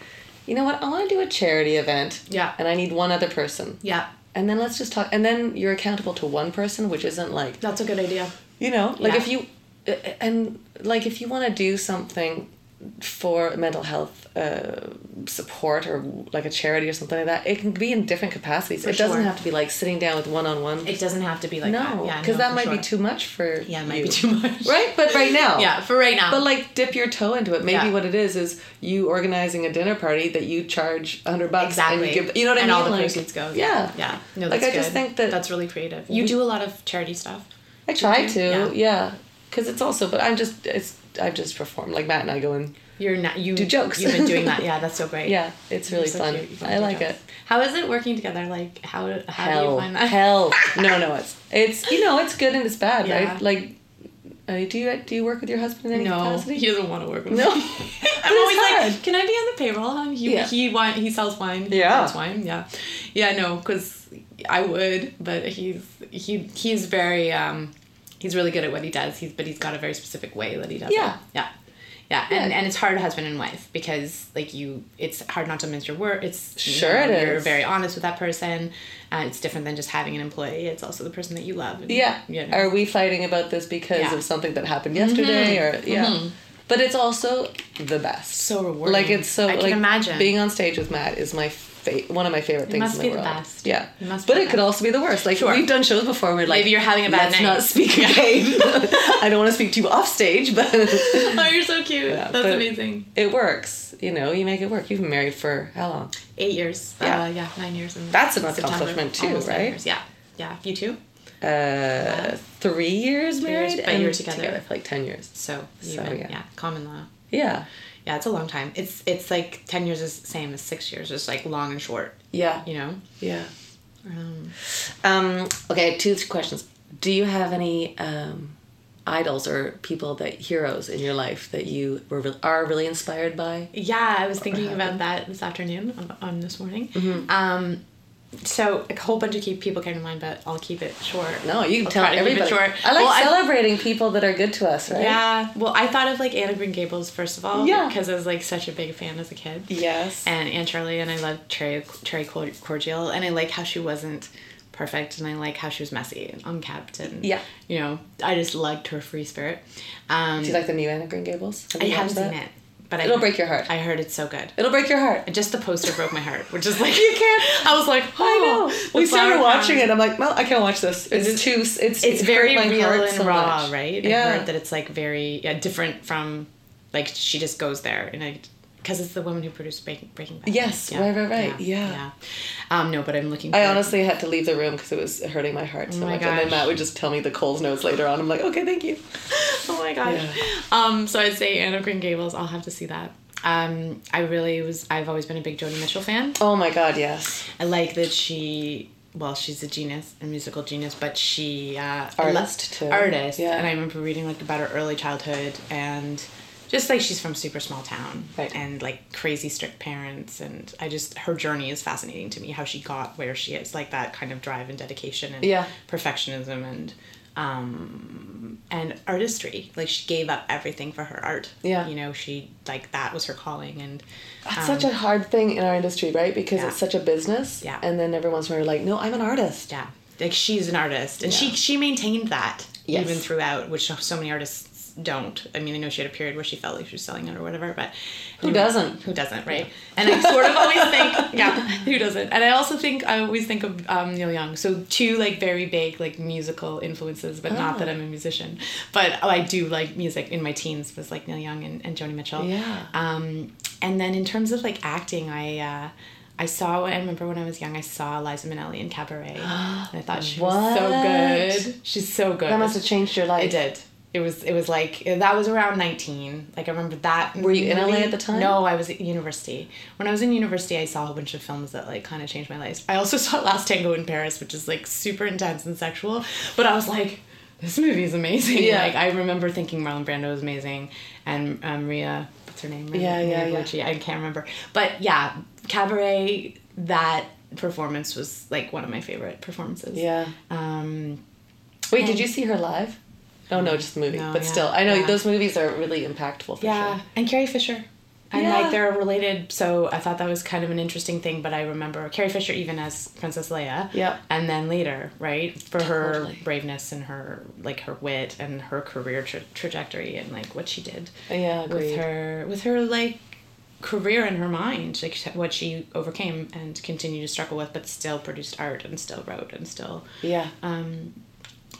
Speaker 1: you know what, I want to do a charity event.
Speaker 2: Yeah.
Speaker 1: And I need one other person.
Speaker 2: Yeah,
Speaker 1: and then let's just talk and then you're accountable to one person which isn't like
Speaker 2: that's a good idea.
Speaker 1: you uh, know like
Speaker 2: Yeah.
Speaker 1: if you and like if you want to do something for mental health uh, support or like a charity or something like that, it can be in different capacities. it doesn't
Speaker 2: sure.
Speaker 1: have to be like sitting down with one on one.
Speaker 2: It doesn't have to be like that.
Speaker 1: No,
Speaker 2: Yeah,
Speaker 1: because
Speaker 2: no,
Speaker 1: that
Speaker 2: for
Speaker 1: might be too
Speaker 2: sure.
Speaker 1: much for
Speaker 2: Yeah, it might be
Speaker 1: you.
Speaker 2: too much.
Speaker 1: right. But right now,
Speaker 2: Yeah, for right now.
Speaker 1: But like, dip your toe into it. Maybe
Speaker 2: Yeah.
Speaker 1: what it is is you organizing a dinner party that you charge hundred bucks.
Speaker 2: exactly.
Speaker 1: And you, give, you know what
Speaker 2: and
Speaker 1: I mean?
Speaker 2: all the
Speaker 1: Like,
Speaker 2: proceeds go.
Speaker 1: Yeah,
Speaker 2: Yeah. No,
Speaker 1: like
Speaker 2: that's
Speaker 1: I just
Speaker 2: good.
Speaker 1: think that
Speaker 2: that's really creative. You do a lot of charity stuff.
Speaker 1: I try
Speaker 2: you?
Speaker 1: to.
Speaker 2: Yeah.
Speaker 1: Yeah, because it's also. But I'm just. It's. I've just performed. Like Matt and I go in.
Speaker 2: You're not. You
Speaker 1: Do jokes.
Speaker 2: You've been doing that. Yeah, that's so great.
Speaker 1: Yeah, it's really
Speaker 2: You're so
Speaker 1: fun.
Speaker 2: cute. You can
Speaker 1: I
Speaker 2: do
Speaker 1: like
Speaker 2: jokes.
Speaker 1: it.
Speaker 2: How is it working together? Like how how do you
Speaker 1: hell,
Speaker 2: find that?
Speaker 1: hell. No, no, it's it's you know it's good and it's bad,
Speaker 2: Yeah.
Speaker 1: right? Like, uh, do you do you work with your husband in any
Speaker 2: No, he
Speaker 1: capacity?
Speaker 2: doesn't want to work with me.
Speaker 1: No,
Speaker 2: I'm always
Speaker 1: hard.
Speaker 2: like, can I be on the payroll? Huh? He
Speaker 1: Yeah.
Speaker 2: he wine, he sells wine. He
Speaker 1: Yeah.
Speaker 2: sells wine. Yeah, yeah. No, because I would, but he's he he's very um he's really good at what he does. He's but he's got a very specific way that he does.
Speaker 1: Yeah.
Speaker 2: It. Yeah. Yeah, and,
Speaker 1: Yeah.
Speaker 2: and it's hard husband and wife because like you, it's hard not to mince your word. It's you
Speaker 1: Sure it
Speaker 2: You're
Speaker 1: is.
Speaker 2: very honest with that person. Uh, it's different than just having an employee. It's also the person that you love. and,
Speaker 1: yeah.
Speaker 2: you know.
Speaker 1: Are we fighting about this because
Speaker 2: Yeah. Mm-hmm.
Speaker 1: of something that happened yesterday, or yeah? But it's also the best.
Speaker 2: So rewarding.
Speaker 1: Like it's so.
Speaker 2: I can
Speaker 1: like,
Speaker 2: imagine.
Speaker 1: being on stage with Matt is my. fa- One of my favorite things
Speaker 2: must
Speaker 1: in the
Speaker 2: be the
Speaker 1: world.
Speaker 2: best.
Speaker 1: Yeah,
Speaker 2: It must be
Speaker 1: but
Speaker 2: the
Speaker 1: it could
Speaker 2: best.
Speaker 1: also be the worst. Like
Speaker 2: Sure.
Speaker 1: we've done shows before. Where like
Speaker 2: Maybe you're having a bad
Speaker 1: let's
Speaker 2: night."
Speaker 1: not speak again. I don't want to speak to you off stage, but
Speaker 2: oh, you're so cute.
Speaker 1: Yeah,
Speaker 2: That's
Speaker 1: but-
Speaker 2: amazing.
Speaker 1: it works. You know, you make it work. You've been married for how long?
Speaker 2: Eight years.
Speaker 1: Yeah.
Speaker 2: Uh, yeah, nine years. In
Speaker 1: That's an
Speaker 2: September.
Speaker 1: accomplishment too,
Speaker 2: Almost nine
Speaker 1: right?
Speaker 2: years, Yeah. Yeah. You too?
Speaker 1: Uh, three years married,
Speaker 2: years, but
Speaker 1: and
Speaker 2: you were together.
Speaker 1: for like ten years.
Speaker 2: So, you
Speaker 1: So,
Speaker 2: and-
Speaker 1: yeah.
Speaker 2: yeah. Common law.
Speaker 1: Yeah,
Speaker 2: Yeah, it's a long time. It's it's like 10 years is the same as six years. It's like long and short,
Speaker 1: yeah,
Speaker 2: you know?
Speaker 1: yeah.
Speaker 2: Um,
Speaker 1: Um, okay, two questions. Do you have any um, idols or people that heroes in your life that you were re- are really inspired by?
Speaker 2: yeah, I was thinking about that this afternoon on, on this morning.
Speaker 1: Mm-hmm.
Speaker 2: Um, so, a whole bunch of key people came to mind, but I'll keep it short.
Speaker 1: No, you can
Speaker 2: I'll
Speaker 1: tell
Speaker 2: try to keep it
Speaker 1: everybody.
Speaker 2: short.
Speaker 1: I like
Speaker 2: Well, I-
Speaker 1: celebrating people that are good to us, right?
Speaker 2: Yeah. Well, I thought of like Anna Green Gables, first of all.
Speaker 1: Yeah.
Speaker 2: Because I was like such a big fan as a kid.
Speaker 1: Yes.
Speaker 2: and Aunt Charlie, and I loved Cherry Cherry Cor- Cordial, and I like how she wasn't perfect, and I like how she was messy and unkept, and
Speaker 1: Yeah.
Speaker 2: you know, I just liked her free spirit. Um,
Speaker 1: Do you like the new Anna Green Gables? Have
Speaker 2: I
Speaker 1: you
Speaker 2: haven't
Speaker 1: watched
Speaker 2: seen
Speaker 1: that?
Speaker 2: it, but
Speaker 1: It'll
Speaker 2: I,
Speaker 1: break your heart.
Speaker 2: I heard it's so good.
Speaker 1: It'll break your heart.
Speaker 2: Just the poster broke my heart, which is like
Speaker 1: You can't-
Speaker 2: I was like,
Speaker 1: I
Speaker 2: oh,
Speaker 1: know.
Speaker 2: the
Speaker 1: We started
Speaker 2: flower
Speaker 1: watching
Speaker 2: crown.
Speaker 1: it. I'm like, well, I can't watch this. It's
Speaker 2: It's-
Speaker 1: too. It's
Speaker 2: It's
Speaker 1: it
Speaker 2: very
Speaker 1: hurt my
Speaker 2: real
Speaker 1: heart
Speaker 2: and
Speaker 1: so
Speaker 2: raw,
Speaker 1: much.
Speaker 2: right? I
Speaker 1: Yeah.
Speaker 2: heard that it's like very yeah, different from, like she just goes there and I. Because it's the woman who produced Breaking Breaking Bad.
Speaker 1: Yes, right, right, right, yeah.
Speaker 2: yeah. Um, no, but I'm looking.
Speaker 1: I
Speaker 2: forward-
Speaker 1: honestly had to leave the room because it was hurting my heart so
Speaker 2: Oh my
Speaker 1: much. And then
Speaker 2: gosh.
Speaker 1: Matt would just tell me the Coles notes later on. I'm like, okay, thank you.
Speaker 2: oh my gosh.
Speaker 1: Yeah.
Speaker 2: Um, so I'd say Anne of Green Gables. I'll have to see that. Um, I really was. I've always been a big Joni Mitchell fan.
Speaker 1: Oh my God, yes.
Speaker 2: I like that she. Well, she's a genius, a musical genius, but she uh,
Speaker 1: Artist,
Speaker 2: I
Speaker 1: too.
Speaker 2: Artist,
Speaker 1: Yeah.
Speaker 2: And I remember reading like about her early childhood and just like she's from super small town
Speaker 1: Right.
Speaker 2: and like crazy strict parents and I just her journey is fascinating to me how she got where she is like that kind of drive and dedication and
Speaker 1: Yeah.
Speaker 2: perfectionism and um, and artistry. Like she gave up everything for her art.
Speaker 1: Yeah.
Speaker 2: You know, she like that was her calling and
Speaker 1: That's such a hard thing in our industry, right? Because
Speaker 2: Um, yeah.
Speaker 1: it's such a business.
Speaker 2: Yeah.
Speaker 1: And then everyone's really like, no, I'm an artist.
Speaker 2: yeah. Like she's an artist. And she
Speaker 1: Yeah.
Speaker 2: she maintained that
Speaker 1: Yes.
Speaker 2: even throughout, which so- so many artists don't. I mean, I know she had a period where she felt like she was selling out or whatever, but
Speaker 1: Who doesn't?
Speaker 2: Who doesn't, right? And I sort of always think, yeah, who doesn't? And I also think I always think of um, Neil Young. So two like very big like musical influences, but not
Speaker 1: Oh.
Speaker 2: that I'm a musician. But oh, I do like music in my teens was like Neil Young and, and Joni Mitchell.
Speaker 1: Yeah.
Speaker 2: Um, and then in terms of like acting, I uh, I saw. I remember when I was young, I saw Liza Minnelli in Cabaret, and I thought she was
Speaker 1: What?
Speaker 2: so good. She's so good.
Speaker 1: That must have changed your life.
Speaker 2: It did. It was. It was like that was around nineteen. Like I remember that. Were
Speaker 1: you in LA at the time?
Speaker 2: No, Oh, I was at university. When I was in university, I saw a whole bunch of films that like kind of changed my life. I also saw Last Tango in Paris, which is like super intense and sexual. But I was like, this movie is amazing.
Speaker 1: Yeah.
Speaker 2: Like I remember thinking Marlon Brando was amazing, and um, Maria, what's her name?
Speaker 1: Yeah, yeah, yeah.
Speaker 2: Bellucci. I can't remember. But yeah, Cabaret. That performance was like one of my favorite performances.
Speaker 1: Yeah.
Speaker 2: Um,
Speaker 1: Wait, did you see her live? Oh no, just the movie.
Speaker 2: No,
Speaker 1: but
Speaker 2: yeah,
Speaker 1: still, I know
Speaker 2: yeah.
Speaker 1: those movies are really impactful for
Speaker 2: Yeah,
Speaker 1: sure.
Speaker 2: and Carrie Fisher. and
Speaker 3: Yeah.
Speaker 2: like they're related. So I thought that was kind of an interesting thing. But I remember Carrie Fisher even as Princess Leia.
Speaker 1: Yeah.
Speaker 2: And then later, right, for her
Speaker 1: Totally.
Speaker 2: braveness and her like her wit and her career tra- trajectory and like what she did
Speaker 1: Yeah,
Speaker 2: with
Speaker 1: agreed.
Speaker 2: her with her like career in her mind like sh- what she overcame and continued to struggle with but still produced art and still wrote and still
Speaker 1: Yeah.
Speaker 2: um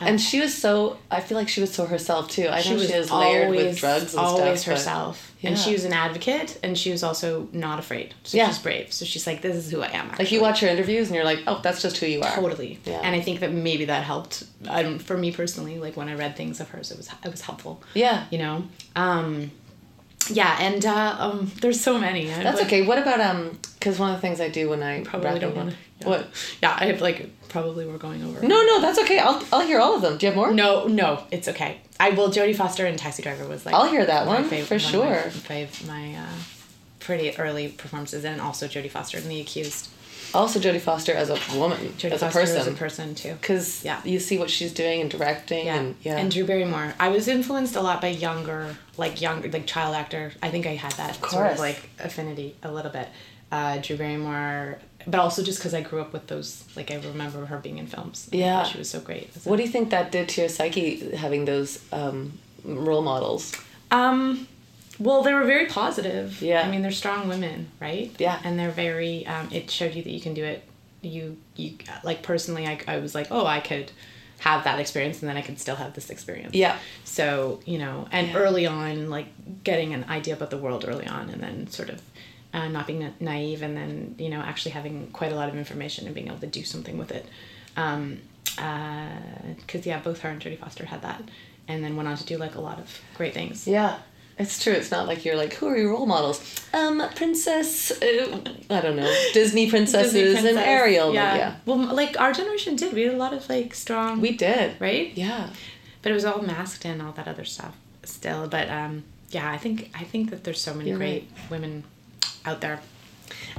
Speaker 1: and she was so. I feel like she was so herself too. I know she is layered with drugs and
Speaker 2: always
Speaker 1: stuff. but-
Speaker 2: herself and
Speaker 1: Yeah.
Speaker 2: she was an advocate and she was also not afraid so
Speaker 1: Yeah.
Speaker 2: she's brave so she's like this is who i am
Speaker 1: Like you
Speaker 2: actually.
Speaker 1: watch her interviews and you're like, oh, that's just who you are.
Speaker 2: totally
Speaker 1: Yeah.
Speaker 2: and i think that maybe that helped I don't, for me personally like when i read things of hers it was it was helpful
Speaker 1: Yeah.
Speaker 2: you know um yeah and uh um there's so many I
Speaker 1: That's
Speaker 2: like,
Speaker 1: okay. What about um? Because one of the things I do when I
Speaker 2: probably
Speaker 1: wrap
Speaker 2: don't
Speaker 1: it
Speaker 2: want
Speaker 1: up-
Speaker 2: to
Speaker 1: What?
Speaker 2: yeah i have like probably we're going over
Speaker 1: No, no, that's okay. I'll I'll hear all of them. Do you have more?
Speaker 2: no no it's okay i will jodie foster and taxi driver was like
Speaker 1: I'll hear that
Speaker 2: my
Speaker 1: one
Speaker 2: fav-
Speaker 1: for
Speaker 2: one of
Speaker 1: sure.
Speaker 2: my, fav- my uh, pretty early performances and also jodie foster in the accused
Speaker 1: Also, Jodie Foster as a woman,
Speaker 2: jodie
Speaker 1: as, a
Speaker 2: foster was a
Speaker 1: person.
Speaker 2: person too
Speaker 1: because
Speaker 2: Yeah.
Speaker 1: you see what she's doing and directing
Speaker 2: yeah.
Speaker 1: and yeah.
Speaker 2: and Drew Barrymore. I was influenced a lot by younger, like younger, like child actor. I think I had that sort of
Speaker 1: course.
Speaker 2: like affinity a little bit. Uh, Drew Barrymore, but also just because I grew up with those. Like I remember her being in films. I thought
Speaker 1: Yeah.
Speaker 2: she was so great.
Speaker 1: what do you think that did to your psyche having those um, role models?
Speaker 2: Um, well, they were very positive.
Speaker 1: Yeah.
Speaker 2: I mean, they're strong women, right?
Speaker 1: Yeah.
Speaker 2: And they're very. Um, it showed you that you can do it. You you like personally, I I was like, oh, I could have that experience, and then I could still have this experience.
Speaker 1: Yeah.
Speaker 2: So you know, and
Speaker 1: Yeah.
Speaker 2: early on, like getting an idea about the world early on, and then sort of. Uh, not being na- naive and then you know actually having quite a lot of information and being able to do something with it um because yeah both her and jodie foster had that and then went on to do like a lot of great things
Speaker 1: Yeah, it's true. It's not like you're like, who are your role models? Um, princess. Uh, I don't know. Disney princesses
Speaker 2: Disney
Speaker 1: and
Speaker 2: princess.
Speaker 1: Ariel. Yeah. yeah,
Speaker 2: Well, m- like our generation did. We had a lot of like strong.
Speaker 1: we did.
Speaker 2: right.
Speaker 1: Yeah,
Speaker 2: But it was all masked and all that other stuff still. But um, yeah, I think I think that there's so many
Speaker 1: You're
Speaker 2: great women out there.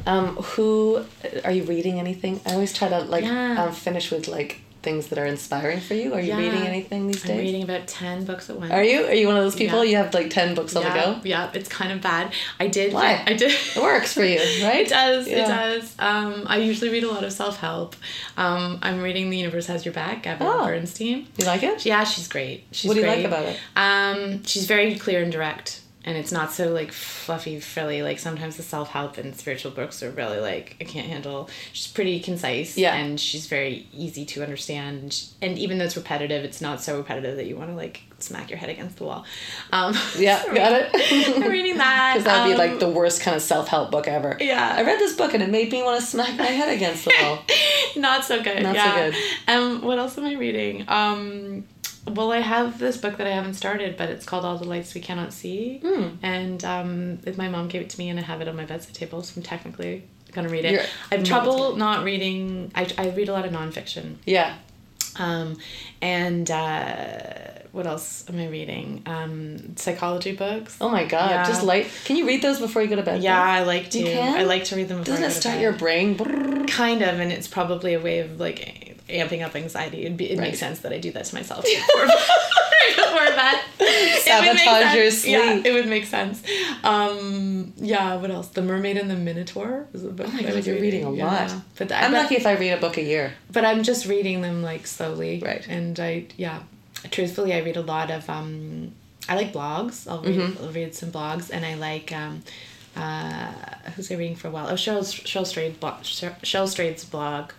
Speaker 1: Um, who are you reading anything? I always try to like
Speaker 2: Yeah.
Speaker 1: um, finish with like things that are inspiring for you. Are you
Speaker 2: Yeah.
Speaker 1: reading anything these days?
Speaker 2: I'm reading about ten books at once.
Speaker 1: Are you? Are you one of those people?
Speaker 2: Yeah.
Speaker 1: You have like ten books on
Speaker 2: yeah,
Speaker 1: the go.
Speaker 2: Yeah, it's kind of bad. I did.
Speaker 1: Why?
Speaker 2: I did.
Speaker 1: It works for you, right?
Speaker 2: It does. It
Speaker 1: Yeah.
Speaker 2: does. Um, I usually read a lot of self help. Um, I'm reading The Universe Has Your Back, Gabrielle
Speaker 1: Oh.
Speaker 2: Bernstein.
Speaker 1: You like it?
Speaker 2: Yeah, she's great. She's
Speaker 1: What do you
Speaker 2: great.
Speaker 1: like about it?
Speaker 2: Um, she's very clear and direct, and it's not so like fluffy, frilly. Like sometimes the self help and spiritual books are really like I can't handle. She's pretty concise,
Speaker 1: Yeah.
Speaker 2: and she's very easy to understand. And, sh and even though it's repetitive, it's not so repetitive that you want to like smack your head against the wall. Um,
Speaker 1: Yeah, got it.
Speaker 2: I'm reading that
Speaker 1: Because that'd be
Speaker 2: um,
Speaker 1: like the worst kind of self help book ever.
Speaker 2: Yeah.
Speaker 1: I read this book and it made me want to smack my head against the wall.
Speaker 2: not so good.
Speaker 1: Not so
Speaker 2: yeah.
Speaker 1: good.
Speaker 2: Um, what else am I reading? Um, well, I have this book that I haven't started, but it's called All the Lights We Cannot See,
Speaker 1: Hmm.
Speaker 2: and um, it- my mom gave it to me, and I have it on my bedside table, so I'm technically gonna read it.
Speaker 1: You're-
Speaker 2: I have
Speaker 1: no,
Speaker 2: trouble not reading. I, I read a lot of nonfiction,
Speaker 1: Yeah.
Speaker 2: um, and uh, what else am I reading? Um, psychology books.
Speaker 1: Oh my god.
Speaker 2: Yeah.
Speaker 1: Just light. Can you read those before you go to bed?
Speaker 2: Yeah, I like to.
Speaker 1: You can?
Speaker 2: I like to read them. before
Speaker 1: Doesn't
Speaker 2: I
Speaker 1: it
Speaker 2: go to
Speaker 1: start
Speaker 2: bed.
Speaker 1: your brain? Brrrr.
Speaker 2: Kind of, and it's probably a way of like amping up anxiety. It'd be, it
Speaker 1: Right.
Speaker 2: makes sense that I do that to myself before, before that.
Speaker 1: Sabotage your sleep.
Speaker 2: Yeah, it would make sense. Um, yeah, what else? The Mermaid and the Minotaur was the book. Oh
Speaker 1: my God, you're reading a lot.
Speaker 2: But I,
Speaker 1: I'm
Speaker 2: but,
Speaker 1: lucky if I read a book a year.
Speaker 2: but I'm just reading them like slowly.
Speaker 1: Right.
Speaker 2: And I yeah, truthfully, I read a lot of um, I like blogs. I'll read,
Speaker 1: Mm-hmm.
Speaker 2: I'll read some blogs, and I like um, uh, who's I reading for a while? Oh, Cheryl Cheryl Strayed blog, Cheryl Cheryl Strayed's blog,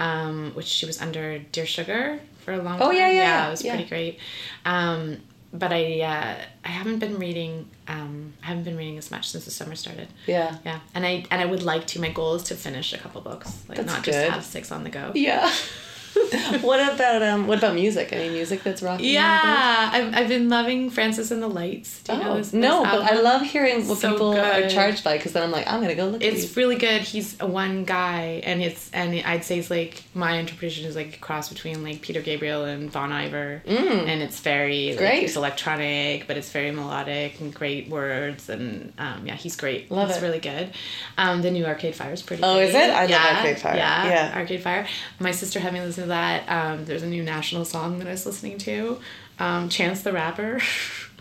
Speaker 2: um, which she was under Dear Sugar for a long time.
Speaker 1: Mm-hmm. Oh, yeah, yeah,
Speaker 2: yeah.
Speaker 1: yeah,
Speaker 2: It was
Speaker 1: yeah.
Speaker 2: pretty great. Um, but I uh, I haven't been reading um, I haven't been reading as much since the summer started.
Speaker 1: Yeah.
Speaker 2: Yeah, and I and I would like to. My goal is to finish a couple books, like
Speaker 1: That's
Speaker 2: not
Speaker 1: good.
Speaker 2: just have six on the go.
Speaker 1: Yeah. what about um? What about music? Any music that's rocking? you?
Speaker 2: Yeah, I've, I've been loving Francis and the Lights. Do you know
Speaker 1: Oh,
Speaker 2: this?
Speaker 1: no,
Speaker 2: this
Speaker 1: but I
Speaker 2: album?
Speaker 1: love hearing what
Speaker 2: So
Speaker 1: people are
Speaker 2: good.
Speaker 1: charged by because then I'm like, I'm gonna go look at
Speaker 2: It's
Speaker 1: these.
Speaker 2: really good. He's a one guy, and it's and I'd say it's like my interpretation is like a cross between like Peter Gabriel and Bon Iver, and it's very like,
Speaker 1: Mm. Great.
Speaker 2: It's electronic, but it's very melodic and great words, and um, yeah, he's great.
Speaker 1: Love
Speaker 2: he's
Speaker 1: it.
Speaker 2: really good. Um, the new Arcade Fire is pretty.
Speaker 1: Oh,
Speaker 2: great.
Speaker 1: is it? I love Arcade Fire.
Speaker 2: Yeah,
Speaker 1: Yeah.
Speaker 2: Arcade Fire. My sister had me listen to that. Um, there's a new national song that I was listening to, um, Chance the Rapper.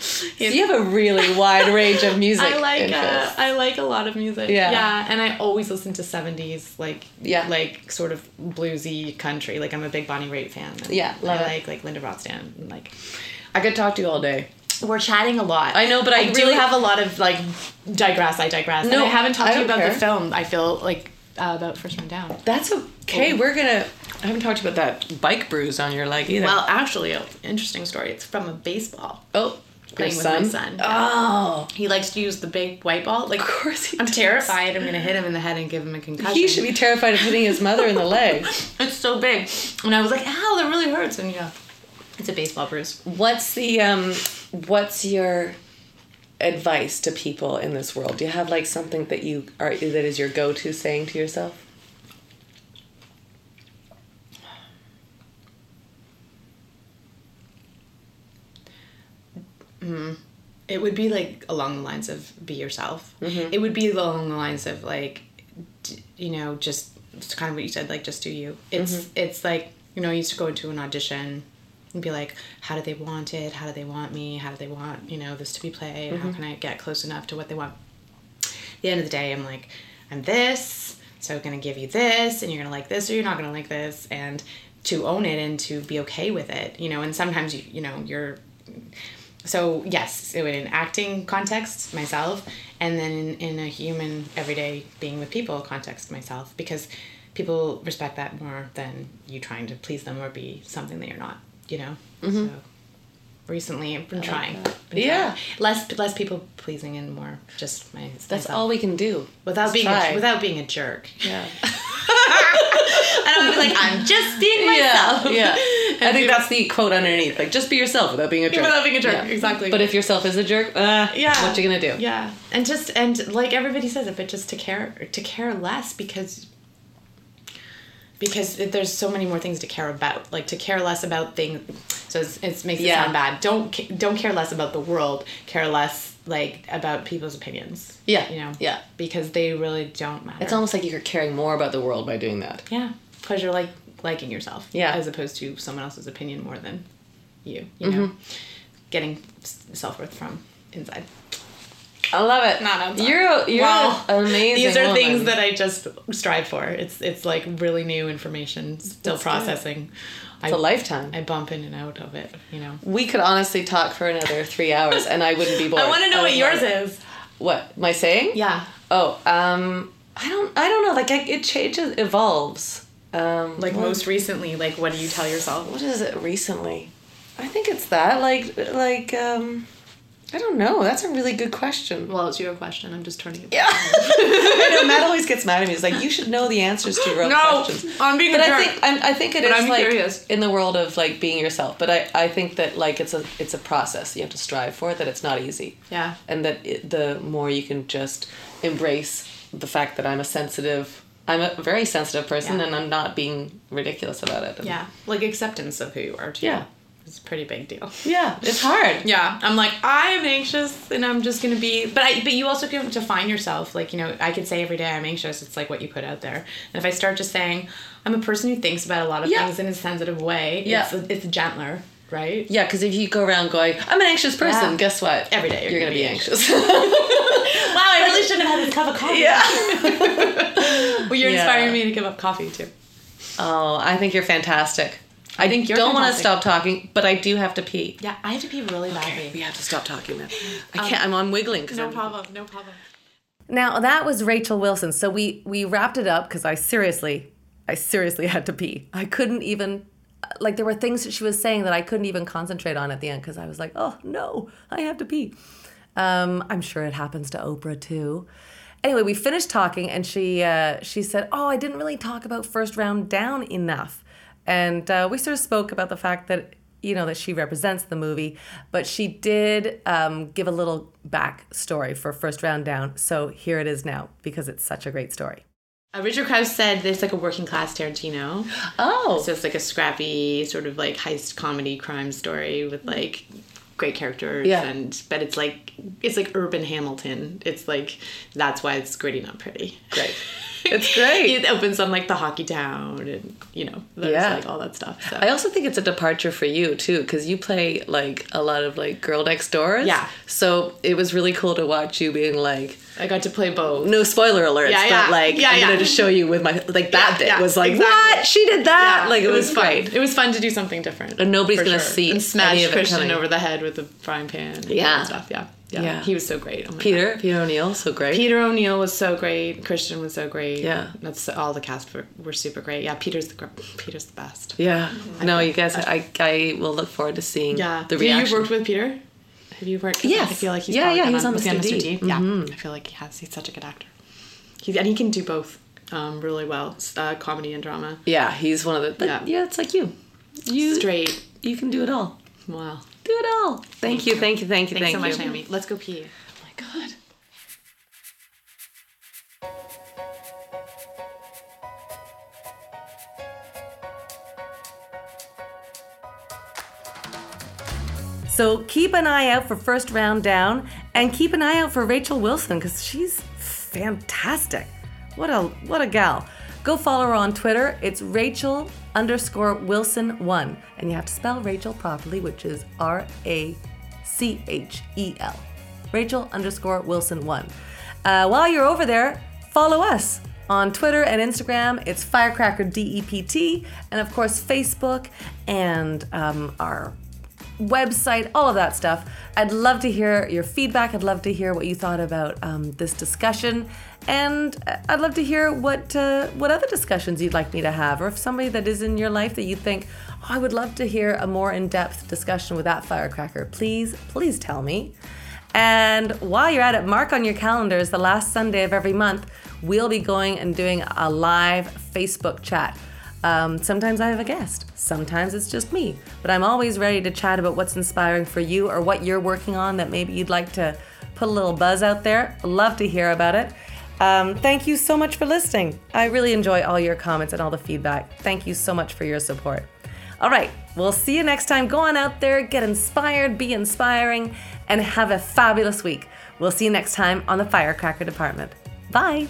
Speaker 1: So you have a really wide range of music.
Speaker 2: I like uh,
Speaker 1: interests.
Speaker 2: I like a lot of music.
Speaker 1: Yeah.
Speaker 2: yeah, and I always listen to seventies like
Speaker 1: Yeah.
Speaker 2: like sort of bluesy country. Like I'm a big Bonnie Raitt fan. and
Speaker 1: Yeah, love
Speaker 2: I
Speaker 1: it.
Speaker 2: like like Linda Ronstadt. And, like
Speaker 1: I could talk to you all day.
Speaker 2: we're chatting a lot.
Speaker 1: I know, but I
Speaker 2: do
Speaker 1: really-
Speaker 2: have a lot of like digress. I digress. No,
Speaker 1: No,
Speaker 2: I haven't talked
Speaker 1: I
Speaker 2: to you
Speaker 1: don't
Speaker 2: about the
Speaker 1: care.
Speaker 2: film. I feel like uh, about first one down.
Speaker 1: That's okay. We're gonna. I haven't talked to you about that bike bruise on your leg either.
Speaker 2: Well, actually, an interesting story. It's from a baseball.
Speaker 1: oh, your
Speaker 2: Playing with my
Speaker 1: son.
Speaker 2: son.
Speaker 1: Oh,
Speaker 2: He likes to use the big white ball. Like, of
Speaker 1: course he
Speaker 2: I'm
Speaker 1: does.
Speaker 2: terrified. I'm gonna hit him in the head and give him a concussion.
Speaker 1: he should be terrified of hitting his mother in the leg.
Speaker 2: It's so big, and I was like, "Ow, that really hurts." And yeah, it's a baseball bruise.
Speaker 1: What's the um? What's your advice to people in this world? Do you have like something that you are that is your go-to saying to yourself?
Speaker 2: It would be like along the lines of be yourself. It would be along the lines of like, d- you know, just it's kind of what you said, like just do you. It's it's like you know, I used to go into an audition and be like, how do they want it? How do they want me? How do they want you know this to be played? How can I get close enough to what they want? the end of the day, I'm like, I'm this, so I'm gonna give you this, and you're gonna like this, or you're not gonna like this, and to own it and to be okay with it, you know. And sometimes you, you know, you're. So yes, so in an acting context, myself, and then in, in a human everyday being with people context, myself, because people respect that more than you trying to please them or be something that you're not, you know. So recently, I've been trying. Been
Speaker 1: Yeah.
Speaker 2: trying. less less people pleasing and more just my.
Speaker 1: That's
Speaker 2: myself
Speaker 1: all we can do.
Speaker 2: without
Speaker 1: Just
Speaker 2: being
Speaker 1: try.
Speaker 2: a, without being a jerk.
Speaker 1: yeah.
Speaker 2: I don't wanna be like I'm just being myself.
Speaker 1: Yeah. I think that's the quote underneath. Like, just be yourself without being a jerk.
Speaker 2: without being a jerk, exactly.
Speaker 1: But if yourself is a jerk, uh,
Speaker 2: Yeah.
Speaker 1: what you gonna do?
Speaker 2: Yeah, and just and like everybody says, if it just to care to care less because because it- there's so many more things to care about. Like to care less about things. So it's, it makes it
Speaker 1: Yeah.
Speaker 2: sound bad. Don't ca- don't care less about the world. Care less like about people's opinions.
Speaker 1: Yeah.
Speaker 2: You know.
Speaker 1: Yeah.
Speaker 2: Because they really don't matter.
Speaker 1: It's almost like you're caring more about the world by doing that.
Speaker 2: Yeah, because you're like liking yourself.
Speaker 1: Yeah.
Speaker 2: as opposed to someone else's opinion more than you. You know, getting self worth from inside.
Speaker 1: I love it.
Speaker 2: Not outside.
Speaker 1: You're a- you're
Speaker 2: Wow.
Speaker 1: an amazing.
Speaker 2: These are
Speaker 1: woman.
Speaker 2: things that I just strive for. It's it's like really new information, still processing.
Speaker 1: it's a lifetime.
Speaker 2: I bump in and out of it. You know.
Speaker 1: we could honestly talk for another three hours, and I wouldn't be bored.
Speaker 2: I want to know what
Speaker 1: would
Speaker 2: yours
Speaker 1: love it.
Speaker 2: is.
Speaker 1: What my saying?
Speaker 2: Yeah,
Speaker 1: Oh, um, I don't, I don't know. Like I, it changes, evolves. Um,
Speaker 2: like most recently, like what do you tell yourself?
Speaker 1: what is it recently? I think it's that. Like, like, um, I don't know. That's a really good question.
Speaker 2: Well, it's your question. I'm just turning it.
Speaker 1: Yeah. I know Matt always gets mad at me. He's like, you should know the answers to your own questions.
Speaker 2: I'm being
Speaker 1: But I think I'm, I think it is
Speaker 2: I'm
Speaker 1: like
Speaker 2: curious.
Speaker 1: in the world of like being yourself. But I, I think that like it's a it's a process you have to strive for. That it's not easy.
Speaker 2: Yeah.
Speaker 1: And that it, the more you can just embrace the fact that I'm a sensitive. I'm a very sensitive person,
Speaker 2: Yeah.
Speaker 1: and I'm not being ridiculous about it. And-
Speaker 2: Yeah, like acceptance of who you are too.
Speaker 1: Yeah.
Speaker 2: it's a pretty big deal.
Speaker 1: Yeah. It's hard.
Speaker 2: Yeah, I'm like I am anxious, and I'm just gonna be. But I, but you also can define yourself. Like you know, I could say every day I'm anxious. It's like what you put out there. And if I start just saying I'm a person who thinks about a lot of
Speaker 1: Yeah.
Speaker 2: things in a sensitive way,
Speaker 1: Yeah.
Speaker 2: it's, it's gentler, right?
Speaker 1: Yeah, because if you go around going, I'm an anxious person.
Speaker 2: Yeah.
Speaker 1: Guess what?
Speaker 2: Every day
Speaker 1: you're,
Speaker 2: you're
Speaker 1: gonna, be
Speaker 2: gonna be
Speaker 1: anxious.
Speaker 2: Wow, Oh, I really shouldn't have had this cup of coffee.
Speaker 1: yeah.
Speaker 2: Well, you're
Speaker 1: Yeah.
Speaker 2: inspiring me to give up coffee too.
Speaker 1: Oh, I think you're fantastic. I
Speaker 2: think you're
Speaker 1: don't want to stop
Speaker 2: fantastic.
Speaker 1: talking, but I do have to pee. Um,
Speaker 2: Yeah, I have to pee really badly.
Speaker 1: We have to stop talking now. I can't. I'm on wiggling. 'cause I'm-
Speaker 2: problem. No problem.
Speaker 3: Now that was Rachel Wilson. So we we wrapped it up because I seriously, I seriously had to pee. I couldn't even like there were things that she was saying that I couldn't even concentrate on at the end because I was like, oh no, I have to pee. Um, I'm sure it happens to Oprah too. Anyway, we finished talking and she uh, she said, oh, I didn't really talk about first round down enough, and uh, we sort of spoke about the fact that you know that she represents the movie but she did um, give a little backstory for first round down so here it is now because it's such a great story
Speaker 2: Uh, Richard Krause said there's like a working class Tarantino.
Speaker 1: Oh,
Speaker 2: So it's like a scrappy sort of like heist comedy crime story with like great characters
Speaker 1: Yeah.
Speaker 2: and but it's like it's like urban Hamilton. It's like that's why it's gritty not pretty.
Speaker 1: great.
Speaker 4: It's great.
Speaker 2: It opens on like the hockey town and you know, there's
Speaker 4: Yeah.
Speaker 2: like all that stuff. So
Speaker 4: I also think it's a departure for you too, because you play like a lot of like girl next doors.
Speaker 2: Yeah.
Speaker 4: So it was really cool to watch you being like,
Speaker 2: I got to play both.
Speaker 4: no spoiler alerts,
Speaker 2: Yeah, yeah.
Speaker 4: but like
Speaker 2: Yeah,
Speaker 4: I'm
Speaker 2: yeah.
Speaker 4: gonna just show you with my like that
Speaker 2: Yeah,
Speaker 4: bit
Speaker 2: yeah,
Speaker 4: was like
Speaker 2: exactly.
Speaker 4: what she did that
Speaker 2: Yeah,
Speaker 4: like it, was,
Speaker 2: fun.
Speaker 4: great.
Speaker 2: It was fun to do something different.
Speaker 4: And nobody's
Speaker 2: for
Speaker 4: gonna see
Speaker 2: and smash
Speaker 4: any of it
Speaker 2: Christian
Speaker 4: coming.
Speaker 2: over the head with a frying pan. And
Speaker 4: Yeah.
Speaker 2: yeah, stuff. Yeah. yeah,
Speaker 4: Yeah.
Speaker 2: He was so great. Oh my God.
Speaker 4: Peter Peter O'Neill so great.
Speaker 2: Peter O'Neill was so great. Christian was so great.
Speaker 4: Yeah.
Speaker 2: that's all the cast were, were super great. Yeah, Peter's the gr- Peter's the best.
Speaker 4: Yeah. No, you guys, I I will look forward to seeing
Speaker 2: Mm-hmm. Yeah,
Speaker 4: the
Speaker 2: Do you-
Speaker 4: reaction.
Speaker 2: You worked with Peter. Have you worked? with
Speaker 4: Yes.
Speaker 2: I feel like he's
Speaker 4: Yeah,
Speaker 2: probably
Speaker 4: yeah,
Speaker 2: been
Speaker 4: he was on Mm-hmm.
Speaker 2: was he
Speaker 4: Mr. D.
Speaker 2: Yeah, I feel like he has. He's such a good actor. He and he can do both um, really well, s- uh, comedy and drama.
Speaker 4: yeah, he's one of the. But yeah.
Speaker 2: Yeah.
Speaker 4: it's like you. You
Speaker 2: Straight.
Speaker 4: You can do it all.
Speaker 2: Wow.
Speaker 4: Do it all. Thank you. Thank you. Thank you.
Speaker 2: Thanks
Speaker 4: Thank
Speaker 2: so
Speaker 4: you.
Speaker 2: much, Naomi. Let's go pee.
Speaker 4: Oh my god.
Speaker 1: So keep an eye out for First Round Down and keep an eye out for Rachel Wilson because she's fantastic. What a what a gal. Go follow her on Twitter. It's Rachel underscore Wilson one. And you have to spell Rachel properly, which is R-A-C-H-E-L. E Rachel underscore Wilson one. Uh, while you're over there, follow us on Twitter and Instagram. It's Firecracker DEPT, and of course Facebook and um, our website, all of that stuff. I'd love to hear your feedback. I'd love to hear what you thought about um, this discussion, and uh, I'd love to hear what uh, what other discussions you'd like me to have, or if somebody that is in your life that you think oh, I would love to hear a more in depth discussion with that firecracker. Please, please tell me. And while you're at it, mark on your calendars the last Sunday of every month, we'll be going and doing a live Facebook chat. Um, sometimes I have a guest, sometimes it's just me, but I'm always ready to chat about what's inspiring for you or what you're working on that maybe you'd like to put a little buzz out there. Love to hear about it. Um, thank you so much for listening. I really enjoy all your comments and all the feedback. Thank you so much for your support. All right, we'll see you next time. Go on out there, get inspired, be inspiring, and have a fabulous week. We'll see you next time on the Firecracker Department. Bye.